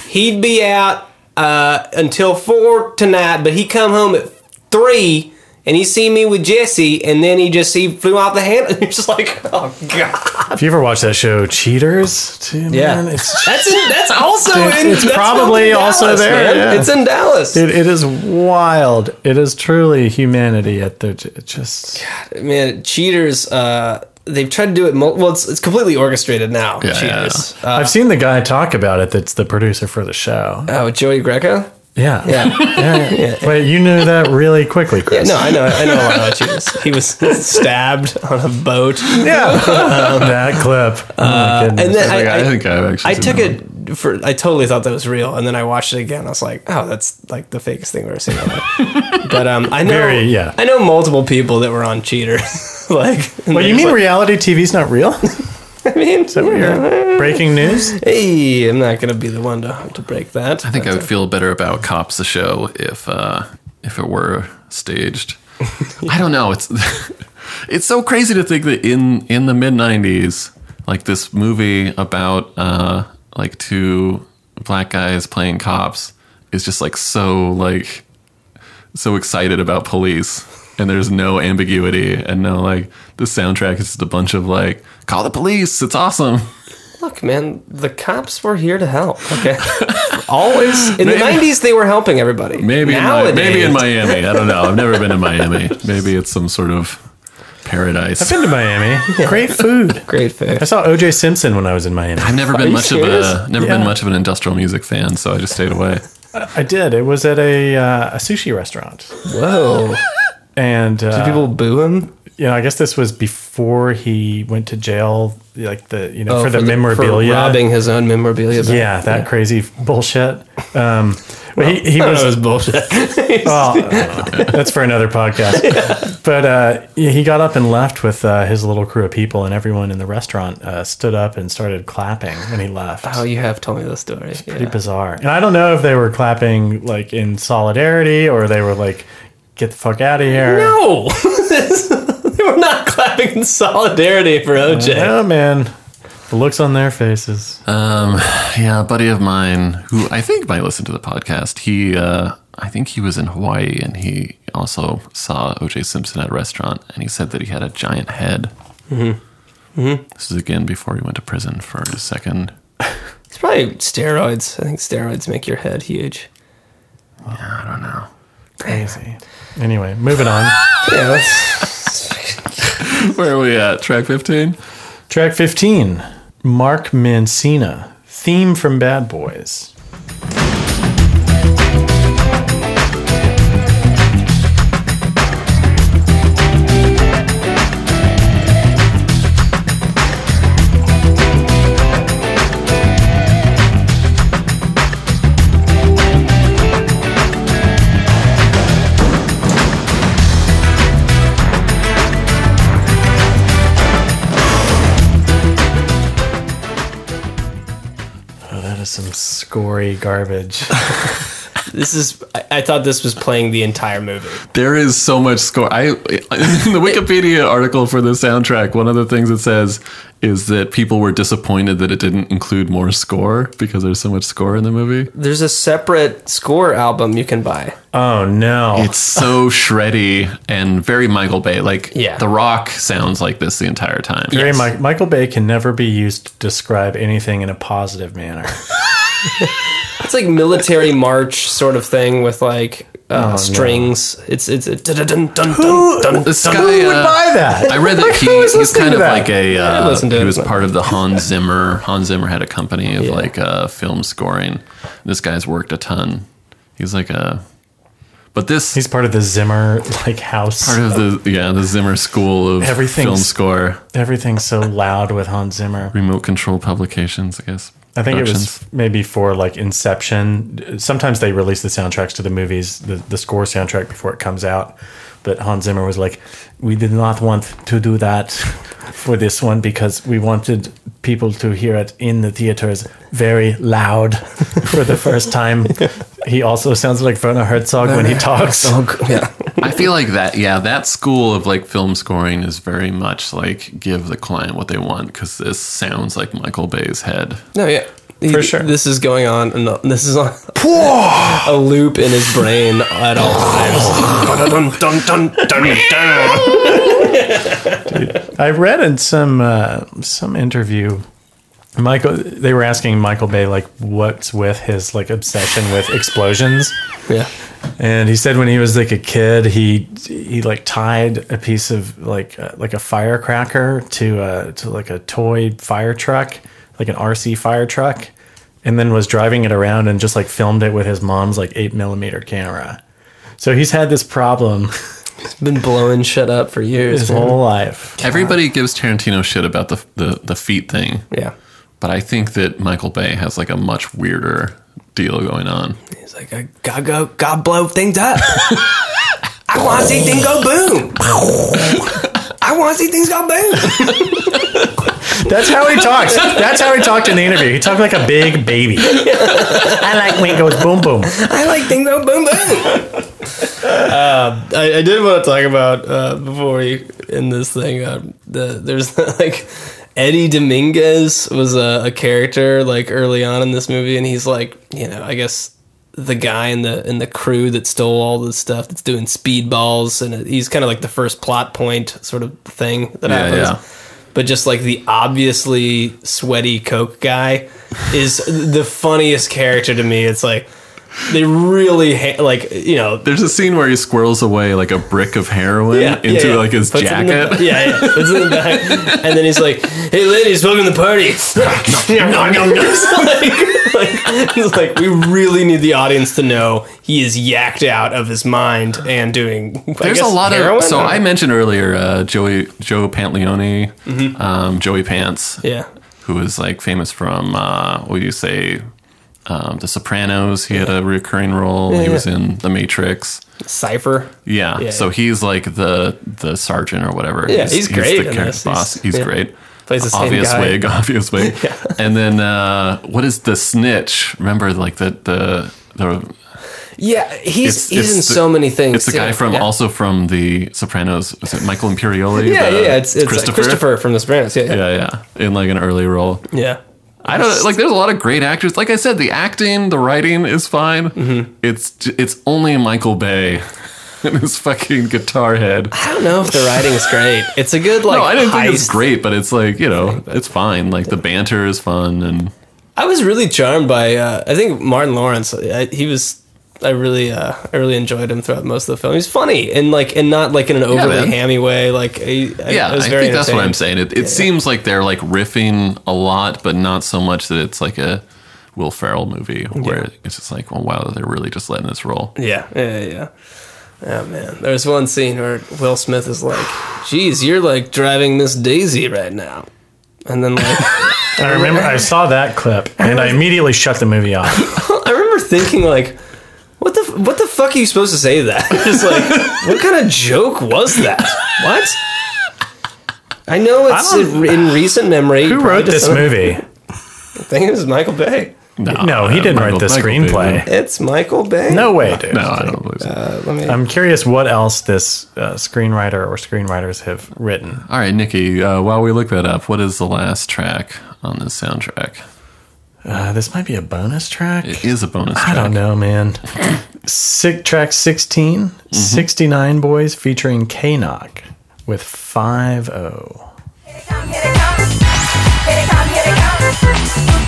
[SPEAKER 2] he'd be out uh, until four tonight, but he come home at three and he see me with Jesse, and then he just he flew off the handle. You're just like, oh god,
[SPEAKER 1] If you ever watched that show, Cheaters, too,
[SPEAKER 2] yeah,
[SPEAKER 1] man, it's
[SPEAKER 2] that's in, that's also
[SPEAKER 1] Dude,
[SPEAKER 2] in.
[SPEAKER 1] it's
[SPEAKER 2] that's
[SPEAKER 1] probably
[SPEAKER 2] in
[SPEAKER 1] also
[SPEAKER 2] Dallas,
[SPEAKER 1] there.
[SPEAKER 2] man.
[SPEAKER 1] yeah.
[SPEAKER 2] It's in Dallas.
[SPEAKER 1] It, it is wild. It is truly humanity at the it just.
[SPEAKER 2] Man, cheaters. Uh, they've tried to do it. Mul- well, it's, it's completely orchestrated now. cheaters. Uh,
[SPEAKER 1] I've seen the guy talk about it. That's the producer for the show.
[SPEAKER 2] oh, Joey Greco.
[SPEAKER 1] Yeah,
[SPEAKER 2] Yeah.
[SPEAKER 1] yeah. Wait, you knew that really quickly, Chris.
[SPEAKER 2] No, I know. I know a lot about cheaters. He was stabbed on a boat.
[SPEAKER 1] Yeah, that clip. Oh, my
[SPEAKER 2] Uh, and
[SPEAKER 1] goodness.
[SPEAKER 2] then I, I,
[SPEAKER 3] I've
[SPEAKER 2] I took it for. I totally thought that was real, and then I watched it again. I was like, "Oh, that's like the fakest thing I've ever seen." in my life." but um, I know,
[SPEAKER 1] Very, yeah.
[SPEAKER 2] I know multiple people that were on Cheaters. like, and
[SPEAKER 1] Well,
[SPEAKER 2] they
[SPEAKER 1] you
[SPEAKER 2] just
[SPEAKER 1] mean
[SPEAKER 2] like,
[SPEAKER 1] reality TV's not real?
[SPEAKER 2] I mean,
[SPEAKER 1] breaking news.
[SPEAKER 2] Hey, I'm not gonna be the one to to break that.
[SPEAKER 3] I think I would feel better about Cops the show if uh, if it were staged. I don't know. It's it's so crazy to think that in in the mid '90s, like this movie about uh, like two black guys playing cops is just like so like so excited about police. And there's no ambiguity, and no like the soundtrack is just a bunch of like, call the police, it's awesome.
[SPEAKER 2] Look, man, the cops were here to help. Okay, always in the
[SPEAKER 3] Maybe-
[SPEAKER 2] '90s they were helping everybody.
[SPEAKER 3] Maybe in, Mi- maybe in
[SPEAKER 2] Nowadays-
[SPEAKER 3] Miami. I don't know. I've never been to Miami. Maybe it's some sort of paradise.
[SPEAKER 1] I've been to Miami. Great food.
[SPEAKER 2] Great food.
[SPEAKER 1] I saw O.J. Simpson when I was in Miami.
[SPEAKER 3] I've never
[SPEAKER 1] Are
[SPEAKER 3] been
[SPEAKER 1] you
[SPEAKER 3] much of
[SPEAKER 1] serious?
[SPEAKER 3] a never
[SPEAKER 1] Yeah.
[SPEAKER 3] been much of an industrial music fan, so I just stayed away.
[SPEAKER 1] I did. It was at a uh, a sushi restaurant.
[SPEAKER 2] Whoa!
[SPEAKER 1] and uh,
[SPEAKER 2] Did people boo him?
[SPEAKER 1] You know, I guess this was before he went to jail. Like the you know
[SPEAKER 2] Oh,
[SPEAKER 1] for the
[SPEAKER 2] for the- for
[SPEAKER 1] memorabilia,
[SPEAKER 2] robbing his own memorabilia. back.
[SPEAKER 1] Yeah, that
[SPEAKER 2] Yeah.
[SPEAKER 1] crazy bullshit. Um, but he, he
[SPEAKER 2] I don't
[SPEAKER 1] was,
[SPEAKER 2] know, it was bullshit.
[SPEAKER 1] well, that's for another podcast. But uh, yeah, he got up and left with uh, his little crew of people, and everyone in the restaurant uh, stood up and started clapping when he left.
[SPEAKER 2] Oh, you have told me this story. It's
[SPEAKER 1] pretty bizarre. And I don't know if they were clapping like in solidarity or they were like, "Get the fuck out of here."
[SPEAKER 2] No, they were not clapping in solidarity for OJ.
[SPEAKER 1] Oh man, the looks on their faces.
[SPEAKER 3] Um, yeah, a buddy of mine who I think might listen to the podcast. He, uh, I think he was in Hawaii, and he also saw O.J. Simpson at a restaurant, and he said that he had a giant head.
[SPEAKER 2] Mm-hmm. Mm-hmm.
[SPEAKER 3] This is again before he went to prison for his second.
[SPEAKER 2] It's probably steroids. I think steroids make your head huge.
[SPEAKER 3] I don't know.
[SPEAKER 1] Crazy. Anyway, moving on.
[SPEAKER 2] yeah, that's-
[SPEAKER 3] Where are we at? Track fifteen.
[SPEAKER 1] Track fifteen. Mark Mancina theme from Bad Boys. Oh, that is some scory garbage.
[SPEAKER 2] This is. I, I thought this was playing the entire movie.
[SPEAKER 3] There is so much score. I in the Wikipedia article for the soundtrack, one of the things it says is that people were disappointed that it didn't include more score because there's so much score in the movie.
[SPEAKER 2] There's a separate score album you can buy.
[SPEAKER 1] Oh no.
[SPEAKER 3] It's so shreddy and very Michael Bay. Like
[SPEAKER 1] Yeah.
[SPEAKER 3] The Rock sounds like this the entire time.
[SPEAKER 1] Very Mi- Michael Bay can never be used to describe anything in a positive manner.
[SPEAKER 2] It's like military march sort of thing with like
[SPEAKER 1] Oh,
[SPEAKER 2] uh,
[SPEAKER 1] no.
[SPEAKER 2] strings. It's it's a dun dun dun
[SPEAKER 1] Who-
[SPEAKER 2] dun dun.
[SPEAKER 1] this guy, Who would uh, buy that?
[SPEAKER 3] I read that
[SPEAKER 1] Like,
[SPEAKER 3] he,
[SPEAKER 1] who is
[SPEAKER 3] he's
[SPEAKER 1] listening
[SPEAKER 3] kind
[SPEAKER 1] to
[SPEAKER 3] of
[SPEAKER 1] that?
[SPEAKER 3] like a
[SPEAKER 1] I
[SPEAKER 3] uh,
[SPEAKER 1] listen to
[SPEAKER 3] he
[SPEAKER 1] it,
[SPEAKER 3] was
[SPEAKER 1] but-
[SPEAKER 3] part of the Hans Zimmer. Hans Zimmer had a company of like uh, film scoring. This guy's worked a ton. He's like a but this
[SPEAKER 1] he's part of the Zimmer like house.
[SPEAKER 3] part of the yeah the Zimmer school of
[SPEAKER 1] Everything's-
[SPEAKER 3] film score,
[SPEAKER 1] Everything's so loud with Hans Zimmer.
[SPEAKER 3] remote control publications. I guess
[SPEAKER 1] I think it
[SPEAKER 3] Productions.
[SPEAKER 1] was maybe for like Inception. Sometimes they release the soundtracks to the movies, the, the score soundtrack before it comes out. But Hans Zimmer was like, we did not want to do that for this one because we wanted people to hear it in the theaters very loud for the first time. he also sounds like Werner Herzog when he
[SPEAKER 3] Werner
[SPEAKER 1] talks.
[SPEAKER 2] yeah.
[SPEAKER 3] I feel like that, yeah, that school of like film scoring is very much like give the client what they want because this sounds like Michael Bay's head.
[SPEAKER 2] No, yeah. For sure. This is going on. and This is on a loop in his brain at all times. Dun, dun, dun, dun, dun, dun.
[SPEAKER 1] I read in some uh, some interview, Michael. They were asking Michael Bay like, what's with his like obsession with explosions?
[SPEAKER 2] Yeah.
[SPEAKER 1] And he said when he was like a kid, he he like tied a piece of like uh, like a firecracker to uh, to like a toy fire truck, like an RC fire truck, and then was driving it around and just like filmed it with his mom's like eight millimeter camera. So he's had this problem
[SPEAKER 2] He's been blowing shit up for years.
[SPEAKER 1] his
[SPEAKER 2] man.
[SPEAKER 1] whole life.
[SPEAKER 3] Everybody gives Tarantino shit about the, the, the feet thing.
[SPEAKER 2] Yeah.
[SPEAKER 3] But I think that Michael Bay has like a much weirder deal going on.
[SPEAKER 2] He's like, I gotta go, gotta blow things up. I wanna see things go boom. I wanna see things go boom.
[SPEAKER 1] That's how he talks. That's how he talked in the interview. He talked like a big baby. I like when it goes boom boom.
[SPEAKER 2] I like things go boom boom. Uh, I, I did want to talk about uh, before we end this thing. Uh, the, there's like Eddie Dominguez was a, a character like early on in this movie, and he's like, you know, I guess the guy in the in the crew that stole all the stuff that's doing speedballs, and he's kind of like the first plot point sort of thing that
[SPEAKER 3] Yeah,
[SPEAKER 2] happens
[SPEAKER 3] yeah.
[SPEAKER 2] but just like the obviously sweaty coke guy is the funniest character to me it's like they really ha- like you know
[SPEAKER 3] There's a scene where he squirrels away like a brick of heroin
[SPEAKER 2] yeah,
[SPEAKER 3] into
[SPEAKER 2] yeah, yeah.
[SPEAKER 3] like his
[SPEAKER 2] Puts it in the-
[SPEAKER 3] jacket.
[SPEAKER 2] yeah, yeah. Puts it in the back. and then he's like, "Hey, ladies, welcome to the party." It's like, like, he's like, "We really need the audience to know he is yacked out of his mind and doing." I
[SPEAKER 3] There's a
[SPEAKER 2] guess,
[SPEAKER 3] lot
[SPEAKER 2] heroin? Oh.
[SPEAKER 3] of so
[SPEAKER 2] Or-
[SPEAKER 3] I mentioned earlier uh, Joey Joe Pantaleone, um, Joey Pants,
[SPEAKER 2] Mm-hmm. Yeah.
[SPEAKER 3] who is like famous from uh, what do you say, um, The Sopranos. He had a recurring role.
[SPEAKER 2] Yeah,
[SPEAKER 3] he was
[SPEAKER 2] yeah.
[SPEAKER 3] in The Matrix.
[SPEAKER 2] Cipher.
[SPEAKER 3] Yeah.
[SPEAKER 2] Yeah,
[SPEAKER 3] so
[SPEAKER 2] yeah.
[SPEAKER 3] he's like the the sergeant or whatever.
[SPEAKER 2] Yeah, he's great in
[SPEAKER 3] character
[SPEAKER 2] this.
[SPEAKER 3] boss.
[SPEAKER 2] He's-
[SPEAKER 3] He's,
[SPEAKER 2] yeah.
[SPEAKER 3] great.
[SPEAKER 2] Plays the same
[SPEAKER 3] obvious
[SPEAKER 2] guy.
[SPEAKER 3] wig, obvious wig. And then uh, what is the snitch? Remember, like the the the.
[SPEAKER 2] Yeah, he's
[SPEAKER 3] it's-
[SPEAKER 2] he's
[SPEAKER 3] it's
[SPEAKER 2] in
[SPEAKER 3] the-
[SPEAKER 2] so many things.
[SPEAKER 3] It's the
[SPEAKER 2] too.
[SPEAKER 3] guy from
[SPEAKER 2] Yeah.
[SPEAKER 3] also from the Sopranos. Is it Michael Imperioli?
[SPEAKER 2] Yeah, yeah,
[SPEAKER 3] The-
[SPEAKER 2] yeah, it's, it's Christopher. Christopher from The Sopranos. Yeah, yeah.
[SPEAKER 3] Yeah, yeah. In like an early role.
[SPEAKER 2] Yeah.
[SPEAKER 3] I don't know, like. There's a lot of great actors. Like I said, the acting, the writing is fine.
[SPEAKER 2] Mm-hmm.
[SPEAKER 3] It's j- it's only Michael Bay and his fucking guitar head.
[SPEAKER 2] I don't know if the writing is great. It's a good like.
[SPEAKER 3] no, I didn't think it's
[SPEAKER 2] heist.
[SPEAKER 3] great, but it's like you know, it's fine. Like the banter is fun, and
[SPEAKER 2] I was really charmed by. Uh, I think Martin Lawrence. I, he was. I really, uh, I really enjoyed him throughout most of the film. He's funny and like, and not like in an overly
[SPEAKER 3] man.
[SPEAKER 2] hammy way. Like, I, I,
[SPEAKER 3] yeah,
[SPEAKER 2] I
[SPEAKER 3] I,
[SPEAKER 2] was very.
[SPEAKER 3] think that's what I'm
[SPEAKER 2] entertained.
[SPEAKER 3] saying. It, it seems like they're like riffing a lot, but not so much that it's like a Will Ferrell movie where it's just like, well, wow, they're really just letting this roll.
[SPEAKER 2] Yeah, yeah, yeah. Oh man, there's one scene where Will Smith is like, "Geez, you're like driving Miss Daisy right now," and then like,
[SPEAKER 1] I remember I saw that clip and I immediately shut the movie off.
[SPEAKER 2] I remember thinking like, what the what the fuck are you supposed to say to that? It's like, what kind of joke was that? What? I know it's
[SPEAKER 1] I don't-
[SPEAKER 2] in in recent memory.
[SPEAKER 1] Who
[SPEAKER 2] probably
[SPEAKER 1] wrote
[SPEAKER 2] just
[SPEAKER 1] this
[SPEAKER 2] some-
[SPEAKER 1] movie?
[SPEAKER 2] I think it was Michael Bay.
[SPEAKER 1] No, he didn't write the screenplay. Uh,
[SPEAKER 2] It's Michael Bay.
[SPEAKER 1] No way, dude. No, I
[SPEAKER 3] don't believe so.
[SPEAKER 2] let me-
[SPEAKER 1] I'm curious what else this uh, screenwriter or screenwriters have written.
[SPEAKER 3] All right, Nikki, uh, while we look that up, what is the last track on this soundtrack?
[SPEAKER 1] Uh, this might be a bonus track.
[SPEAKER 3] It is a bonus
[SPEAKER 1] I
[SPEAKER 3] track.
[SPEAKER 1] don't know, man. Sick track 16,
[SPEAKER 3] Mm-hmm.
[SPEAKER 1] 69 Boys featuring K Knock with oh. 5 0.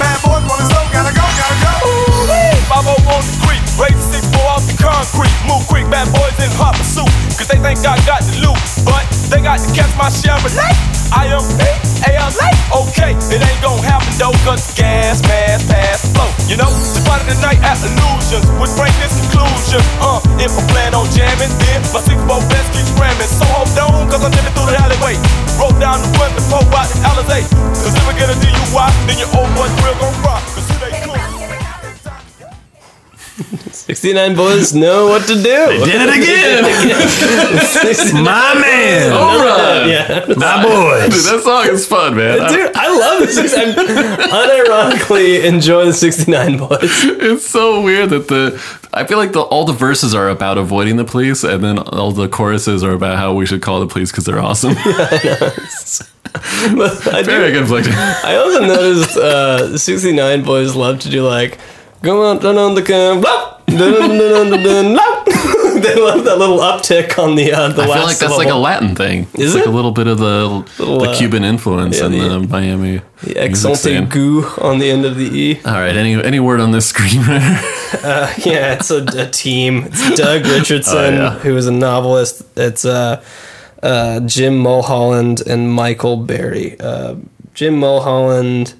[SPEAKER 7] Bad boys wanna slow, gotta go, gotta go. oh Ooh-wee. 501 the creek, race 64 off the concrete. Move quick, bad boys in hot pursuit. Cause they think I got the loot, but they got to catch my Chevrolet. I am A-L-A. Okay, it ain't gonna happen though, cause gas, mass, pass, flow. You know, the part of the night at illusions would bring this conclusion. Uh, if I plan on jamming, then my six bow best keeps ramming. So hold on, cause I'm dipping through the alleyway. Roll down the front to pull out the LSA. Cause if I get a DUI, then your old boy's real gon' rock. Cause it ain't cool.
[SPEAKER 2] 69 boys know what to do. They
[SPEAKER 1] did it again. Oh,
[SPEAKER 3] My man. All right.
[SPEAKER 2] Yeah.
[SPEAKER 1] My boys.
[SPEAKER 3] Dude, that song is fun, man. I-
[SPEAKER 2] Dude, I love the 69. Unironically enjoy the 69 boys.
[SPEAKER 3] It's so weird that the I feel like the all the verses are about avoiding the police, and then all the choruses are about how we should call the police because they're awesome. Very conflicting.
[SPEAKER 2] I also noticed uh, 69 boys love to do like, go out and on the cam, blah, dun, dun, dun, dun, dun, blah. They love that little uptick on the uh, the
[SPEAKER 3] I
[SPEAKER 2] last
[SPEAKER 3] feel like that's
[SPEAKER 2] syllable.
[SPEAKER 3] like a Latin thing.
[SPEAKER 2] Is
[SPEAKER 3] it's like
[SPEAKER 2] it?
[SPEAKER 3] a little bit of the the
[SPEAKER 2] uh,
[SPEAKER 3] Cuban influence
[SPEAKER 2] yeah,
[SPEAKER 3] in
[SPEAKER 2] the-
[SPEAKER 3] the, Miami.
[SPEAKER 2] The
[SPEAKER 3] music
[SPEAKER 2] exulting
[SPEAKER 3] scene.
[SPEAKER 2] goo on the end of the E.
[SPEAKER 3] All right, any any word on this screenwriter?
[SPEAKER 2] Uh, yeah, it's a, a team. It's Doug Richardson,
[SPEAKER 3] Oh, yeah.
[SPEAKER 2] who is a novelist. It's uh, uh, Jim Mulholland and Michael Berry. Uh, Jim Mulholland,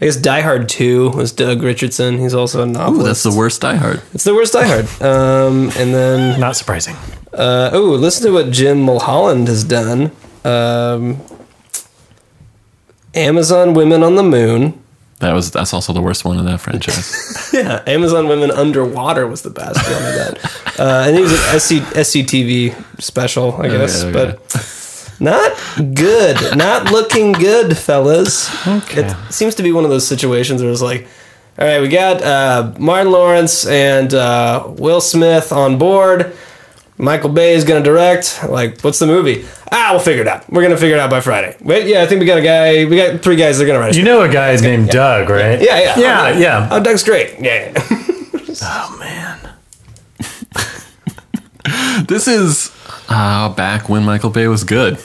[SPEAKER 2] I guess Die Hard 2 was Doug Richardson. He's also a novelist.
[SPEAKER 3] Ooh, that's the worst Die Hard.
[SPEAKER 2] It's the worst Die Hard. Um, and then
[SPEAKER 1] not surprising.
[SPEAKER 2] Uh, oh, listen to what Jim Mulholland has done. Um, Amazon Women on the Moon.
[SPEAKER 3] That was that's also the worst one in that franchise.
[SPEAKER 2] Yeah, Amazon Women Underwater was the best one of that. Uh, and he was an SC, SCTV special, I
[SPEAKER 3] Okay,
[SPEAKER 2] guess,
[SPEAKER 3] okay.
[SPEAKER 2] but not good. Not looking good, fellas. It seems to be one of those situations where it's like, all right, we got uh, Martin Lawrence and uh, Will Smith on board. Michael Bay is going to direct. Like, what's the movie? Ah, we'll figure it out. We're going to figure it out by Friday. Wait, yeah, I think we got a guy. We got three guys that are going to write it.
[SPEAKER 1] You know a guy's named Doug, right?
[SPEAKER 2] Yeah, yeah.
[SPEAKER 1] Yeah,
[SPEAKER 2] Oh,
[SPEAKER 1] yeah. Oh,
[SPEAKER 2] Oh, Doug's great. Yeah. yeah.
[SPEAKER 3] this is uh, back when Michael Bay was good.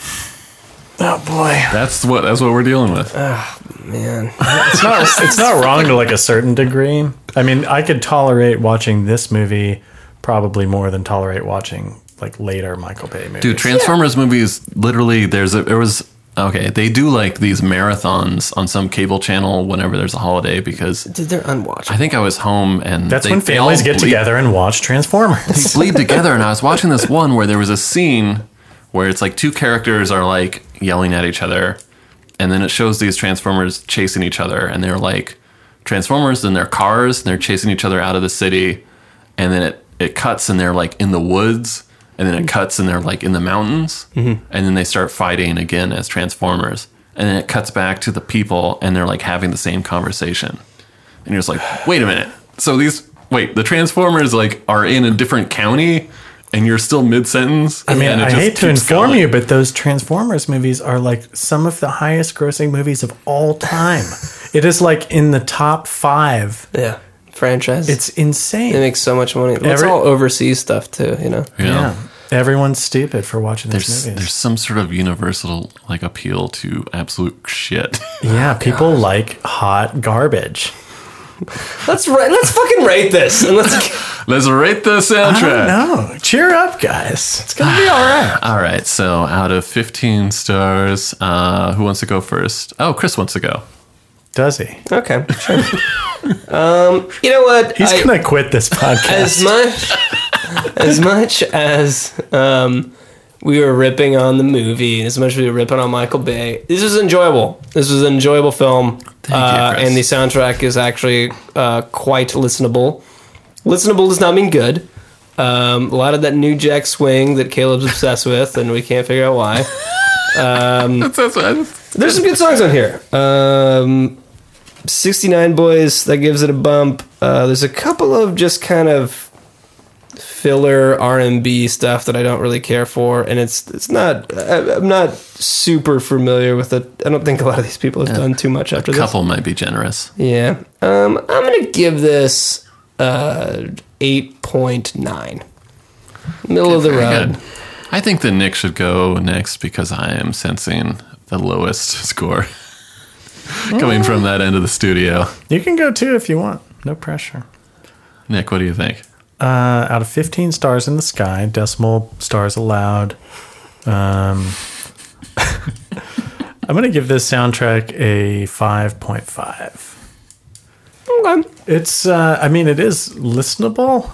[SPEAKER 1] Oh, boy.
[SPEAKER 3] That's what that's what we're dealing with.
[SPEAKER 2] Man.
[SPEAKER 1] It's not, it's not wrong to like a certain degree. I mean, I could tolerate watching this movie probably more than tolerate watching like later Michael Bay movies.
[SPEAKER 3] Dude, Transformers movies literally there's a there was okay, they do like these marathons on some cable channel whenever there's a holiday because
[SPEAKER 2] Dude, they're unwatched.
[SPEAKER 3] I think I was home and
[SPEAKER 1] That's
[SPEAKER 3] they-
[SPEAKER 1] when
[SPEAKER 3] they all
[SPEAKER 1] families get
[SPEAKER 3] bleed-
[SPEAKER 1] together and watch Transformers.
[SPEAKER 3] They bleed together and I was watching this one where there was a scene where it's like two characters are like yelling at each other and then it shows these Transformers chasing each other and they're like Transformers in their cars and they're chasing each other out of the city and then it it cuts and they're like in the woods and
[SPEAKER 1] Mm-hmm.
[SPEAKER 3] then it cuts and they're like in the mountains
[SPEAKER 2] Mhm.
[SPEAKER 3] and then they start fighting again as transformers and then it cuts back to the people and they're like having the same conversation and you're just like wait a minute so these wait the transformers like are in a different county and you're still mid-sentence
[SPEAKER 1] I mean,
[SPEAKER 3] and
[SPEAKER 1] I
[SPEAKER 3] just
[SPEAKER 1] hate to
[SPEAKER 3] keeps
[SPEAKER 1] inform
[SPEAKER 3] going.
[SPEAKER 1] you, but those Transformers movies are like some of the highest grossing movies of all time. it is like in the top five.
[SPEAKER 2] Yeah. Franchise.
[SPEAKER 1] It's insane.
[SPEAKER 2] It makes so much money. Well, it's
[SPEAKER 1] Every-
[SPEAKER 2] all overseas stuff too, you know.
[SPEAKER 3] Yeah.
[SPEAKER 1] Yeah. Everyone's stupid for watching these
[SPEAKER 3] there's
[SPEAKER 1] movies.
[SPEAKER 3] there's some sort of universal like appeal to absolute shit
[SPEAKER 2] Oh,
[SPEAKER 1] Yeah, people like hot garbage.
[SPEAKER 2] Let's ra- let's fucking rate this and let's.
[SPEAKER 3] let's rate the soundtrack
[SPEAKER 2] Uh.
[SPEAKER 1] No, cheer up, guys. It's gonna be all right.
[SPEAKER 3] All right. So out of 15 stars, uh, who wants to go first? Oh, Chris wants to go.
[SPEAKER 1] Does he?
[SPEAKER 2] Okay, sure. um, you know what?
[SPEAKER 1] He's
[SPEAKER 2] I-
[SPEAKER 1] gonna quit this podcast.
[SPEAKER 2] as much as much as um, we were ripping on the movie, as much as we were ripping on Michael Bay, this was enjoyable. This was an enjoyable film, uh,
[SPEAKER 3] Chris.
[SPEAKER 2] and the soundtrack is actually uh, quite listenable. Listenable does not mean good. Um, a lot of that new Jack swing that Caleb's obsessed with, and we can't figure out why. Um,
[SPEAKER 3] That's, that's, that's,
[SPEAKER 2] there's some good songs on here. Um, 69 Boys, that gives it a bump. Uh, there's a couple of just kind of filler R&B stuff that I don't really care for and it's it's not I, I'm not super familiar with it. I don't think a lot of these people have done too much after this.
[SPEAKER 3] Couple might be generous.
[SPEAKER 2] Yeah. Um, I'm going to give this uh, 8.9. Middle of the
[SPEAKER 3] Very
[SPEAKER 2] road.
[SPEAKER 3] good. I think that Nick should go next because I am sensing the lowest score coming from that end of the studio.
[SPEAKER 1] You can go too if you want. No pressure.
[SPEAKER 3] Nick, what do you think?
[SPEAKER 1] Uh, out of 15 stars in the sky, decimal stars allowed. Um, I'm going to give this soundtrack a 5.5. It's, uh, I mean, it is listenable.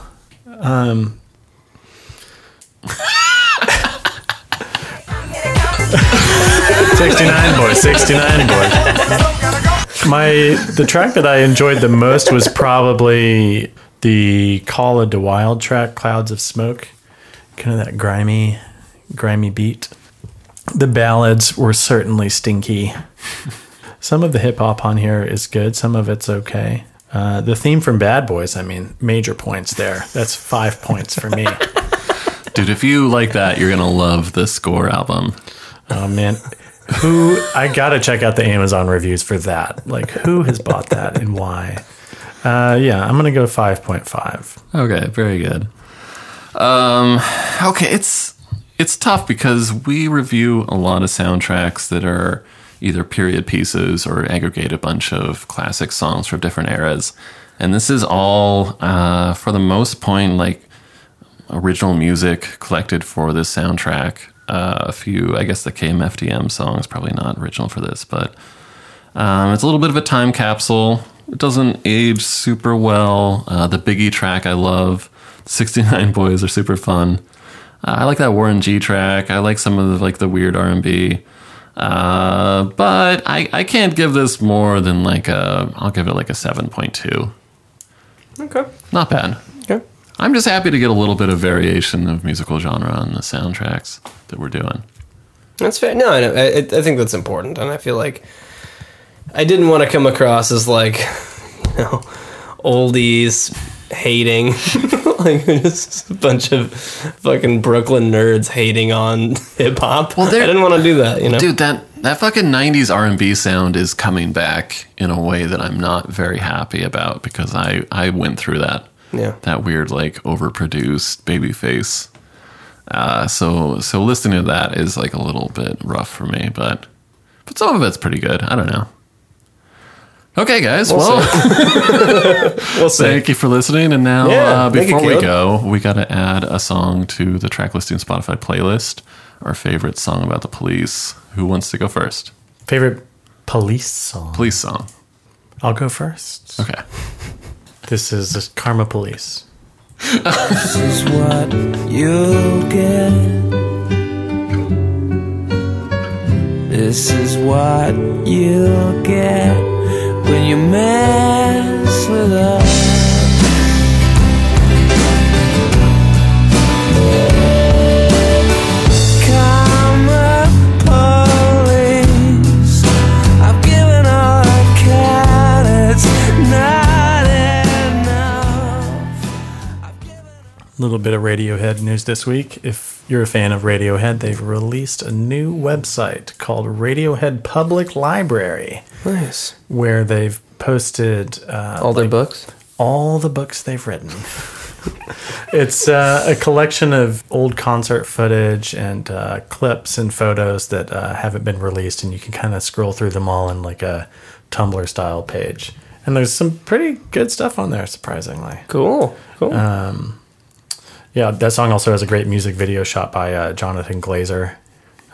[SPEAKER 1] Um, Sixty-nine boys, sixty-nine boys. My the track that I enjoyed the most was probably the Call of the Wild track, "Clouds of Smoke," kind of that grimy, grimy beat. The ballads were certainly stinky. Some of the hip hop on here is good. Some of it's okay. Uh, the theme from Bad Boys, I mean, major points there. That's five points for me.
[SPEAKER 3] Dude, if you like that, you're going to love the score album.
[SPEAKER 1] Oh man, who I gotta check out the Amazon reviews for that. Like, who has bought that and why? Uh, yeah, I'm gonna go 5.5.
[SPEAKER 3] Okay, very good. Um, okay, it's it's tough because we review a lot of soundtracks that are either period pieces or aggregate a bunch of classic songs from different eras, and this is all uh, for the most point like original music collected for this soundtrack. Uh, a few, I guess, the KMFDM songs probably not original for this, but um, it's a little bit of a time capsule. It doesn't age super well. Uh, the Biggie track I love. 69 Boys are super fun. Uh, I like that Warren G track. I like some of the, like the weird R&B. Uh, but I, I can't give this more than like a, I'll give it like a 7.2.
[SPEAKER 2] Okay.
[SPEAKER 3] Not bad.
[SPEAKER 2] Okay.
[SPEAKER 3] I'm just happy to get a little bit of variation of musical genre on the soundtracks that we're doing.
[SPEAKER 2] That's fair. No, I know. I, I I think that's important, and I feel like I didn't want to come across as like, you know, oldies hating, like just a bunch of fucking Brooklyn nerds hating on hip hop. Well, I didn't want to do that, you know.
[SPEAKER 3] dude that that fucking 90s r&b sound is coming back in a way that i'm not very happy about because i i went through that
[SPEAKER 2] Yeah.
[SPEAKER 3] that weird like overproduced baby face uh, so so listening to that is like a little bit rough for me but but some of it's pretty good i don't know okay guys well,
[SPEAKER 2] we'll see.
[SPEAKER 3] thank you for listening and now
[SPEAKER 2] Yeah,
[SPEAKER 3] uh,
[SPEAKER 2] thank you,
[SPEAKER 3] before we
[SPEAKER 2] Caleb.
[SPEAKER 3] go we got to add a song to the track listing spotify playlist our favorite song about the police who wants to go first
[SPEAKER 1] Favorite police song?
[SPEAKER 3] police song
[SPEAKER 1] I'll go first.
[SPEAKER 3] Okay.
[SPEAKER 1] This is Karma Police.
[SPEAKER 11] This is what you'll get. This is what you'll get when you mess with us. Come up, police. I've given all I can. It's not enough.
[SPEAKER 1] A little bit of Radiohead news this week. If you're a fan of Radiohead, they've released a new website called Radiohead Public Library.
[SPEAKER 2] Nice.
[SPEAKER 1] Where they've posted uh,
[SPEAKER 2] All their books?
[SPEAKER 1] All the books they've written. it's uh, a collection of old concert footage and uh, clips and photos that uh, haven't been released, and you can kind of scroll through them all in like a Tumblr style page. And there's some pretty good stuff on there, surprisingly.
[SPEAKER 2] Cool. Cool.
[SPEAKER 1] Um, yeah, that song also has a great music video shot by uh, Jonathan Glazer,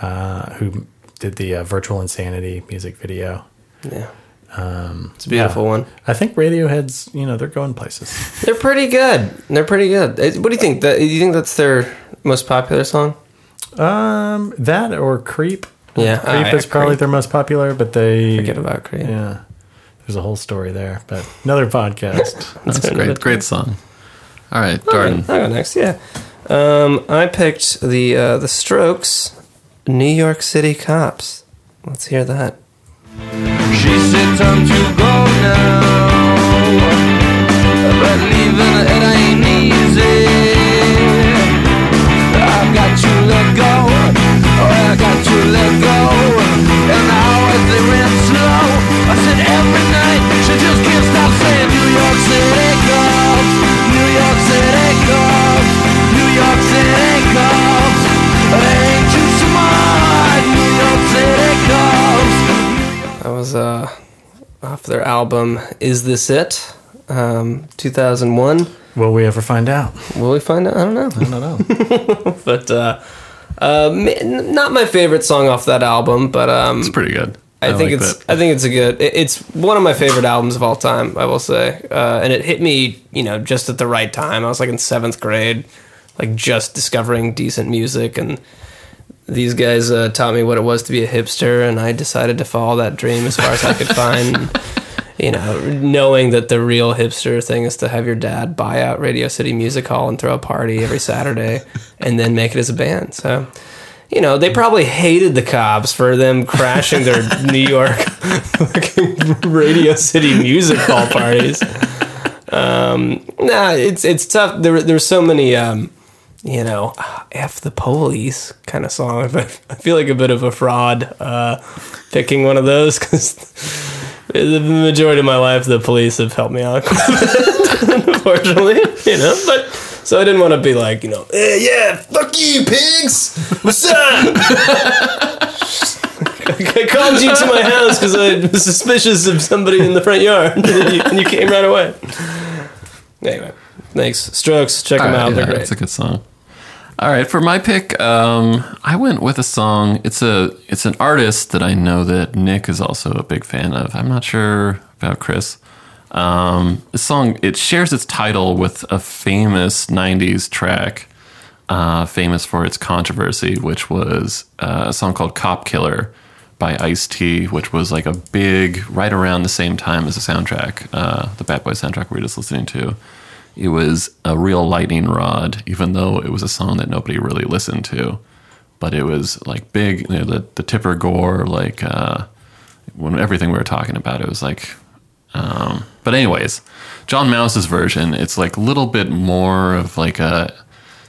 [SPEAKER 1] uh, who did the uh, Virtual Insanity music video.
[SPEAKER 2] Yeah.
[SPEAKER 1] Um, it's
[SPEAKER 2] a beautiful one.
[SPEAKER 1] I think Radiohead's, you know, they're going places.
[SPEAKER 2] They're pretty good. They're pretty good. Uh, What do you think? That you think that's their most popular song?
[SPEAKER 1] Um, that or Creep.
[SPEAKER 2] Yeah,
[SPEAKER 1] Creep
[SPEAKER 2] ah, yeah,
[SPEAKER 1] is probably
[SPEAKER 2] Creep.
[SPEAKER 1] their most popular, but they
[SPEAKER 2] Forget about Creep.
[SPEAKER 1] Yeah, there's a whole story there, but another podcast.
[SPEAKER 3] That's a great, great song. All right, Darden.
[SPEAKER 2] I'll go next. Yeah, um, I picked the uh, the Strokes, New York City Cops. Let's hear that.
[SPEAKER 11] She said, Time to go now. But leaving it ain't easy. I've got to let go. Oh, I got to let go. And now as they ran slow, I said every night she just can't stop saying New York City calls, New York City calls, New York City calls. Ain't you smart? New York City calls.
[SPEAKER 2] That was uh, off their album "Is This It," um, 2001.
[SPEAKER 1] Will we ever find out?
[SPEAKER 2] Will we find out? I don't know. I don't know. but uh, uh, ma- n- not my favorite song off that album, but um, it's
[SPEAKER 3] pretty good.
[SPEAKER 2] I,
[SPEAKER 3] I
[SPEAKER 2] think
[SPEAKER 3] like
[SPEAKER 2] it's
[SPEAKER 3] that.
[SPEAKER 2] I think it's a good. it- It's one of my favorite albums of all time. I will say, uh, and it hit me, you know, just at the right time. I was like in seventh grade, like just discovering decent music, and these guys uh, taught me what it was to be a hipster, and I decided to follow that dream as far as I could find. You know, knowing that the real hipster thing is to have your dad buy out Radio City Music Hall and throw a party every Saturday, and then make it as a band. So you know, they probably hated the cops for them crashing their New York fucking Radio City music hall parties. Um, nah, it's it's tough. There there's so many, um, you know, f the police kind of song. But I feel like a bit of a fraud uh, picking one of those because the majority of my life the police have helped me out. unfortunately, you know, but so I didn't want to be like you know Eh, yeah, fuck you, pigs. What's up? I called you to my house because I was suspicious of somebody in the front yard, and you, and you came right away. Anyway, thanks. Strokes, check them
[SPEAKER 3] All right,
[SPEAKER 2] out.
[SPEAKER 3] yeah,
[SPEAKER 2] They're great.
[SPEAKER 3] That's a good song. All right, for my pick, um, I went with a song. It's a it's an artist that I know that Nick is also a big fan of. I'm not sure about Chris. Um, the song it shares its title with a famous '90s track, uh, famous for its controversy, which was uh, a song called "Cop Killer" by Ice T, which was like a big right around the same time as the soundtrack, uh, the Bad Boy soundtrack we were just listening to it was a real lightning rod, even though it was a song that nobody really listened to. But it was like big, you know, the, the Tipper Gore, like uh, when everything we were talking about, it was like. Um, but anyways, John Mouse's version, it's like a little bit more of like a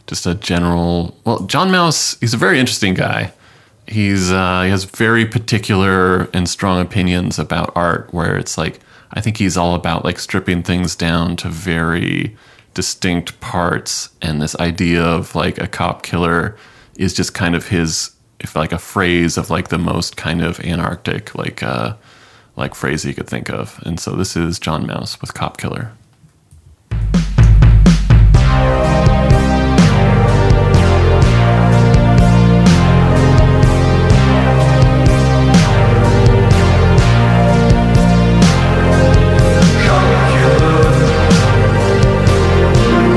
[SPEAKER 3] just a general. Well, John Mouse, he's a very interesting guy. He's uh, he has very particular and strong opinions about art, where it's like I think he's all about like stripping things down to very distinct parts, and this idea of like a cop killer is just kind of his if like a phrase of like the most kind of anarchic like uh like phrase you could think of, and so this is John Mouse with Cop Killer.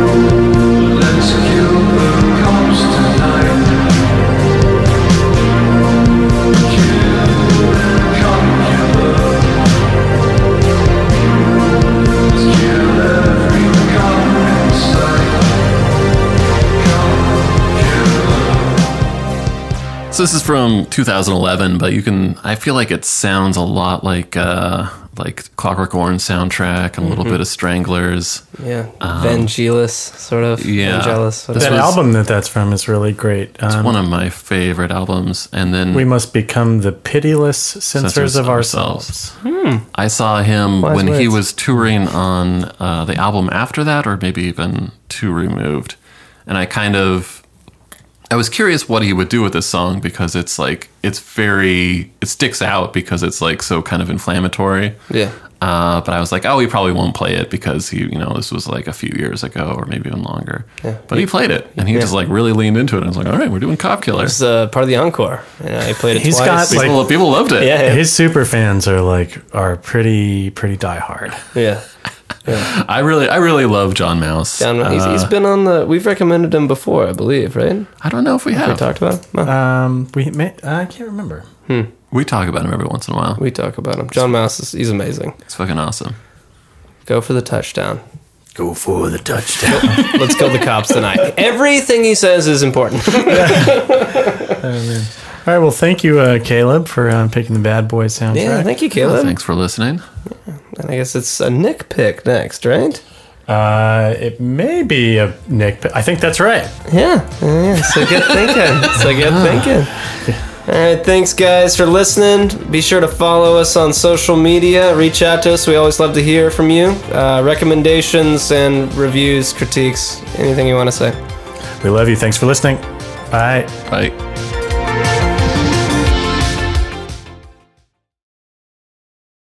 [SPEAKER 11] Let's kill the cops tonight.
[SPEAKER 3] So this is from 2011, but you can. I feel like it sounds a lot like uh, like Clockwork Orange soundtrack, a little
[SPEAKER 1] Mm-hmm.
[SPEAKER 2] Mhm.
[SPEAKER 3] bit of Stranglers.
[SPEAKER 2] Yeah,
[SPEAKER 3] Um,
[SPEAKER 2] Vangelis, sort of.
[SPEAKER 3] yeah.
[SPEAKER 2] Vangelis.
[SPEAKER 3] This
[SPEAKER 1] that
[SPEAKER 3] was-
[SPEAKER 1] album that that's from is really great.
[SPEAKER 3] It's
[SPEAKER 1] Um,
[SPEAKER 3] one of my favorite albums. And then
[SPEAKER 1] we must become the pitiless censors of ourselves.
[SPEAKER 3] I saw him
[SPEAKER 1] Wise
[SPEAKER 3] when he
[SPEAKER 1] words.
[SPEAKER 3] was touring on uh, the album after that, or maybe even two removed. And I kind of, I was curious what he would do with this song because it's like it's very, it sticks out because it's like so kind of inflammatory.
[SPEAKER 2] Yeah.
[SPEAKER 3] Uh, but I was like, oh, he probably won't play it because he, you know, this was like a few years ago or maybe even longer.
[SPEAKER 2] Yeah.
[SPEAKER 3] But he played it and he
[SPEAKER 2] Yeah.
[SPEAKER 3] just like really leaned into it. And I was like, all right, we're doing Cop Killer.
[SPEAKER 2] It's uh, part of the encore. Yeah, he played it
[SPEAKER 1] He's got
[SPEAKER 2] twice.
[SPEAKER 1] like
[SPEAKER 3] People- people loved it.
[SPEAKER 2] Yeah,
[SPEAKER 1] His super fans are like are pretty pretty diehard.
[SPEAKER 2] yeah.
[SPEAKER 3] I really, I really love John Mouse.
[SPEAKER 2] Down, he's, he's
[SPEAKER 3] Uh,
[SPEAKER 2] been on the. We've recommended him before, I believe, right?
[SPEAKER 3] I don't know if we
[SPEAKER 2] We
[SPEAKER 3] have.
[SPEAKER 2] talked about. Him?
[SPEAKER 1] Um, we may, I can't remember.
[SPEAKER 3] We talk about him every once in a while.
[SPEAKER 2] We talk about him. John Mouse is he's amazing.
[SPEAKER 3] It's fucking awesome.
[SPEAKER 2] Go for the touchdown.
[SPEAKER 1] Go for the touchdown.
[SPEAKER 2] Let's kill the cops tonight. Everything he says is important.
[SPEAKER 1] All right. Well, thank you, uh, Caleb, for um, picking the uh, Bad Boy soundtrack.
[SPEAKER 2] Yeah, thank you, Caleb.
[SPEAKER 3] thanks for listening.
[SPEAKER 2] And I guess it's a Nick pick next, right?
[SPEAKER 1] Uh, it may be a Nick. pick. I think that's right.
[SPEAKER 2] Yeah. Oh, yeah so good thinking. so good thinking. All right, thanks guys for listening. Be sure to follow us on social media. Reach out to us. We always love to hear from you. Uh, recommendations and reviews, critiques, anything you want to say.
[SPEAKER 1] We love you. Thanks for listening. Bye.
[SPEAKER 3] Bye.